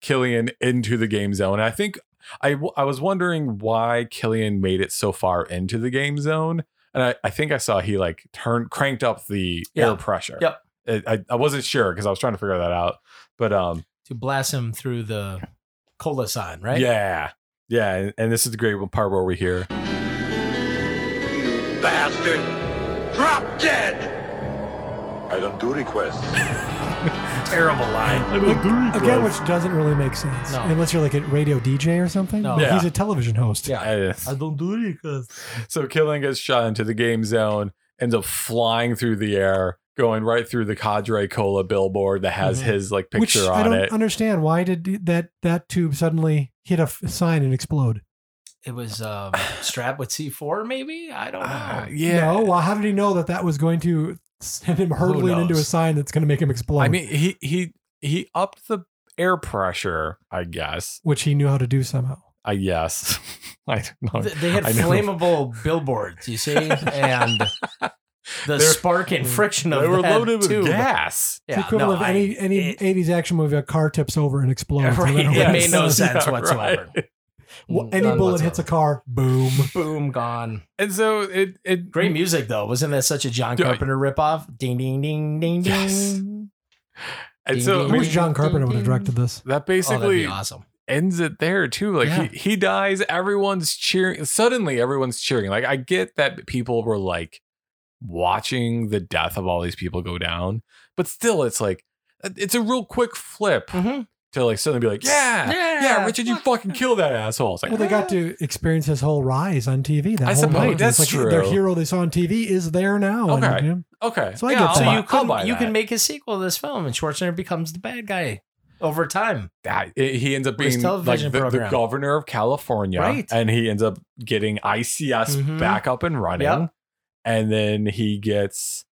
D: Killian into the game zone. I think I w- I was wondering why Killian made it so far into the game zone, and I, I think I saw he like turned cranked up the air
B: Yeah.
D: pressure.
B: Yep.
D: I, I- I wasn't sure because I was trying to figure that out, but um,
B: To blast him through the colosan, right?
D: yeah, yeah, and, and this is the great part where we hear
G: Bastard! Drop dead!
H: I don't do requests.
B: Terrible line.
C: Again, which doesn't really make sense
B: No.
C: unless you're like a radio DJ or something.
B: No.
C: Like,
D: Yeah.
C: He's a television host.
B: Yeah. Uh,
D: I-
B: don't do it because
D: uh, So Killing gets shot into the game zone, ends up flying through the air, going right through the Cadre Cola billboard that has
B: Mhm.
D: his like
C: Which
D: picture
C: I
D: on
C: don't
D: it.
C: understand. Why did that that tube suddenly hit a f- sign and explode?
B: it was um, strapped with C4, maybe? I don't know.
D: Ah,
C: No. Well, how did he know that that was going to send him hurtling into a
B: knows?
C: sign that's going to make him explode?
D: I mean he he he upped the air pressure, I guess.
C: which he knew how to do somehow.
D: I guess. [laughs] I don't know.
B: Th- They had
D: I know.
B: flammable billboards, you see, [laughs] and the
D: They're-
B: spark and friction of
D: They were
B: that
D: loaded with
B: tube.
D: gas.
B: Yeah,
C: It's the equivalent of
B: no, I-
C: any any
B: it-
C: eighties action movie. A car tips over and explodes.
B: [laughs] Right,
C: Whatever.
B: it made no
C: Wha-
B: sense
D: [laughs] Yeah,
B: whatsoever.
D: right. [laughs]
C: Any
B: None
C: bullet
B: whatsoever.
C: hits a car, boom.
B: boom gone.
D: And so it it
B: Great music though, wasn't that such a John
D: Dude, I-
B: Carpenter ripoff? Ding ding ding ding
D: Yes.
B: ding.
D: and so
B: Ding,
D: I
C: I
B: ding,
D: mean,
C: wish John Carpenter would have directed this.
D: that
B: oh, that'd
D: basically
B: be awesome.
D: ends it there too. Like
B: Yeah.
D: he, he dies, everyone's cheering. Suddenly, everyone's cheering. Like I get that people were like watching the death of all these people go down, but still, it's like uh, it's a real quick flip
C: Mm.
B: Mhm.
D: to like suddenly be like, yeah, yeah,
B: Yeah,
D: Richard, you fucking kill that asshole. It's like
C: Well, they got to experience his whole rise on TV. That
D: I
C: whole
D: suppose
C: night. It's
D: that's
C: like Their
D: true.
C: hero they saw on TV is there now. and,
D: Okay.
C: you know,
D: okay,
C: So I
D: yeah,
C: get
D: I'll
C: that.
B: So
D: buy-
B: you
D: I'll
B: could
D: buy
B: you
D: that.
B: can make a sequel to this film, and Schwarzenegger becomes the bad guy over time.
D: that it- he ends up
B: With his
D: being like the,
B: television
D: the
B: program.
D: governor of California,
B: Right.
D: and he ends up getting ICS
B: Mhm.
D: back up and running,
B: Yep.
D: and then he gets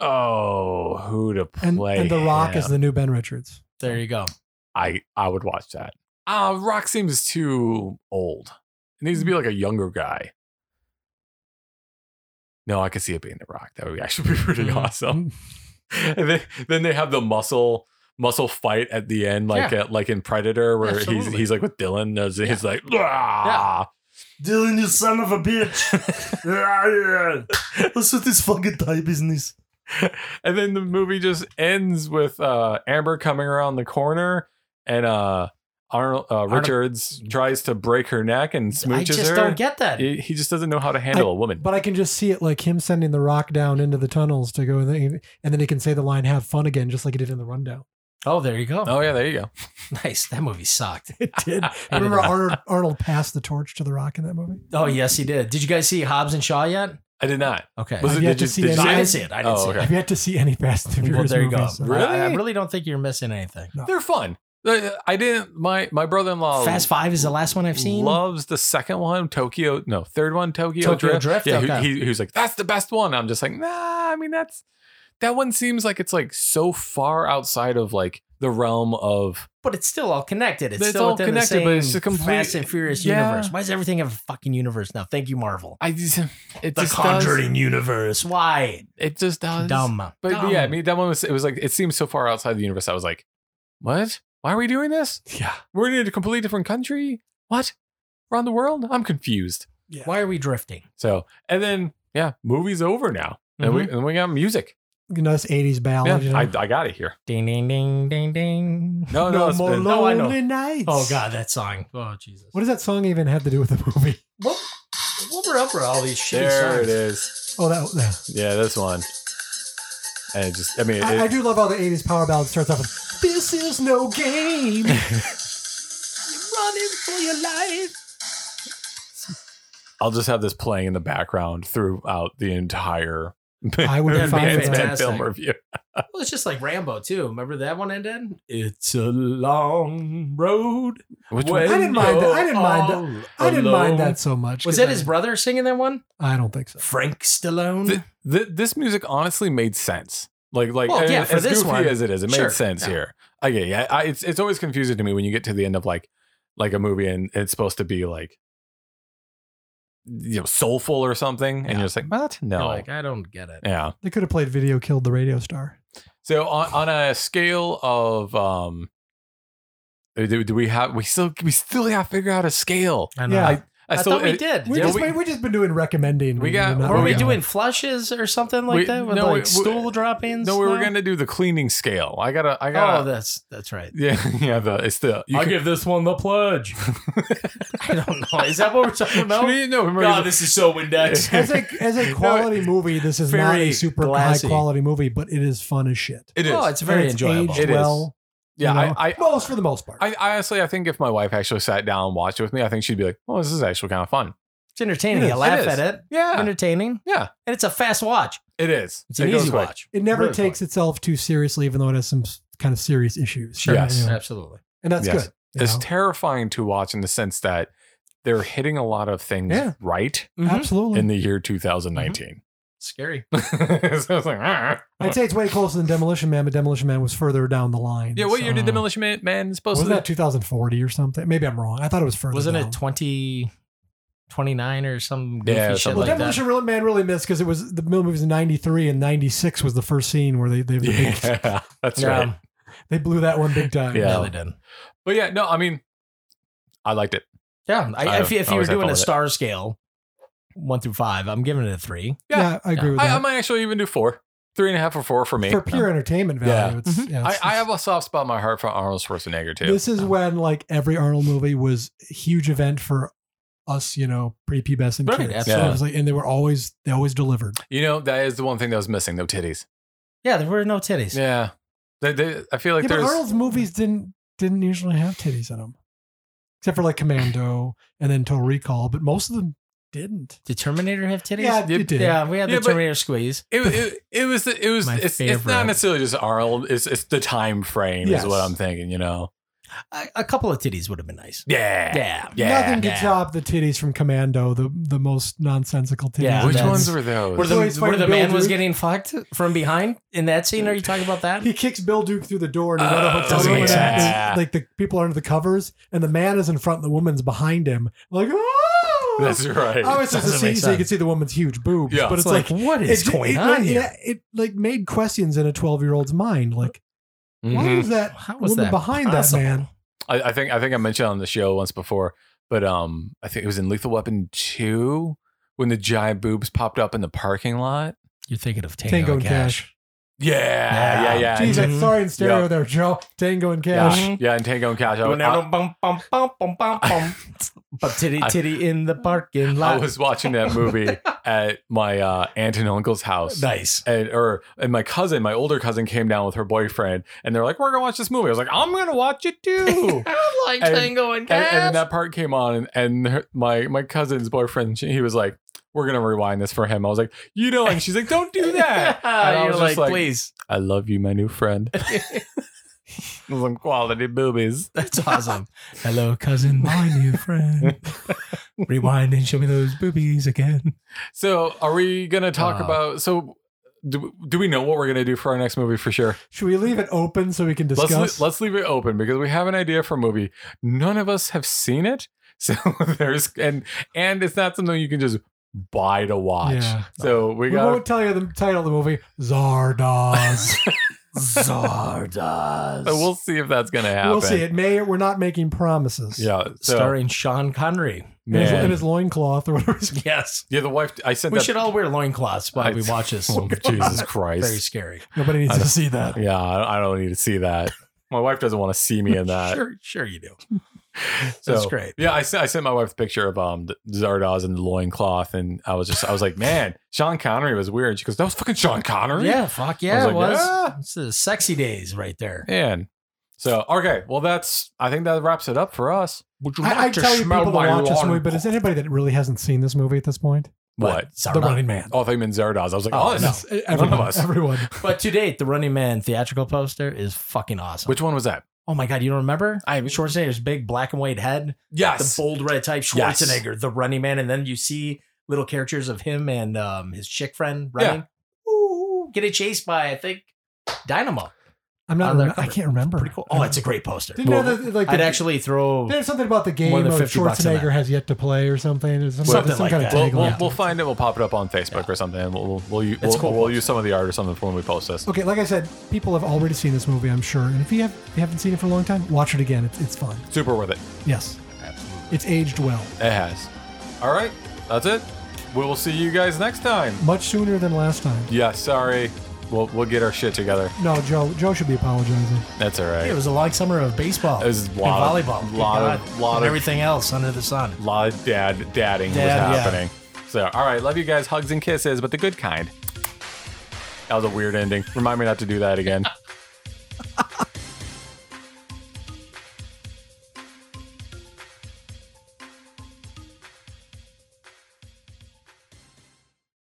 D: oh who to
C: and,
D: play?
C: and The Rock
D: him.
C: is the new Ben Richards.
B: There you go.
D: I I would watch that. Uh Rock seems too old. It needs to be like a younger guy. No, I could see it being The Rock. That would actually be [laughs] pretty
B: Mhm.
D: awesome. And then, then they have the muscle muscle fight at the end, like uh, like in Predator, where he's
B: Absolutely.
D: he's like with Dylan. uh, He's like, "Ah."
E: Dylan, you son of a bitch. Ah, yeah. What's with this fucking Thai business?
D: and then the movie just ends with uh, Amber coming around the corner and uh, Arnold uh, Richards tries to break her neck and smooches
B: I just
D: her.
B: don't get that.
D: he, he just doesn't know how to handle a woman.
C: But I can just see it like him sending The Rock down into the tunnels to go, in the, and then he can say the line "Have fun again," just like he did in the rundown. [laughs]
B: oh, there you go.
D: Oh yeah, there you go.
B: [laughs] Nice. That movie sucked.
C: It
D: [laughs]
C: did. Remember Arnold, Arnold passed the torch to The Rock in that movie.
B: Oh yes, he did. Did you guys see Hobbs and Shaw yet?
D: I did not.
B: Okay.
D: Was
C: I've
D: it?
C: yet
D: Did
C: to
D: you,
C: see
D: did you
C: it.
D: see
B: I didn't
D: it?
B: see it. I didn't
D: Oh,
B: see
D: okay.
C: I've yet to see any Fast and
B: it. Well,
C: Furious
B: there you go.
C: movies, so-
D: Really?
B: I, I really don't think you're missing anything.
D: They're fun. I I didn't. My my brother in law
B: Fast Five is the last one I've seen.
D: loves the second one, Tokyo. No, third one, Tokyo,
B: Tokyo
D: Drift.
B: Drift,
D: Yeah,
B: okay.
D: he, he, he was like, "That's the best one." I'm just like, "Nah." I mean, that's that one seems like it's like so far outside of like the realm of
B: but it's still all connected. It's,
D: It's
B: still
D: all
B: within
D: connected,
B: the
D: but
B: same
D: it's a complete-
B: Fast and Furious
D: Yeah.
B: universe. Why does everything have a fucking universe now? Thank you, Marvel.
D: I just it
B: The
D: just
B: Conjuring universe. Why?
D: Does, it just does
B: Dumb.
D: But
B: Dumb.
D: yeah, I mean that one was it was like it seems so far outside the universe. I was like, what? Why are we doing this?
B: Yeah.
D: We're in a completely different country. What? Around the world? I'm confused.
C: Yeah.
B: Why are we drifting?
D: So and then yeah, movie's over now. And we and we got music.
C: You know, this 80s ballad.
D: Yeah,
C: you know?
D: I, I got it here.
B: Ding ding ding ding ding.
D: No, no, it's been-
B: no, I know.
C: lonely nights.
B: Oh god, that song. Oh Jesus.
C: What does that song even have to do with the movie?
B: What? What were up with all these shitty
D: There
B: songs?
D: it is.
C: Oh, that. that.
D: Yeah, this one. And it just I mean it,
C: I, I do love how the 80s power ballad starts off with, This is no game.
D: I'll just have this playing in the background throughout the entire
C: I would be
D: [laughs]
B: That'd
C: fine with
B: be
D: Man's
C: that.
D: Man
B: fantastic.
D: film review.
B: Well, it's just like Rambo too. Remember that one ended? It's a long road.
D: Which
B: when
C: I didn't mind that. I didn't mind that.
B: you're all
C: I didn't mind
B: alone.
C: that so much.
B: Was
C: 'cause
B: that his
C: I-
B: brother singing that one?
C: I don't think so.
B: Frank Stallone.
D: Th- th- this music honestly made sense. Like, like
B: Well, yeah,
D: as,
B: for
D: as
B: this
D: goofy
B: one,
D: as it is, it made
B: sure,
D: sense
B: yeah.
D: here. I get, yeah, I, it's it's always confusing to me when you get to the end of like like a movie and it's supposed to be like you know soulful or something, and you're just like, what?
B: You're
D: No,
B: like I don't get it.
D: yeah.
C: They could have played Video Killed the Radio Star.
D: So on, on a scale of um, uh, do, do we have we still we still got to figure out a scale?
B: I
C: Yeah.
B: I,
C: I-
D: still-
B: thought we
D: it-
B: did.
C: We
D: Yeah,
C: just
D: we-
C: we, we just been doing recommending.
D: We got-
C: not
D: Or
B: Were we
D: Yeah.
B: doing flushes or something like
D: We-
B: that with
D: no,
B: like
D: we-
B: stool
D: we-
B: droppings?
D: No, we were
B: now?
D: gonna do the cleaning scale. I gotta, I
B: Oh,
D: gotta.
B: that's that's right.
D: [laughs] yeah, yeah. The it's the you [laughs] can-
B: give this one the
D: [laughs]
B: pledge. [laughs] I don't know. Is that what we're talking about?
D: No, no, remember-
B: God, this is so Windex. [laughs]
C: as a as a quality movie, this is not
B: Very
C: a super
B: glassy.
C: high quality movie, but it is fun as shit.
D: [laughs] It is.
B: Oh, it's very
C: And
B: enjoyable.
C: Aged
D: It is.
C: well, you
D: yeah,
C: know?
D: I, I,
C: most for the most part.
D: I, I honestly, I think if my wife actually sat down and watched it with me, I think she'd be like, "Oh, this is actually kind of fun."
B: It's entertaining.
D: It
B: you
D: is.
B: laugh
D: It
B: at
D: is.
B: it.
D: Yeah,
B: Entertaining.
D: Yeah.
B: And it's a fast watch.
D: it is.
B: It's an
D: It goes
B: easy
D: quick.
B: watch.
C: it never
B: Really
C: takes itself too seriously, even though it has some s- kind of serious issues.
D: Sure. Yes.
C: You know?
B: Absolutely.
C: and that's
D: Yes.
C: good. you
D: It's
C: know?
D: terrifying to watch in the sense that they're hitting a lot of things
C: Yeah. Mm-hmm.
D: right
C: Absolutely.
D: in the year 2019.
B: Scary.
C: Mm-hmm.
D: [laughs] so I was like, "Ah." "Arr."
C: I'd say it's way closer than Demolition Man, but Demolition Man was further down the line.
D: yeah, what year did
C: so-
D: Demolition Man- Man supposed
C: Wasn't
D: to?
C: that 2040 or something? Maybe I'm wrong. I thought it was further.
B: Wasn't
C: down.
B: it 20, 29 or some goofy
D: Yeah,
B: shit
D: something
C: Well,
B: like that?
C: Demolition Real- Man really missed because it was the movie was in '93 and '96 was the first scene where they they,
D: yeah, [laughs] that's
B: Yeah.
D: right.
C: they blew that one big time.
D: Yeah.
B: No, they didn't.
D: But yeah, no, I mean, I liked it.
B: Yeah.
D: I
B: I, if, you- if you were
D: always have fun
B: doing a
D: with it.
B: star scale, one through five, I'm giving it a three.
C: Yeah,
D: Yeah.
C: I agree with
D: I, I
C: that.
D: might actually even do four, three and a half or four for me.
C: For pure entertainment value,
D: Yeah.
C: it's, yeah,
D: Mm-hmm. I,
C: it's-
D: I have a soft spot in my heart for Arnold Schwarzenegger too.
C: This is when like every Arnold movie was a huge event for us, you know, prepubescent
B: Right,
C: kids.
B: absolutely.
C: So it was like, and they were always they always delivered.
D: you know, that is the one thing that was missing: no titties.
B: Yeah, there were no titties.
D: Yeah, they, they, I feel like
C: yeah, but
D: there's.
C: Arnold's movies didn't didn't usually have titties in them, except for like Commando and then Total Recall. But most of them didn't.
B: Did Terminator have titties?
C: Yeah, it did.
B: Yeah, we had
D: Yeah,
B: the
D: but-
B: Terminator squeeze.
D: it,
C: [laughs]
D: it, it was the- it was
B: My
D: it's, it's
B: favorite.
D: not necessarily just Arnold it's it's the time frame
C: Yes.
D: is what I'm thinking you know
B: A, a couple of titties would have been nice.
D: yeah
B: Yeah.
D: Yeah,
C: Nothing could
B: yeah.
C: top the titties from Commando, the the most nonsensical titties.
B: Yeah,
D: which
B: that's-
D: ones were those
B: Where the,
C: Always
B: where
C: fighting
B: the
C: Bill
B: man was
C: Duke.
B: getting fucked from behind in that scene? Are you talking
C: [laughs]
B: about that?
C: He kicks Bill Duke through the door to another
D: Oh,
C: hotel
B: doesn't
C: room,
B: make
C: and
D: sense.
C: and, Like the people are under the covers, and the man is in front, and the woman's behind him. Like, oh, [laughs]
D: that's right
C: I was just to
B: Doesn't
C: see
B: make
C: so you
B: sense.
C: can see the woman's huge boobs.
D: Yeah.
C: but it's,
B: It's
C: like,
B: like, what is
C: it-
B: going
C: it,
B: on
C: like,
B: here?
C: It, it like made questions in a twelve year old's mind. Like, why
B: Mm-hmm.
D: Mhm.
C: was that
B: How was
C: woman
B: that
C: behind
B: possible?
C: that man?
D: I, I think I think I mentioned on the show once before but um I think it was in Lethal Weapon two when the giant boobs popped up in the parking lot
B: You're thinking of Tango,
C: Tango
B: and
C: and
B: Cash.
C: Cash.
D: yeah yeah
B: Yeah.
D: yeah
C: Jeez,
D: and,
C: I'm sorry in stereo
D: Yeah.
C: there, Joe. Tango and Cash.
D: yeah, yeah and Tango and Cash I,
B: Doing that
D: I,
B: little bum, bum, bum, bum, [laughs] bum, bum. But titty
D: uh, I-
B: titty in the parking
D: I
B: lot.
D: was watching that movie
B: [laughs]
D: at my uh, aunt and uncle's house
B: nice.
D: and or and my cousin, my older cousin, came down with her boyfriend, and they're like, "We're gonna watch this movie." I was like, "I'm gonna watch
B: [laughs]
D: it too."
B: I like
D: And-
B: Tango and
D: and, and then that part came on, and, and her, my my cousin's boyfriend, she- he was like, "We're gonna rewind this for him." I was like, "You know,"
B: [laughs]
D: and she's like, "Don't do that." And I
B: You're
D: was
B: like,
D: just like,
B: please. [laughs]
D: I love you, my new friend. [laughs] Some quality boobies.
B: [laughs] That's awesome. Hello, cousin, [laughs] my new friend. Rewind and show me those boobies again.
D: So, are we gonna talk
B: Uh,
D: about? So, do, do we know what we're gonna do for our next movie for sure?
C: Should we leave it open so we can discuss?
D: Let's le- let's leave it open because we have an idea for a movie. None of us have seen it, [laughs] so there's and and it's not something you can just buy to watch.
C: Yeah.
D: So we
C: we
D: got
C: won't tell you the title of the movie. Zardoz.
B: Zardoz.
D: So uh, we'll see if that's gonna happen.
C: we'll see. It may. We're not making promises.
D: Yeah. So,
B: Starring Sean [laughs] Connery.
C: In his,
D: man.
C: in his loincloth or whatever. [laughs]
D: [laughs]
B: Yes.
D: yeah, the wife. I sent
B: We
D: that.
B: should all wear loincloths while
D: I-
B: we watch this.
D: [laughs] Oh, [laughs] Jesus
B: Very
D: Christ.
B: scary.
C: Nobody needs
D: I
C: to
D: don't-
C: see that.
D: Yeah, I I don't need to see that. My wife doesn't want to
B: [laughs]
D: see me in [laughs] that.
B: Sure, sure you do.
D: So,
B: That's great.
D: Yeah, I sent I sent my wife a picture of um the Zardoz and the loincloth, and I was just I was like, man, Sean Connery was weird. She goes, that was fucking Sean Connery.
B: Yeah, fuck yeah,
D: I
B: it
D: was
B: was.
D: like, "Ah."
B: It's the sexy days right there.
D: man. So okay, well that's I think that wraps it up for us.
B: Would you
C: I, I tell you people to watch this
D: lawn?
C: movie, but is anybody that really hasn't seen this movie at this point?
D: What?
B: Zardoz.
C: The Running Man.
D: Oh, I thought you meant Zardoz. I was like,
B: Oh,
D: oh,
B: no.
D: no.
C: It's- e, everyone,
D: us.
C: Everyone.
B: [laughs] But to date, the Running Man theatrical poster is fucking awesome.
D: Which one was that?
B: oh my god, you don't remember? I Schwarzenegger's big black and white head,
D: Yes.
B: the bold red type Schwarzenegger, the Running Man, and then you see little characters of him and um, his chick friend running. Ooh, getting chased by I think Dynamo.
C: I'm not.
B: On their
C: Rem- I
B: cover.
C: can't remember.
B: Pretty cool. Oh, it's a great poster.
C: Didn't know that, like,
B: I'd
C: the-
B: actually throw.
C: There's something about the game
B: More than
C: of
B: 50 bucks on that.
C: Schwarzenegger has yet to play or something. Or some,
B: Something
C: some
B: like
C: kind
B: that.
C: of
D: We'll,
C: tagline.
D: we'll, we'll find it. We'll pop it up on Facebook or something. and We'll we'll, we'll, u- we'll,
B: cool.
D: we'll use some of the art or something for when we post this.
C: Okay, like I said, people have already seen this movie, I'm sure. And if you, have, if you haven't seen it for a long time, watch it again. It's, it's fun.
D: Super worth it.
C: Yes. Absolutely. It's aged well.
D: It has. All right, that's it. We will see you guys next time.
C: Much sooner than last time.
D: Yeah, sorry. We'll we'll get our shit together.
C: No, Joe Joe should be apologizing.
D: That's all right.
B: It was a long summer of baseball.
D: It was a
B: and
D: lot of-
B: volleyball.
D: lot
B: God,
D: of- lot
B: and
D: of-
B: everything else under the sun.
D: a lot of dad dadding
B: Dad, yeah.
D: was happening. So, all right, love you guys. Hugs and kisses, but the good kind. That was a weird ending. Remind me not to do that again. [laughs]